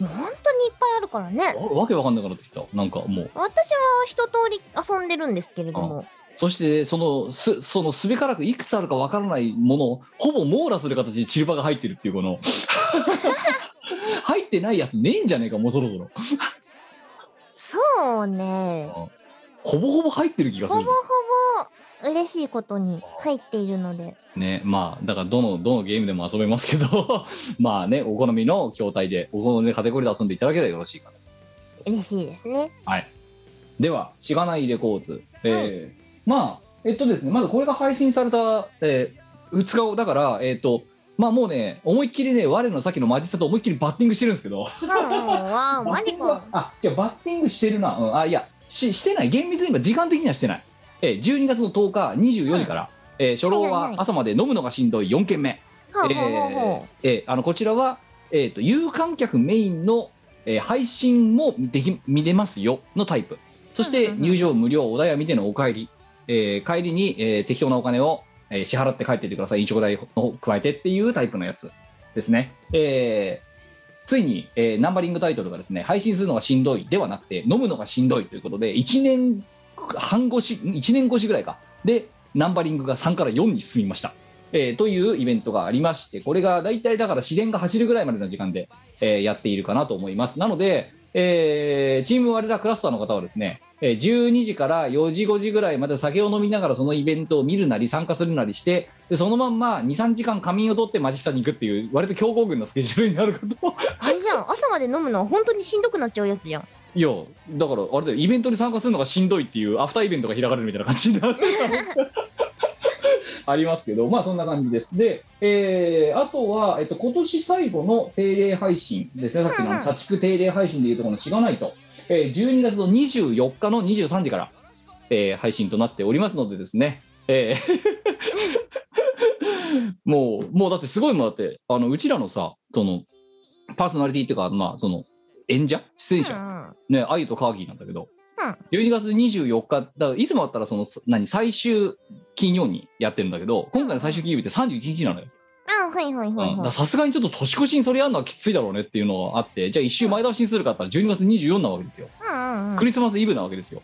A: う本当にいっぱいあるからね。
C: わわけわかんなくなってきたなんかもう
A: 私は一通り遊んでるんですけれども。
C: そしてそのすそのすべからくいくつあるかわからないものをほぼ網羅する形でチルパが入ってるっていう この入ってないやつねえんじゃねえかもうそろそろ
A: そうね。
C: ほぼほぼ入ってる気がす
A: ほぼ
C: る
A: ほぼ嬉しいことに入っているので、
C: ねまあだからどのどのゲームでも遊べますけど まあねお好みの筐体でお好みのカテゴリーで遊んでいただければよろしいかな
A: 嬉しいですね。
C: では、しがないレコーズ、えーまあえっとですねまずこれが配信された、えー、2日後だからえっ、とまあもうね思いっきりね我のさっきのマジさと思いっきりバッティングしてるんですけど
A: うんわあ、マジか。
C: あじゃあバッティングしてるな、うん、あいやししてない厳密に今時間的にはしてない、えー、12月の10日24時から、えー初老
A: はいはい
C: は
A: はい
C: 朝まで飲むのがしんどい4軒目
A: ほう
C: え
A: ほうほう
C: ー
A: ほ
C: えーあのこちらは、えー、と有観客メインの、えー配信もでき見れますよのタイプそし
A: うん
C: て
A: うんうん
C: 入場無料お悩みでのお帰り、えー帰りに、えー適当なお金を、えー支払って帰っていってください飲食代を加えてっていうタイプのやつですね、えーついに、えーナンバリングタイトルがですね配信するのがしんどいではなくて飲むのがしんどいということで1年半越し1年越しぐらいかでナンバリングが3から4に進みましたえーというイベントがありまして、これが大体だから市電が走るぐらいまでの時間で、えーやっているかなと思います。なので、えーチーム我らクラスターの方はですね、えー12時から4時、5時ぐらいまで酒を飲みながらそのイベントを見るなり参加するなりして、でそのまんま2、3時間仮眠を取ってマジスタに行くっていう、割と強豪軍のスケジュールになるかと。
A: う。あれじゃん、朝まで飲むのは本当にしんどくなっちゃうやつじゃん。
C: いや、だからあれだよ、イベントに参加するのがしんどいっていう、アフターイベントが開かれるみ たいな感じになってたんですありますけど、まあそんな感じです。で、えーあとは、えっと今年最後の定例配信ですね、さっきのあ
A: うんうん
C: の社畜定例配信でいうところのしがないと、えー12月の24日の23時から、えー配信となっておりますのでですね、えー もう、もうだってすごいもんだって、あのうちらのさ、そのパーソナリティっていうか、まあ、その演者、出演者、
A: う
C: ね、あゆとカーギーなんだけど、
A: うん
C: 12月24日、だからいつもだったらそのそ何最終金曜にやってるんだけど、今回の最終金曜日って31日なのよ。
A: ん。あ、はいはい
C: うん
A: はい
C: だか
A: は
C: ら
A: い。
C: さすがにちょっと年越しにそれやるのはきついだろうねっていうのがあって、じゃあ一周前倒しにするかって言ったら12月24なわけですよ。
A: うんうんう
C: ク
A: ん。
C: リスマスイブなわけですよ。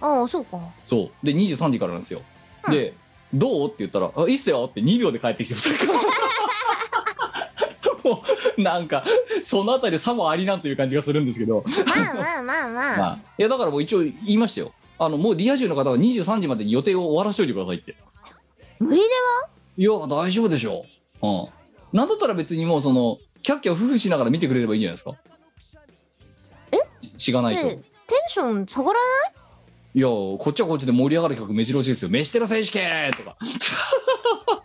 A: ああ、そうか。
C: そう。で、23時からなんですよ。
A: うん
C: で、どうって言ったら、あいいっすよって2秒で帰ってきて、2人が もうなんか、そのあたり差もありなんという感じがするんですけど、
A: まあまあまあま
C: ま
A: あ。
C: あ、いやだからもう一応言いましたよあのもうリア充の方は23時までに予定を終わらせておいてくださいって
A: 無理で
C: いや大丈夫でしょう、うん、なんだったら別にもうそのキャッキャフフしながら見てくれればいいんじゃないですかえしがな
A: は、
C: いと、
A: ねテンション下がら
C: いやこっちはこっちで盛り上がる企画目白押しですよ飯テロ選手権とか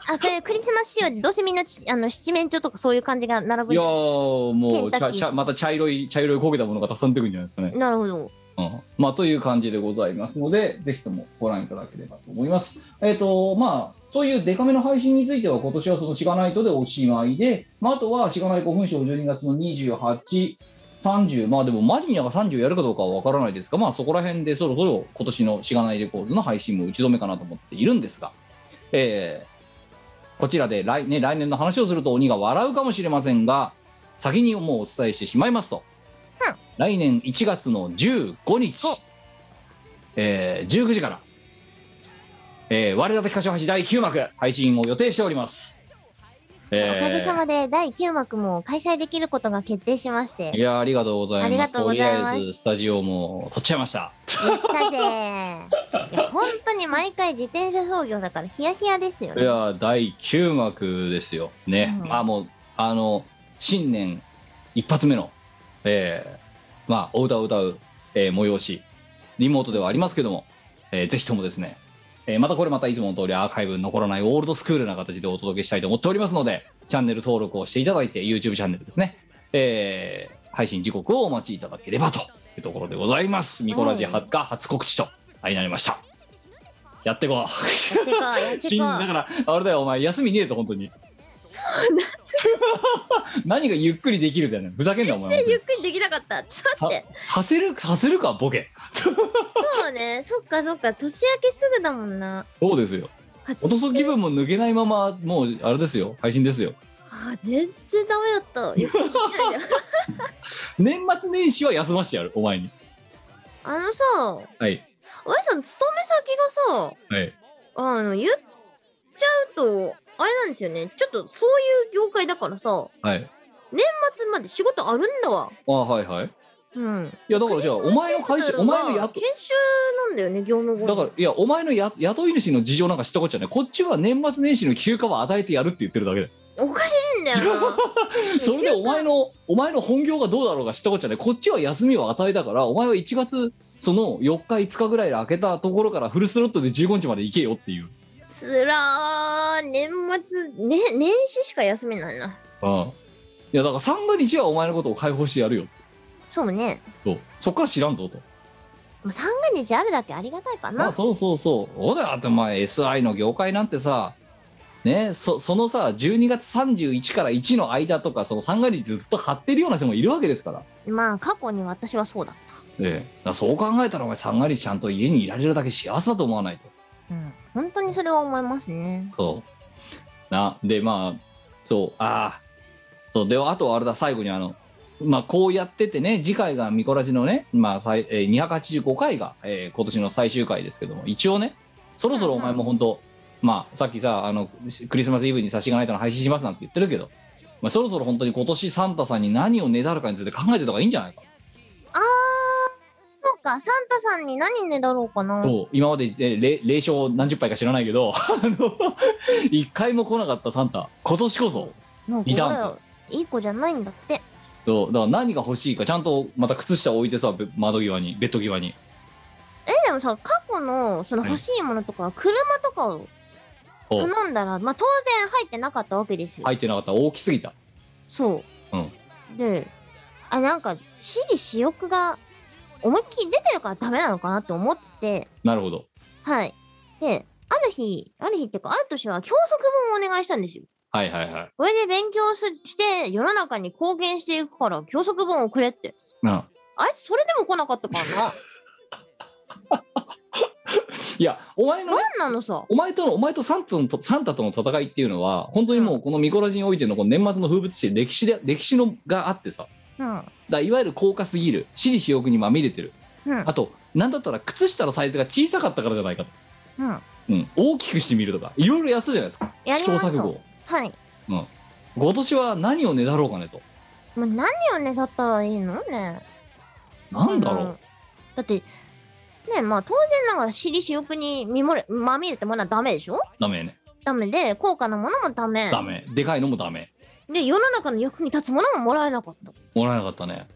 A: ないあ、それクリスマス仕様でどうせみんなちあの七面鳥とかそういう感じが並ぶ
C: いや。ー
A: ケ
C: も
A: ン
C: う
A: タ
C: ち
A: ッ
C: ゃ
A: キー
C: ちゃまた茶色い茶色い焦げたものがたくさん出てくるんじゃないですかね
A: なるほど。
C: うんまあ、という感じでございますので、ぜひともご覧いただければと思います。えっ、と、まあ、そういうデカめの配信については、今年はそのしがないとでおしまいで、まあ、あとはしがない古墳賞12月の28、30、まあでもマリニャが30やるかどうかはわからないですが、まあそこら辺でそろそろ今年のしがないレコードの配信も打ち止めかなと思っているんですが、えーこちらで来,、ね、来年の話をすると鬼が笑うかもしれませんが、先にもうお伝えしてしまいますと、来年1月の15日
A: お、
C: えー19時から、えー、我ら的歌唱橋第9幕配信を予定しております。
A: おかげさ
C: え
A: まで第9幕も開催できることが決定しまし
C: ーい
A: て。
C: やーありがとうございます。
A: ありがとうございます
C: とりあえずスタジオも取っちゃいました。
A: やったぜー。いや、本当に毎回自転車操業だからヒヤヒヤですよ
C: い
A: ね。
C: やー第9幕ですよね、
A: うん
C: まあもうあの新年一発目の、えーまあお歌を歌う、えー催しリモートではありますけども、えーぜひともですね、えーまたこれまたいつもの通りアーカイブに残らないオールドスクールな形でお届けしたいと思っておりますのでチャンネル登録をしていただいて YouTube チャンネルですね、えー配信時刻をお待ちいただければというところでございますミコラジ20日初告知と相なりましたやってこう
A: やってこう、やって
C: 死ん
A: こ
C: だ
A: う。
C: からあれだよお前休みねえぞ本当にそうなん 何がゆっくりできるだよねふざけんなお前
A: ゆっくりできなかった。ちょっと
C: さ
A: 待って。
C: させるさせるかボケ
A: そうね。そっかそっか。年明けすぐだもんな。
C: そうですよ
A: 初
C: 落とす気分も抜けないままもうあれですよ配信ですよ
A: あー全然ダメだった。よくできないじゃ ん
C: 年末年始は休ましてやるお前に
A: あのさ、
C: はい
A: おやじさん、勤め先がさ、
C: はい
A: あの、言っちゃうと、あれなんですよね。ちょっとそういう業界だからさ、
C: はい
A: 末まで仕事あるんだわ。
C: あはいはい
A: うん。
C: いやだからじゃあお前の会社お前のやっ
A: 研修なんだよね、業務後。
C: だからいやお前のや雇い主の事情なんか知ったこっちゃないこっちは年末年始の休暇は与えてやるって言ってるだけだよ
A: おかしいんだよな。
C: それでお前のお前の本業がどうだろうが知ったことじゃないこっちは休みを与えたからお前は1月その4日5日ぐらいで開けたところからフルスロットで15日まで行けよっていう、
A: つらー、年末、ね、年始しか休めないな。
C: うん、いやだから三が日はお前のことを解放してやるよ
A: そうね。
C: とそっから知らんぞと
A: もう三が日あるだけありがたいか
C: ま
A: な。
C: あそうそうそうそうだよだってお前 SI の業界なんてさねそそのさ12月31から1の間とかその三が日ずっと張ってるような人もいるわけですから,、
A: まあ、過去に私はそうだ。
C: ええ、だからそう考えたらお前三が日ちゃんと家にいられるだけ幸せだと思わないと
A: うん。本当にそれは思いますね。
C: そうなでまあそうああそうであとはあれだ最後にあのまあこうやっててね次回がミコラジのね、まあ、最えー285回が、えー今年の最終回ですけども一応ねそろそろお前も本当まあさっきさあのクリスマスイブに差しがないとの配信しますなんて言ってるけど、まあ、そろそろ本当に今年サンタさんに何をねだるかについて考えてた方がいいんじゃないか
A: あー、そうか、サンタさんに何ねだろうかな。
C: そう今までえれ霊障何十杯か知らないけど あの一回も来なかったサンタ今年こそ
A: なんか
C: いたん
A: 俺
C: です
A: ら
C: よ
A: いい子じゃないんだって。
C: そうだから何が欲しいかちゃんとまた靴下置いてさべ窓際にベッド際に
A: え、でもさ、過去のその欲しいものとか、車とかを
C: お
A: 頼んだら、まあ当然入ってなかったわけですよ。
C: 入ってなかった大きすぎた
A: そう。
C: うん
A: で、あ、なんか、私利私欲が思いっきり出てるからダメなのかなって思って、
C: なるほど
A: はい。で、ある日、ある日っていうか、ある年は教則本をお願いしたんですよ。
C: はいはいはい
A: これで勉強すして、世の中に貢献していくから、教則本をくれって。
C: うん
A: あいつ、それでも来なかったから な。
C: いやお前のね
A: なんなのさ。
C: お前とのお前とサンタとのサンタとの戦いっていうのは本当にもうこのミコラジにおいてのこの年末の風物詩歴史で歴史のがあってさだか
A: うん。
C: らいわゆる高価すぎる私利私欲にまみれてる
A: うん
C: あ。と何だったら靴下のサイズが小さかったからじゃないかと、
A: うん。
C: うん、大きくしてみるとかいろいろやすじゃないですか
A: やり
C: 試行
A: ます
C: 錯誤
A: と。
C: を
A: はい。
C: 今年は何をねだろうかねと
A: もう何をね、だったらいいのね。
C: なんだろう、
A: うんだって、ねまあ当然ながら私利私欲に見もれまみれてものはダメでしょ
C: ダメね
A: ダメで、高価なものもダメ。
C: ダメでかいのもダメ
A: で、世の中の役に立つものももらえなかった。
C: もらえなかったね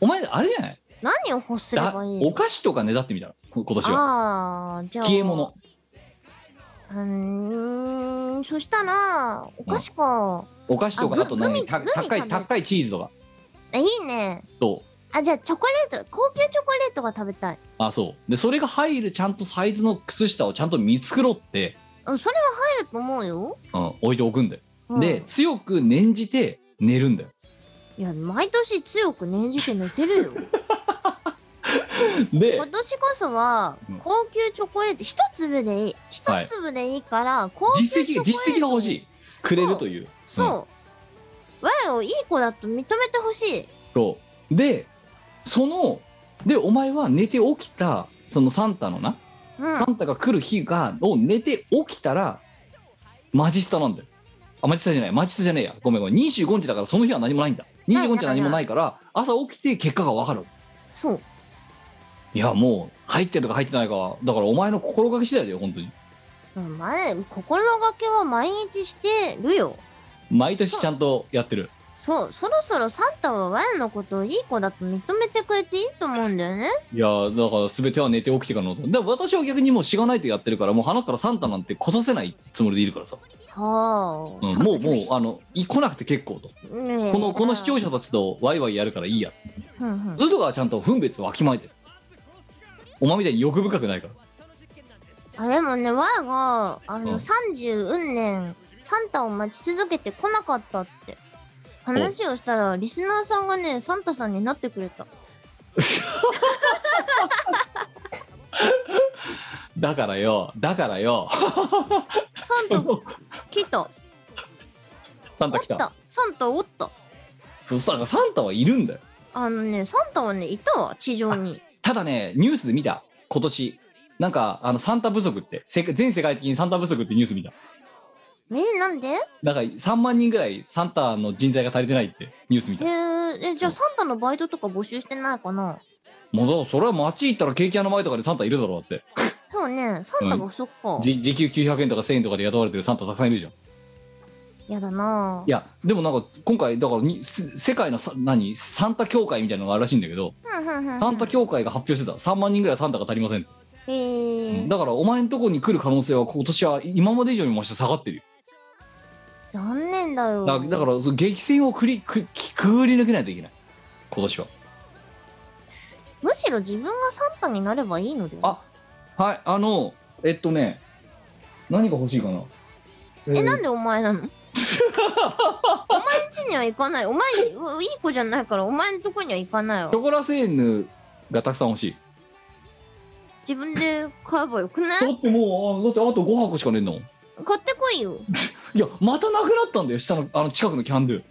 C: お前あれじゃない
A: 何を欲すれ
C: だ
A: ばいいの
C: お菓子とかねだってみたらこ今年は
A: ああー、じゃあ。
C: 消え物。
A: うーん、そしたら、お菓子か。
C: お菓子と
A: あグ
C: かあと何
A: グミ
C: た
A: グミ食べ
C: 高い
A: る
C: 高いチーズとか
A: あいいね。
C: と
A: あ、じゃあチョコレート、高級チョコレートが食べたい。
C: あそうでそれが入るちゃんとサイズの靴下をちゃんと見繕って、
A: うんそれは入ると思うよ。
C: うん、置いておくんだよ、
A: うん
C: で強く念じて寝るんだよ
A: いや、毎年強く念じて寝てるよ。
C: で
A: 今年こそは
C: うん
A: 高級チョコレート一粒でいい一
C: はい
A: 粒でいいから高級チ
C: 実
A: ョコレート
C: 績実績が欲しいくれるという
A: そう、我をいい子だと認めてほしい
C: そうでそのでお前は寝て起きたそのサンタのな
A: うん
C: サンタが来る日がを寝て起きたらマジスタなんだよあマジスタじゃないマジスタじゃねえやごめんごめん25日だからその日は何もないんだ25日は何もないから朝起きて結果が分かる
A: そう
C: いやもう入ってるとか入ってないかはだからお前の心がけ次第だよ本当に
A: うん前心がけは毎日してるよ
C: 毎年ちゃんとやってる
A: そうそろそろサンタは我のことをいい子だと認めてくれていいと思うんだよね
C: いやだから全ては寝て起きてからのでも私は逆にもうしがないとやってるからもう鼻からサンタなんて来させないつもりでいるからさ、
A: はあ、
C: うん、もうもうあのい来なくて結構と
A: う、ねえ、
C: このこの視聴
A: 者、
C: 者たちとワイワイやるからいいや
A: うんうん
C: そういうとこはちゃんと分別をわきまえてるお前みたいに欲深くないから
A: あでもね我があ
C: う
A: の
C: ん
A: 30運年サンタを待ち続けてこなかったって話をしたらリスナーさんがねサンタさんになってくれた
C: だからよだからよ
A: サンタ来た
C: サン
A: お
C: タ
A: っ
C: 来た
A: たサンタおった
C: そうだからサンタはいるんだよ
A: あのねサンタはねいたわ地上に
C: ただねニュースで見た今年なんかあのサンタ不足って世界全世界的にサンタ不足ってニュース見た
A: えなんで
C: だから3万人ぐらいサンタの人材が足りてないってニュース見
A: え
C: た
A: ー、えじゃあサンタのバイトとか募集してないかな
C: もうだからそれは街行ったらケーキ屋の前とかでサンタいるだろうだって
A: そうねサンタが不足か、
C: じ時給900円とか1000円とかで雇われてるサンタたくさんいるじゃん
A: やだない
C: やでもなんか今回だからにせ世界のさ何サンタ協会みたいなのがあるらしいんだけど
A: ふんふんふんふん
C: サンタ協会が発表してた3万人ぐらいサンタが足りません
A: えー、
C: だからお前んとこに来る可能性は今年は今まで以上にまして下がってるよ
A: 残念だよ
C: だだからその激戦をくりくきくぐり抜けないといけない今年は
A: むしろ自分がサンタになればいいのでは
C: あはいあのえっとね何が欲しいかなえ
A: え、
C: ー
A: なんでお前なのお前ん家には行かないお前いい子じゃないからお前んとこには行かないわ
C: ショコラセーヌがたくさん欲しい
A: 自分で買えばよくない
C: だってもうあだってあと5箱しかねえんだもんい
A: 買ってこいよ
C: やまたなくなったんだよ下のあの近くのキャンドゥ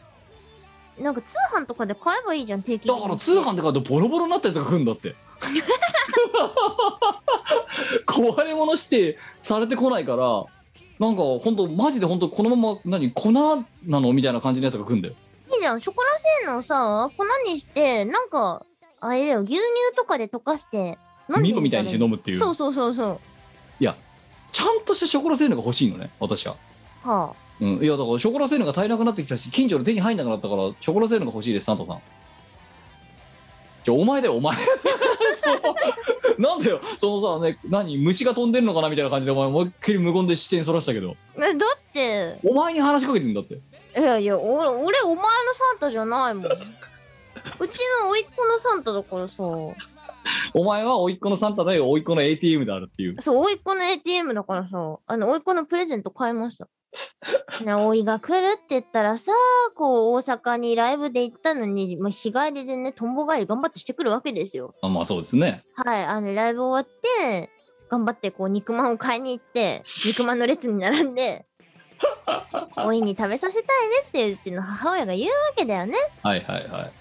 A: なんか通販とかで買えばいいじゃん定期的
C: だ
A: に
C: から通販で買うとボロボロになったやつが来るんだって 壊れ物してされてこないからなんか本当マジで本当このまま何粉なのみたいな感じのやつが来るんだよ
A: いいじゃんショコラ製のさ粉にしてなんかあれだよ牛乳とかで溶かして飲んで
C: ミロみたいにして
A: むっ
C: 飲むっていう
A: そうそうそうそう
C: ちゃんとしたショコラセーヌが欲しいのね私は、
A: はあ
C: うん、いやだからショコラセーヌが足りなくなってきたし近所の手に入んなくなったからショコラセーヌが欲しいですサンタさんじゃお前だよお前 そうなんだよそのさね何虫が飛んでるのかなみたいな感じでお前思いっきり無言で視線そらしたけど
A: えだって
C: お前に話しかけてんだって
A: いやいやお俺お前のサンタじゃないもんうちの甥っ子のサンタだからさ
C: お前は甥っ子のサンタだよ甥っ子の ATM であるっていう
A: そう、甥っ子の ATM だからさ、あの、甥っ子のプレゼント買いました。な、甥いが来るって言ったらさ、こう、大阪にライブで行ったのに、まあ、日帰りでね、とんぼ帰り頑張ってしてくるわけですよ。
C: あまあそうですね
A: はい、あの、ライブ終わって、頑張ってこう、肉まんを買いに行って、肉まんの列に並んで、甥いに食べさせたいねってうちの母親が言うわけだよね。
C: はいはいはい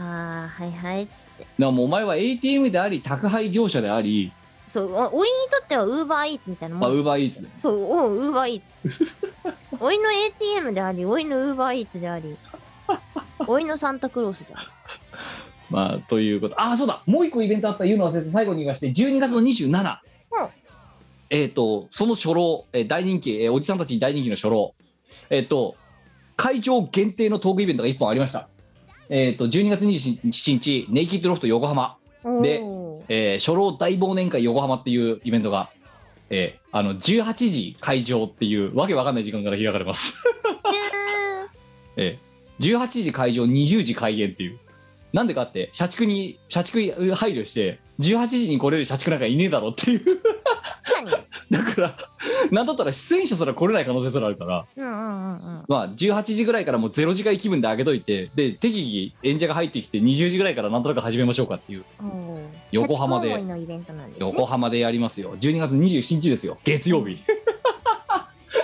C: だか
A: はあ、はいはい、つって。
C: らもうお前は ATM であり宅配業者であり
A: そう、おいにとってはウーバーイーツみたいなもん
C: まあウーバーイーツで
A: そう、おウーバーイーツ。 おいの ATM であり、おいのウーバーイーツであり、 おいのサンタクロースであり。
C: まあということあそうだもう一個イベントあった言うの忘れて最後に言わして12月の27、
A: うん
C: えっ、とその初老、えー大人気、えーおじさんたちに大人気の初老えっ、と会場限定のトークイベントが1本ありましたえっ、と12月27日ネイキッドロフト横浜
A: お
C: で
A: ー
C: えー初老大忘年会横浜っていうイベントが、えーあの18時会場っていうわけわかんない時間から開かれます、えー18時会場20時開演っていうなんでかって社畜に社畜に配慮して18時に来れる社畜なんかいねえだろっていう
A: 確かに。
C: だからなんだったら出演者すら来れない可能性すらあるから
A: うんうんうんうん。
C: まあ18時ぐらいからもう0時会気分で上げといてで適宜演者が入ってきて20時ぐらいからなんとなく始めましょうかっていう
A: おー
C: 横浜で
A: シャチコウモリのイベントなんです、ね。
C: 横浜でやりますよ12月27日ですよ月曜日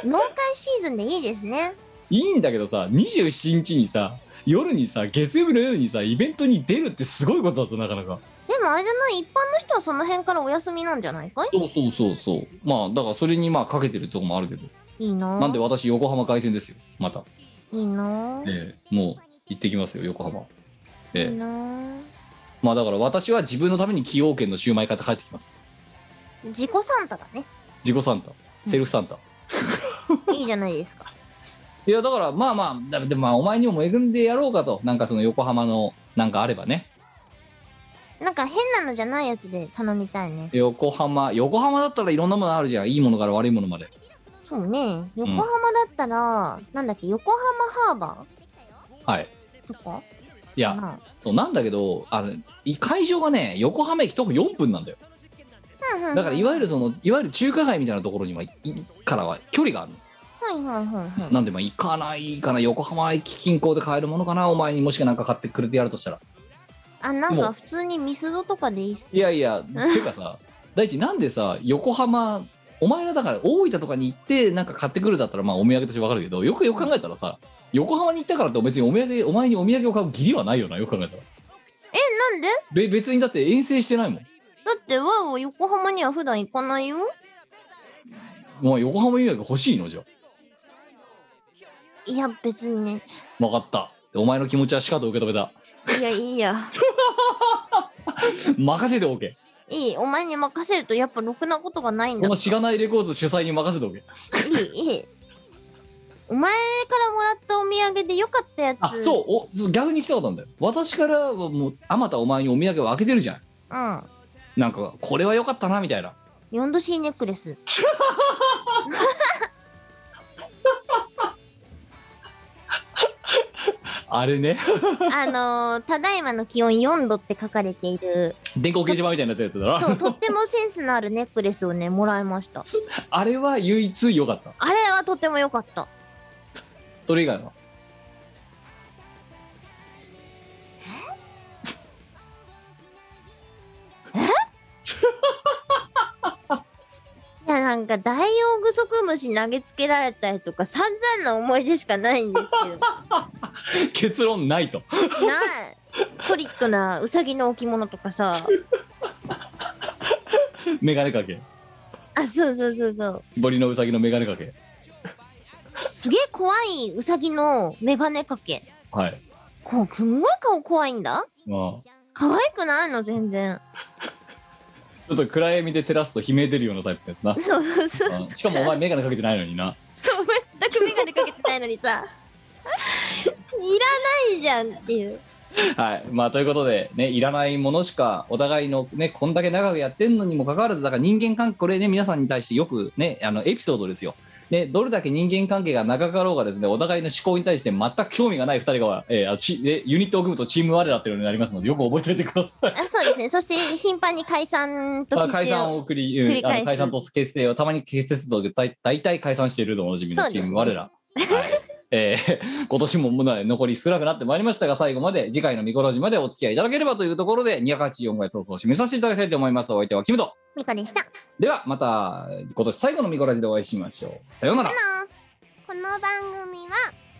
A: 農会シーズンでいいですね。
C: いいんだけどさ27日にさ夜にさ月曜日の夜にさイベントに出るってすごいことだぞなかなか
A: でもあれじゃない、一般の人はその辺からお休みなんじゃないかい
C: そうそうそうそうまあだからそれにまあかけてるとこもあるけど
A: いいなぁ
C: なんで私横浜凱旋ですよまた、
A: いいなぁ
C: ええもう行ってきますよ横浜ええ
A: いいなぁ
C: まあだから私は自分のために崎陽軒のシューマイ買って帰ってきます
A: 自己サンタだね。
C: 自己サンタセルフサンタ、
A: いいじゃないですか。
C: いやだからまあまあだでもまあお前にも恵んでやろうかとなんかその横浜のなんかあればね
A: なんか変なのじゃないやつで頼みたいね。
C: 横浜横浜だったらいろんなものあるじゃんいいものから悪いものまで
A: そうね。横浜だったら、なんだっけ、横浜ハーバ
C: はい
A: ーとか
C: いや、
A: かな
C: そうなんだけどあのい会場がね横浜駅徒歩4分なんだよだからいわゆるそのいわゆる中華街みたいなところにはいいからは距離があるの
A: はいはいはいはい。
C: なんでまあ行かないかな横浜駅近郊で買えるものかなお前にもしかなんか買ってくれてやるとしたら
A: あ、なん
C: でも
A: か普通にミスドとかでいいっす
C: い。やいやてかさ大地なんでさ横浜お前がだから大分とかに行ってなんか買ってくるだったらまあお土産としてわかるけどよくよく考えたらさ横浜に行ったからって別にお土産お前にお土産を買う義理はないよなよく考えたら
A: え、なんで
C: べ別にだって遠征してないもん
A: だってわーは横浜には普段行かないよ。
C: お前横浜土産欲しいのじゃあ
A: いや、別にね。
C: 分かったお前の気持ちはしかと受け止めた
A: いや、いいや。
C: 任せておけ
A: いい。お前に任せるとやっぱろくなことがないん
C: こ
A: だ。
C: のしがないレコーズ主催に任せておけ
A: いい、いい。おお前からもらったお土産で良かったやつ
C: あそうお逆に聞きたかったんだよ私からはもうあまたお前にお土産を開けてるじゃん
A: うん
C: なんかこれは良かったなみたいな
A: 4度 C ネックレス
C: あれね
A: あのーただいまの気温4度って書かれている
C: 電光掲示板みたいになったやつだ
A: そ
C: な
A: うとってもセンスのあるネックレスをねもらいました
C: あれは唯一良かった
A: あれはとても良かった
C: それ以外は
A: いやなんかダイオウグソクムシ投げつけられたりとか散々な思い出しかないんですけど
C: 結論ないと
A: ないソリッドなウサギの置物とか さ
C: メガネかけ
A: あそうそうそうそう
C: ボリのウサギのメガネかけ
A: すげえ怖いウサギのメガネかけ
C: はい
A: こうすんごい顔怖いんだ
C: まあ
A: 可愛くないの全然
C: ちょっと暗闇で照らすと悲鳴出るようなタイプのや
A: そうそうそう
C: つ な、うんしかもお前メガネかけてないのにな
A: そう全くメガネかけてないのにさいらないじゃんっていう
C: はいまあということでねいらないものしかお互いのねこんだけ長くやってんのにもかかわらずだから人間関係これね皆さんに対してよくねあのエピソードですよね、どれだけ人間関係が長かろうがですねお互いの思考に対して全く興味がない2人が、えーあちえユニットを組むとチーム我らっていうのになりますのでよく覚えておいてください。
A: あそうですねそして頻繁に解散と
C: まあ
A: 規
C: 解
A: 制
C: 散
A: を
C: を繰り、うん
A: 繰り返す
C: あの解散と結成をたまに結成すると大大体解散しているとおなじみのチーム、
A: そう
C: 我
A: ですね
C: ら。はい えー今年もまだ残り少なくなってまいりましたが、最後まで次回のミコラジまでお付き合いいただければというところで、284回早々締めさせていただきたいと思います。お相手はキムト。
A: ミコでした
C: では、また今年最後のミコラジでお会いしましょう。さようなら。
E: この番組は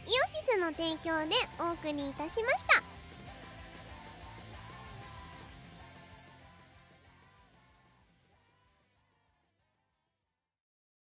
E: イオシスの提供でお送りいたしました。